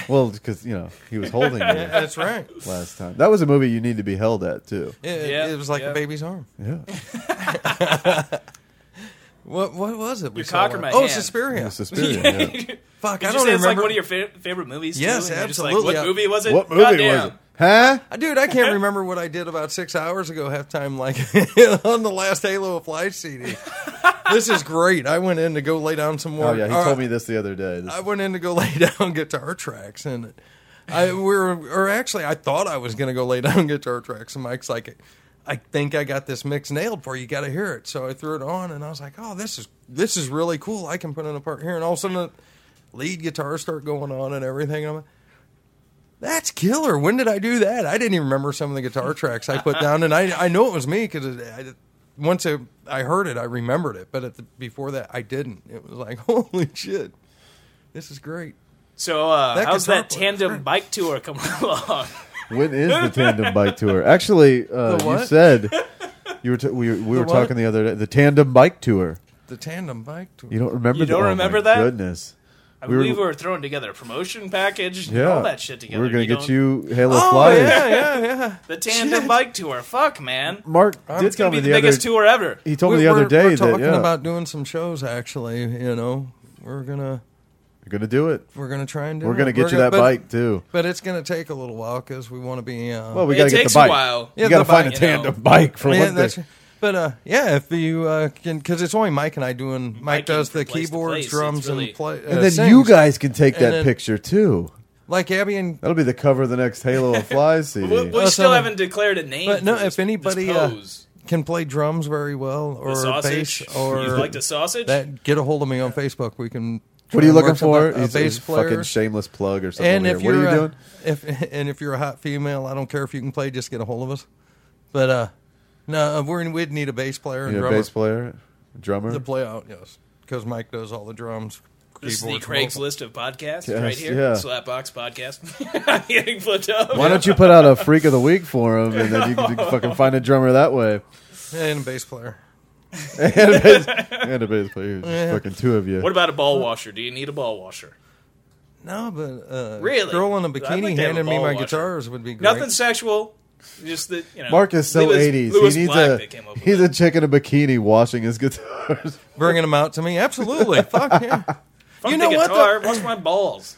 G: well, because you know he was holding you.
C: Yeah, *laughs* that's right.
G: Last time, that was a movie you need to be held at too.
H: It,
C: Yeah,
H: it was like
C: yeah.
H: a baby's arm.
G: Yeah.
H: what what was it? we
C: Your
H: saw
C: cock or
H: one-
C: my
H: oh,
C: hand?
H: Suspiria. *laughs*
G: Yeah, Suspiria, yeah.
H: Fuck, I
C: Did you
H: don't
C: say
H: remember.
C: It's like one of your fa- favorite movies.
H: Yes,
C: too? And you're just like,
H: absolutely.
C: what movie *laughs* was it?
G: What movie
C: Goddamn.
G: was it? Huh?
H: Uh, Dude, I
C: *laughs*
H: can't remember what I did about six hours ago halftime, like *laughs* on the last Halo of Life CD. this is great. I went in to go lay down some more.
G: Oh yeah, he
C: uh,
H: or
G: told me this the other day. This-
H: I went in to go *laughs* lay down guitar tracks, and I we were, or actually, I thought I was going to go lay down *laughs* guitar tracks, and Mike's like, "I think I got this mix nailed for you. Got to hear it." So I threw it on, and I was like, "Oh, this is this is really cool. I can put in a part here." And all of a sudden, the lead guitars start going on and everything. I'm like, "That's killer! When did I do that? I didn't even remember some of the guitar tracks I put down, and I I know it was me because." I, once I, I heard it, I remembered it, but at the, before that, I didn't. It was like, *laughs* holy shit, this is great.
C: So, uh,
H: That
C: how's
H: guitar
C: that tandem bike tour coming *laughs* along?
G: When is
C: *laughs*
G: the tandem bike tour? Actually, uh,
H: The
G: you
H: what?
G: said you were t- we, we were
H: what?
G: talking the other day. The tandem bike tour.
H: The tandem bike tour.
G: You don't remember?
C: You
G: the-
C: don't
G: oh my
C: remember that?
G: Goodness.
C: I believe we were throwing together a promotion package, and
G: yeah,
C: all that shit together.
G: We were gonna
C: You
G: get
C: don't-
G: you Halo
C: Oh,
G: Flyers.
C: yeah, yeah, yeah. The tandem bike tour. Fuck, man.
G: Mark did
C: it's gonna
G: tell
C: be
G: me
C: the,
G: the other-
C: biggest tour ever.
G: He told me
H: We-
G: the other
H: we're-
G: day
H: we're
G: that,
H: talking
G: yeah.
H: about doing some shows. Actually, you know, we're gonna
G: We're gonna do it.
H: we're gonna try and do.
G: We're gonna
H: it.
G: get you that
H: but-
G: bike, too.
H: But it's gonna take a little while because we want to be. Uh,
G: Well, we gotta get the bike. You
H: Yeah,
G: gotta
H: the
G: find
H: bike,
G: a
H: you know.
G: tandem bike for
H: Yeah,
G: one
H: that's-
G: thing.
H: But uh, yeah, if you uh, can, because it's only Mike and I doing. Mike, does the
C: place to place,
H: keyboards,
C: it's
H: drums,
C: really-
H: and play. uh,
G: And then
H: sings.
G: you guys can take
H: And
G: that
H: then-
G: picture too.
H: Like Abby and
G: That'll be the cover of the next
C: *laughs*
G: Halo of Flies CD.
C: We, we
H: Oh,
C: still
H: so-
C: haven't declared a name.
H: But no,
C: for this-
H: if anybody
C: this
H: uh,
C: pose.
H: can play drums very well or
C: sausage?
H: bass
C: *laughs*
H: or
C: You like the sausage?
H: that get a hold of me on Facebook. We can.
G: what are you looking
H: work some-
G: for?
H: A,
G: He's
H: bass
G: a
H: player.
G: fucking shameless plug or something.
H: and
G: over
H: if
G: here.
H: you're
G: what are you
H: a-
G: doing?
H: if *laughs* and if you're a hot female, I don't care if you can play. Just get a hold of us. But uh, no, we're in, we'd need a bass player and
G: You a
H: drummer
G: bass player, drummer.
H: to play out. Yes, because Mike does all the drums.
C: This is the
H: keyboards,
C: Craigslist of podcasts
G: Yes,
C: right here.
G: yeah.
C: Slapbox podcast. *laughs* I'm getting flipped up.
G: Why don't you put out a freak of the week for him, and then you can fucking find a drummer that way.
H: vocals, and a bass player.
G: and, a bass, and a bass player, just
H: Yeah.
G: fucking two of you.
C: What about a ball washer? Do you need a ball washer?
H: No, but uh,
C: Really?
H: girl in a
C: I'd like to have
H: bikini
C: a
H: handing me
C: ball
H: my
C: washer.
H: guitars would be great.
C: Nothing sexual. Just that you know.
G: Mark is so
C: Lewis-
G: eighties.
C: Lewis
G: He needs
C: Black
G: a
C: that came up with
G: he's a chick in a bikini washing his guitars. *laughs*
H: Bringing them out to me,
C: *laughs*
H: absolutely. Fuck yeah.
C: Fuck
H: you
C: the
H: know what?
C: guitar.
H: though?
C: What's my
G: *laughs*
C: balls?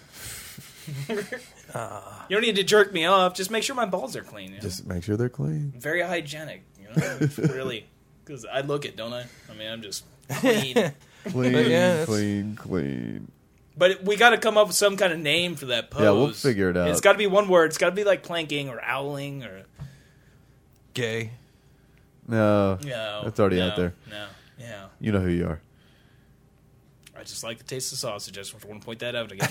G: Ah.
C: you don't need to jerk me off. Just make sure my balls are clean. you know?
G: Just make sure they're clean.
C: Very hygienic. You know?
G: *laughs*
C: really. Because I look it, don't I? I mean, I'm just clean.
G: Clean,
H: But yeah, it's-
G: clean, clean.
C: but we got to come up with some kind of name for that pose.
G: Yeah, we'll figure it out.
C: It's got to be one word. It's got to be like planking or owling or
H: Gay.
G: No,
C: no.
G: that's already
C: no,
G: out there.
C: No, yeah.
G: You know who you *laughs* are.
C: I just like the taste of sausage. I just want to point that out again.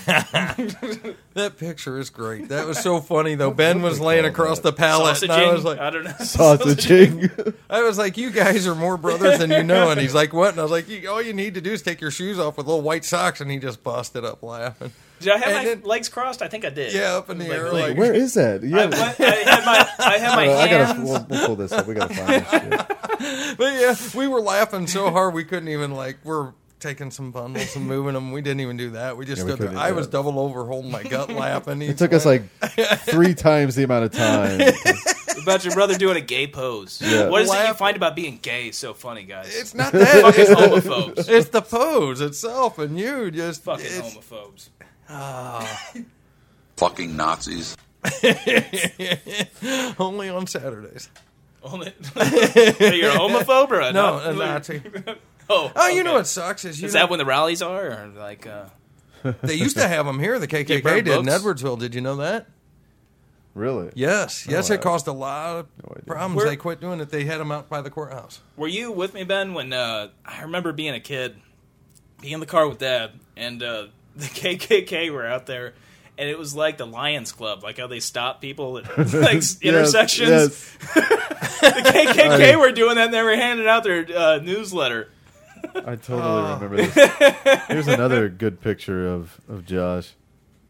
H: That picture is great. That was so funny though. Ben was laying across the pallet, and *laughs* I
C: Sausaging?
H: was like,
C: I don't
H: *laughs*
C: know.
G: Oh, Sausaging.
H: I was like, you guys are more brothers than you know. And he's like, what? And I was like, you, all you need to do is take your shoes off with little white socks. And he just busted up laughing.
C: Did I have
H: And
C: my
H: then-
C: legs crossed? I think I did.
H: Yeah, up in the
C: Like,
H: air.
C: like-
H: Like,
G: *laughs* Where is that? Yeah,
C: I, went- I had my,
H: *laughs*
C: I had my
G: I gotta.
C: hands.
G: We'll, we'll pull this up. We gotta find this.
C: *laughs*
G: Shit.
H: but yeah, we were laughing so hard we couldn't even like. We're taking some bundles and moving them. We didn't even do that. We just
G: Yeah, we
H: stood there.
G: couldn't
H: I
G: do
H: was
G: that.
H: doubled over, holding my gut, laughing.
G: It took us like three times the amount
C: *laughs*
G: of time.
C: about your brother doing a gay pose.
G: Yeah.
C: What is it you
H: Laugh-
C: find about being gay so funny, guys?
H: It's not that. *laughs*
G: *laughs*
C: fucking
H: it's,
C: homophobes.
H: it's the pose itself, and you just
C: fucking
H: it's-
C: homophobes.
O: Fucking Nazis.
H: Only on Saturdays.
C: Only- *laughs* You're a homophobe or a
H: no?
C: Nazi?
H: A Nazi.
C: oh,
H: oh, you know what sucks is you
C: Is
H: know-
C: that when the rallies are, or like? Uh,
H: they used to have them here. The
C: They
H: KKK
C: burn
H: did in
C: books?
H: Edwardsville. Did you know that?
G: Really?
H: Yes,
C: No,
H: yes.
C: I-
H: it caused a lot of problems.
C: Where-
H: they quit doing it. They had them out by the courthouse.
C: Were you with me, Ben, when uh, I remember being a kid, being in the car with Dad, and uh, *laughs* the KKK were out there, and it was like the Lions Club, like how they stop people at
G: *laughs*
C: like
G: Yes,
C: intersections.
G: yes.
C: the KKK
G: I-
C: were doing that, and they were handing out their uh, newsletter.
G: I totally
C: Oh.
G: remember
C: *laughs*
G: this. Here's another good picture of, of Josh.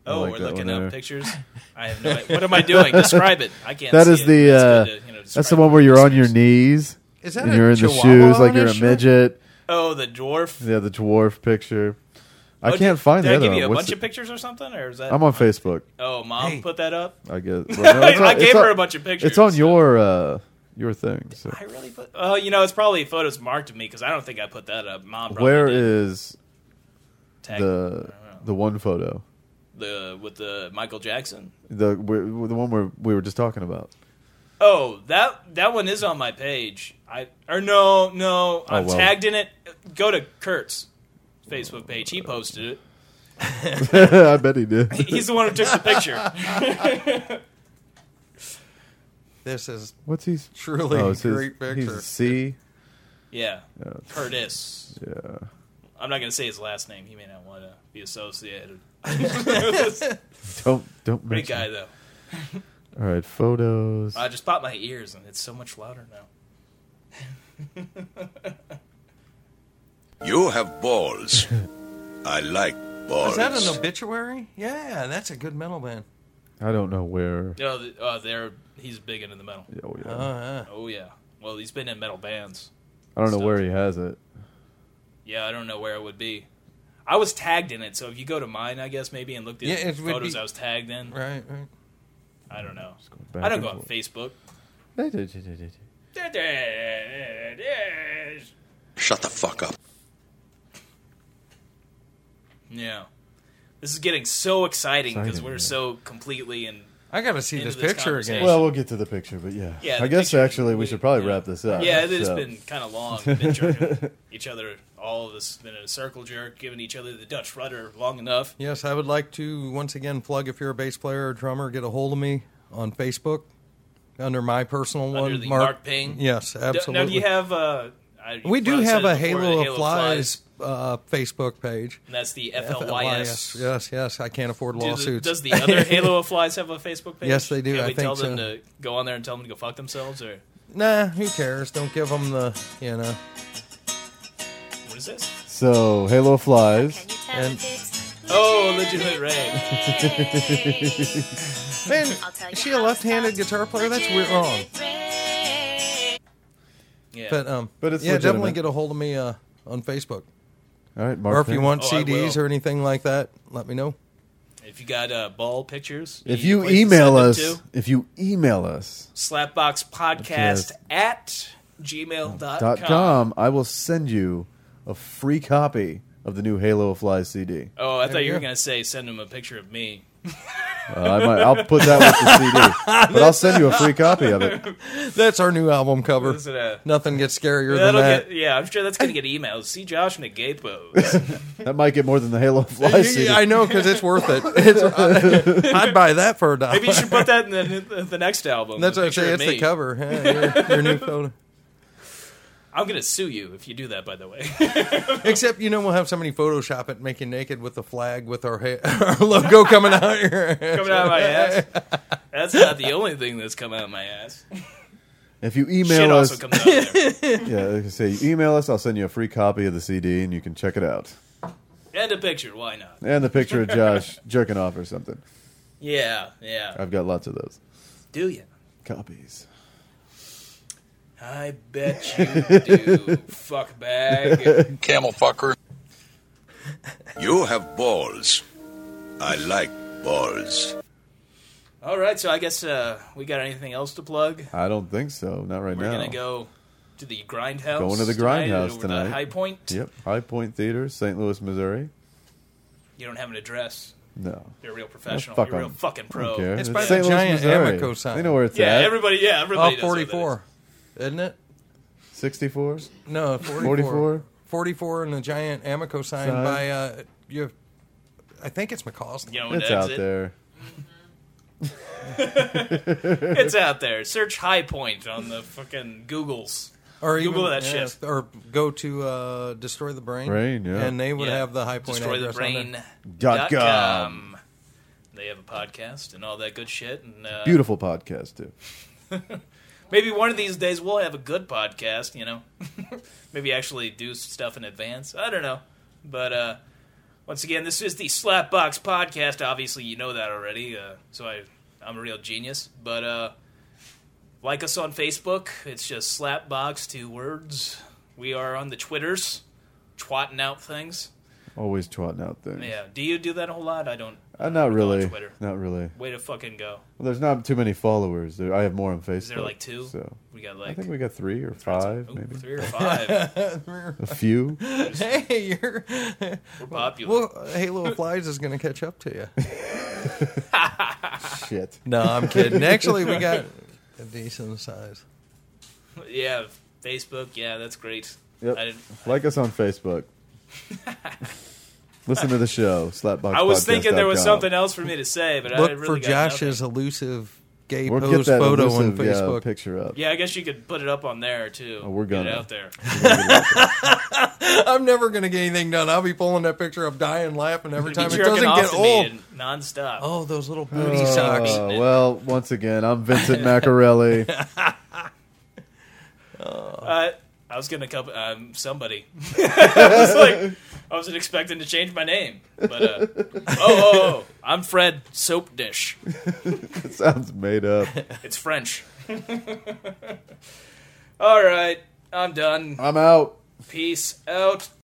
G: I
C: Oh,
G: like
C: we're
G: that
C: looking
G: one
C: up
G: there.
C: pictures. I have no idea. What am I doing? Describe it. I can't.
G: That
C: see
G: is
C: it.
G: the
C: It's
G: uh,
C: good to, you know, describe
G: that's the one where you're on your knees
C: Is that
G: and
C: a
G: you're in the
C: chihuahua
G: shoes like
C: on
G: you're a
C: his shirt?
G: midget.
C: Oh, the dwarf.
G: Yeah, the dwarf picture. I
C: Oh,
G: can't
C: did-
G: find
C: did I
G: that.
C: give you a bunch
G: the,
C: of pictures or something, or is that-
G: I'm on Facebook.
C: Oh, mom put that up.
G: I
C: *laughs*
G: guess.
C: I
G: it's on- it's
C: gave
G: on-
C: her a bunch of pictures.
G: It's on your uh, your thing. So.
C: I really put. Oh, you know, it's probably photos marked of me because I don't think I put that up. Mom, probably
G: Where
C: did.
G: is
C: Tag-
G: the the one photo?
C: the with the Michael Jackson?
G: The where, the one where we were just
C: *laughs*
G: talking about.
C: Oh, that that one is on my page. I or no, no, I'm
G: Oh, well.
C: tagged in it. Go to Kurt's Facebook page. He posted it.
G: I bet he
C: *laughs*
G: did.
C: He's the one who took the
G: *laughs*
C: picture.
H: This is
G: What's he?
H: truly
G: oh,
H: a
G: it's his-
H: great
G: He's
H: picture.
G: a C.
C: yeah,
G: it's-
C: Curtis.
G: Yeah.
C: I'm not gonna say his last name. He may not want to be associated.
G: Don't- don't
C: Great
G: mention
C: guy
G: it.
C: though.
G: All right, photos.
C: I just popped my ears and it's so much louder now.
E: You have balls. I like balls.
H: Is that an obituary? Yeah, that's a good metal band.
G: I don't know where.
C: No, th- uh, they're he's big into the metal.
G: Oh yeah.
H: Oh,
C: Oh yeah. Well, he's been in metal bands.
G: I don't know where he has it.
C: Yeah, I don't know where it would be. I was tagged in it, so if you go to mine, I guess maybe and looked at
H: Yeah,
C: the
H: it would
C: photos
H: be-
C: I was tagged in.
H: Right, right.
C: I don't know.
G: back
C: I don't
G: and
C: go on Facebook.
O: Shut the fuck up.
C: Yeah. This is getting so exciting because
G: Exciting,
C: we're
G: yeah.
C: so completely in.
H: I gotta see
C: into
H: this picture again.
C: conversation.
G: Well, we'll get to the picture, but yeah.
C: Yeah,
G: I
C: the
G: guess
C: picture-
G: actually we should probably wrap this up.
C: Yeah, it has
G: so.
C: been kind of long. We've
H: *laughs*
C: been jerking each other, all of us, been in a circle jerk, giving each other the Dutch rudder long enough.
H: Yes, I would like to once again plug if you're a bass player or drummer, get a hold of me on Facebook under my personal one.
C: Under the Mark, Payne.
H: Yes,
C: Do- Now, do
H: absolutely.
C: you have? Uh, I, you
H: we do
C: probably said
H: have a
C: it before,
H: Halo,
C: the
H: of Flies, uh, Facebook page.
C: And that's the
H: FLYS.
C: FLYS.
H: Yes, yes. I can't afford
C: Do the-
H: lawsuits.
C: does
H: *laughs*
C: the other Halo of Flies have a Facebook page?
H: Yes, they do.
C: Can
H: I
C: we
H: think
C: tell them
H: so.
C: to go on there and tell them to go fuck themselves, or
H: Nah, who cares? Don't give them the, you know.
C: what is this?
G: So Halo flies.
H: And
C: Oh,
H: *laughs*
C: legitimate Ray.
H: man, *laughs* is she a left-handed guitar player? That's weird. Oh. Wrong.
C: Yeah.
H: But um,
G: But it's
H: yeah, definitely
G: legitimate.
H: get a hold of me uh, on Facebook,
G: All right, Mark.
H: or if you
G: Payne.
H: want
C: Oh, I
H: CDs or anything like that, let me know.
C: If you got uh, ball pictures,
G: if
C: need a
G: you
C: place to
G: email
C: send them
G: us,
C: to,
G: if you email us
C: slapboxpodcast
G: Podcast.
C: at
H: Oh,
C: gmail
G: dot com, I will send you a free copy of the new Halo Flies CD.
C: Oh, I thought
H: There
C: you
H: you
C: were
H: go.
C: gonna say send them a picture of me.
G: Uh, I might, I'll put that with the
C: *laughs*
G: CD, but I'll send you a free copy of it.
H: That's our new album cover.
C: Listen, uh,
H: Nothing gets scarier than
C: That'll
H: that.
C: get, yeah, I'm sure that's gonna get emails. See Josh in a gay
H: *laughs*
C: pose.
G: That might get more than the Halo Flies CD.
H: I know because it's worth it. *laughs* It's, I, would buy that for a dollar.
C: Maybe you should put that in the, the next album.
H: That's
C: a
H: what I say.
C: picture of
H: It's the
C: me.
H: cover. Yeah, your, your new photo.
C: I'm gonna sue you if you do that. By the way,
H: Except you know we'll have somebody Photoshop it, make you naked with the flag with our, ha- *laughs* our logo coming out here.
C: coming out of my ass. *laughs* That's not the only thing that's come out of my ass.
G: if you email
C: Shit
G: us,
C: also comes out of there.
G: yeah, like I say, you email us. I'll send you a free copy of the CD, and you can check it out.
C: And a picture. Why not?
G: And the picture of Josh
C: *laughs*
G: jerking off or something.
C: Yeah, yeah.
G: I've got lots of those
C: Do you?
G: copies.
C: I bet you
G: *laughs*
C: do. Fuck bag.
O: Camel fucker.
E: You have balls. I like balls.
C: All right. So I guess uh, we got anything else to plug?
G: I don't think so. Not right
C: We're
G: now.
C: gonna go to the grindhouse.
G: Going to the
C: over
G: grindhouse
C: to
G: tonight.
C: High Point.
G: Yep, High Point Theater, St. Louis, Missouri.
C: You don't have an address.
G: No.
C: You're a real professional.
G: Fuck
C: You're a real
G: 'em.
C: fucking
G: I don't
C: pro.
G: care.
C: It's
G: It's
C: by the
G: St. Louis,
H: giant
G: Missouri.
H: Amoco sign.
G: They know where it's
C: Yeah,
G: at.
C: everybody. Yeah, everybody.
H: Off
C: knows what that is.
H: 44, isn't it?
G: 64?
H: No, 44.
G: 44?
H: 44 and the giant Amoco sign
G: Sign.
H: by, uh, you. I think it's McCausland.
C: You know,
G: It's
C: that's
G: out
C: it.
G: there.
C: it's out there. Search High Point on the fucking Googles.
H: Or
C: Google
H: even-
C: that
H: yeah,
C: shit.
H: Or go to uh, Destroy the Brain.
G: Brain, yeah.
H: And they would
C: Yeah.
H: have the high point
C: Destroy the
H: address on there.
C: brain.
G: Dot com.
C: They have a podcast and all that good shit. And uh,
G: Beautiful podcast, too.
C: Maybe one of these days we'll have a good podcast. You know, *laughs* maybe actually do stuff in advance. I don't know, but uh, once again, this is the Slapbox podcast. Obviously, you know that already. Uh, so I, I'm a real genius. But uh, like us on Facebook. It's just Slapbox two words. We are on the Twitters, twatting out things.
G: Always trotting out things.
C: Yeah. Do you do that a whole lot? I don't.
G: Uh, not really.
C: Twitter.
G: Not really.
C: Way to fucking go.
G: Well, there's not too many followers. There, I have more on Facebook.
C: there like two?
G: So
C: We got,
G: I
C: like-
G: think we got three or five,
C: Ooh,
G: maybe.
C: three
H: *laughs*
C: or five. *laughs*
G: a few.
H: Hey, you're.
C: We're popular.
H: Well, Halo Flies is going to catch up to
G: *laughs*
H: you.
G: Shit.
H: No, I'm kidding. Actually, we got a decent size.
C: yeah, Facebook. Yeah, that's great.
G: Yep.
C: I,
G: Like us
C: *laughs*
G: on Facebook. Listen to the show. Slapbox.
C: I was thinking there was something else for me to say, but
H: Look
C: I really
H: for
C: got
H: Josh's elusive gay
G: We'll get
H: pose
G: that
H: photo
G: elusive,
H: on
G: yeah,
H: Facebook.
G: picture up.
C: Yeah, I guess you could put it up on there too.
G: Oh, we're
C: Get it
G: gonna.
C: out there.
H: I'm never going to get anything done. I'll be pulling that picture up, dying laughing *laughs* every
C: *laughs* You'd be
H: time. It
C: jerking
H: doesn't
C: off
H: get
C: to me
H: old.
C: and nonstop.
H: Oh, those little booty
G: Oh,
H: socks.
G: well, once again, I'm Vincent
C: *laughs*
G: Macarelli.
C: Uh, I was gonna couple um, somebody. *laughs* I was like, I wasn't expecting to change my name, but uh, oh, oh, oh, I'm Fred Soap Dish.
G: it sounds made up.
C: It's French. *laughs* All right, I'm done.
G: I'm out.
C: Peace out.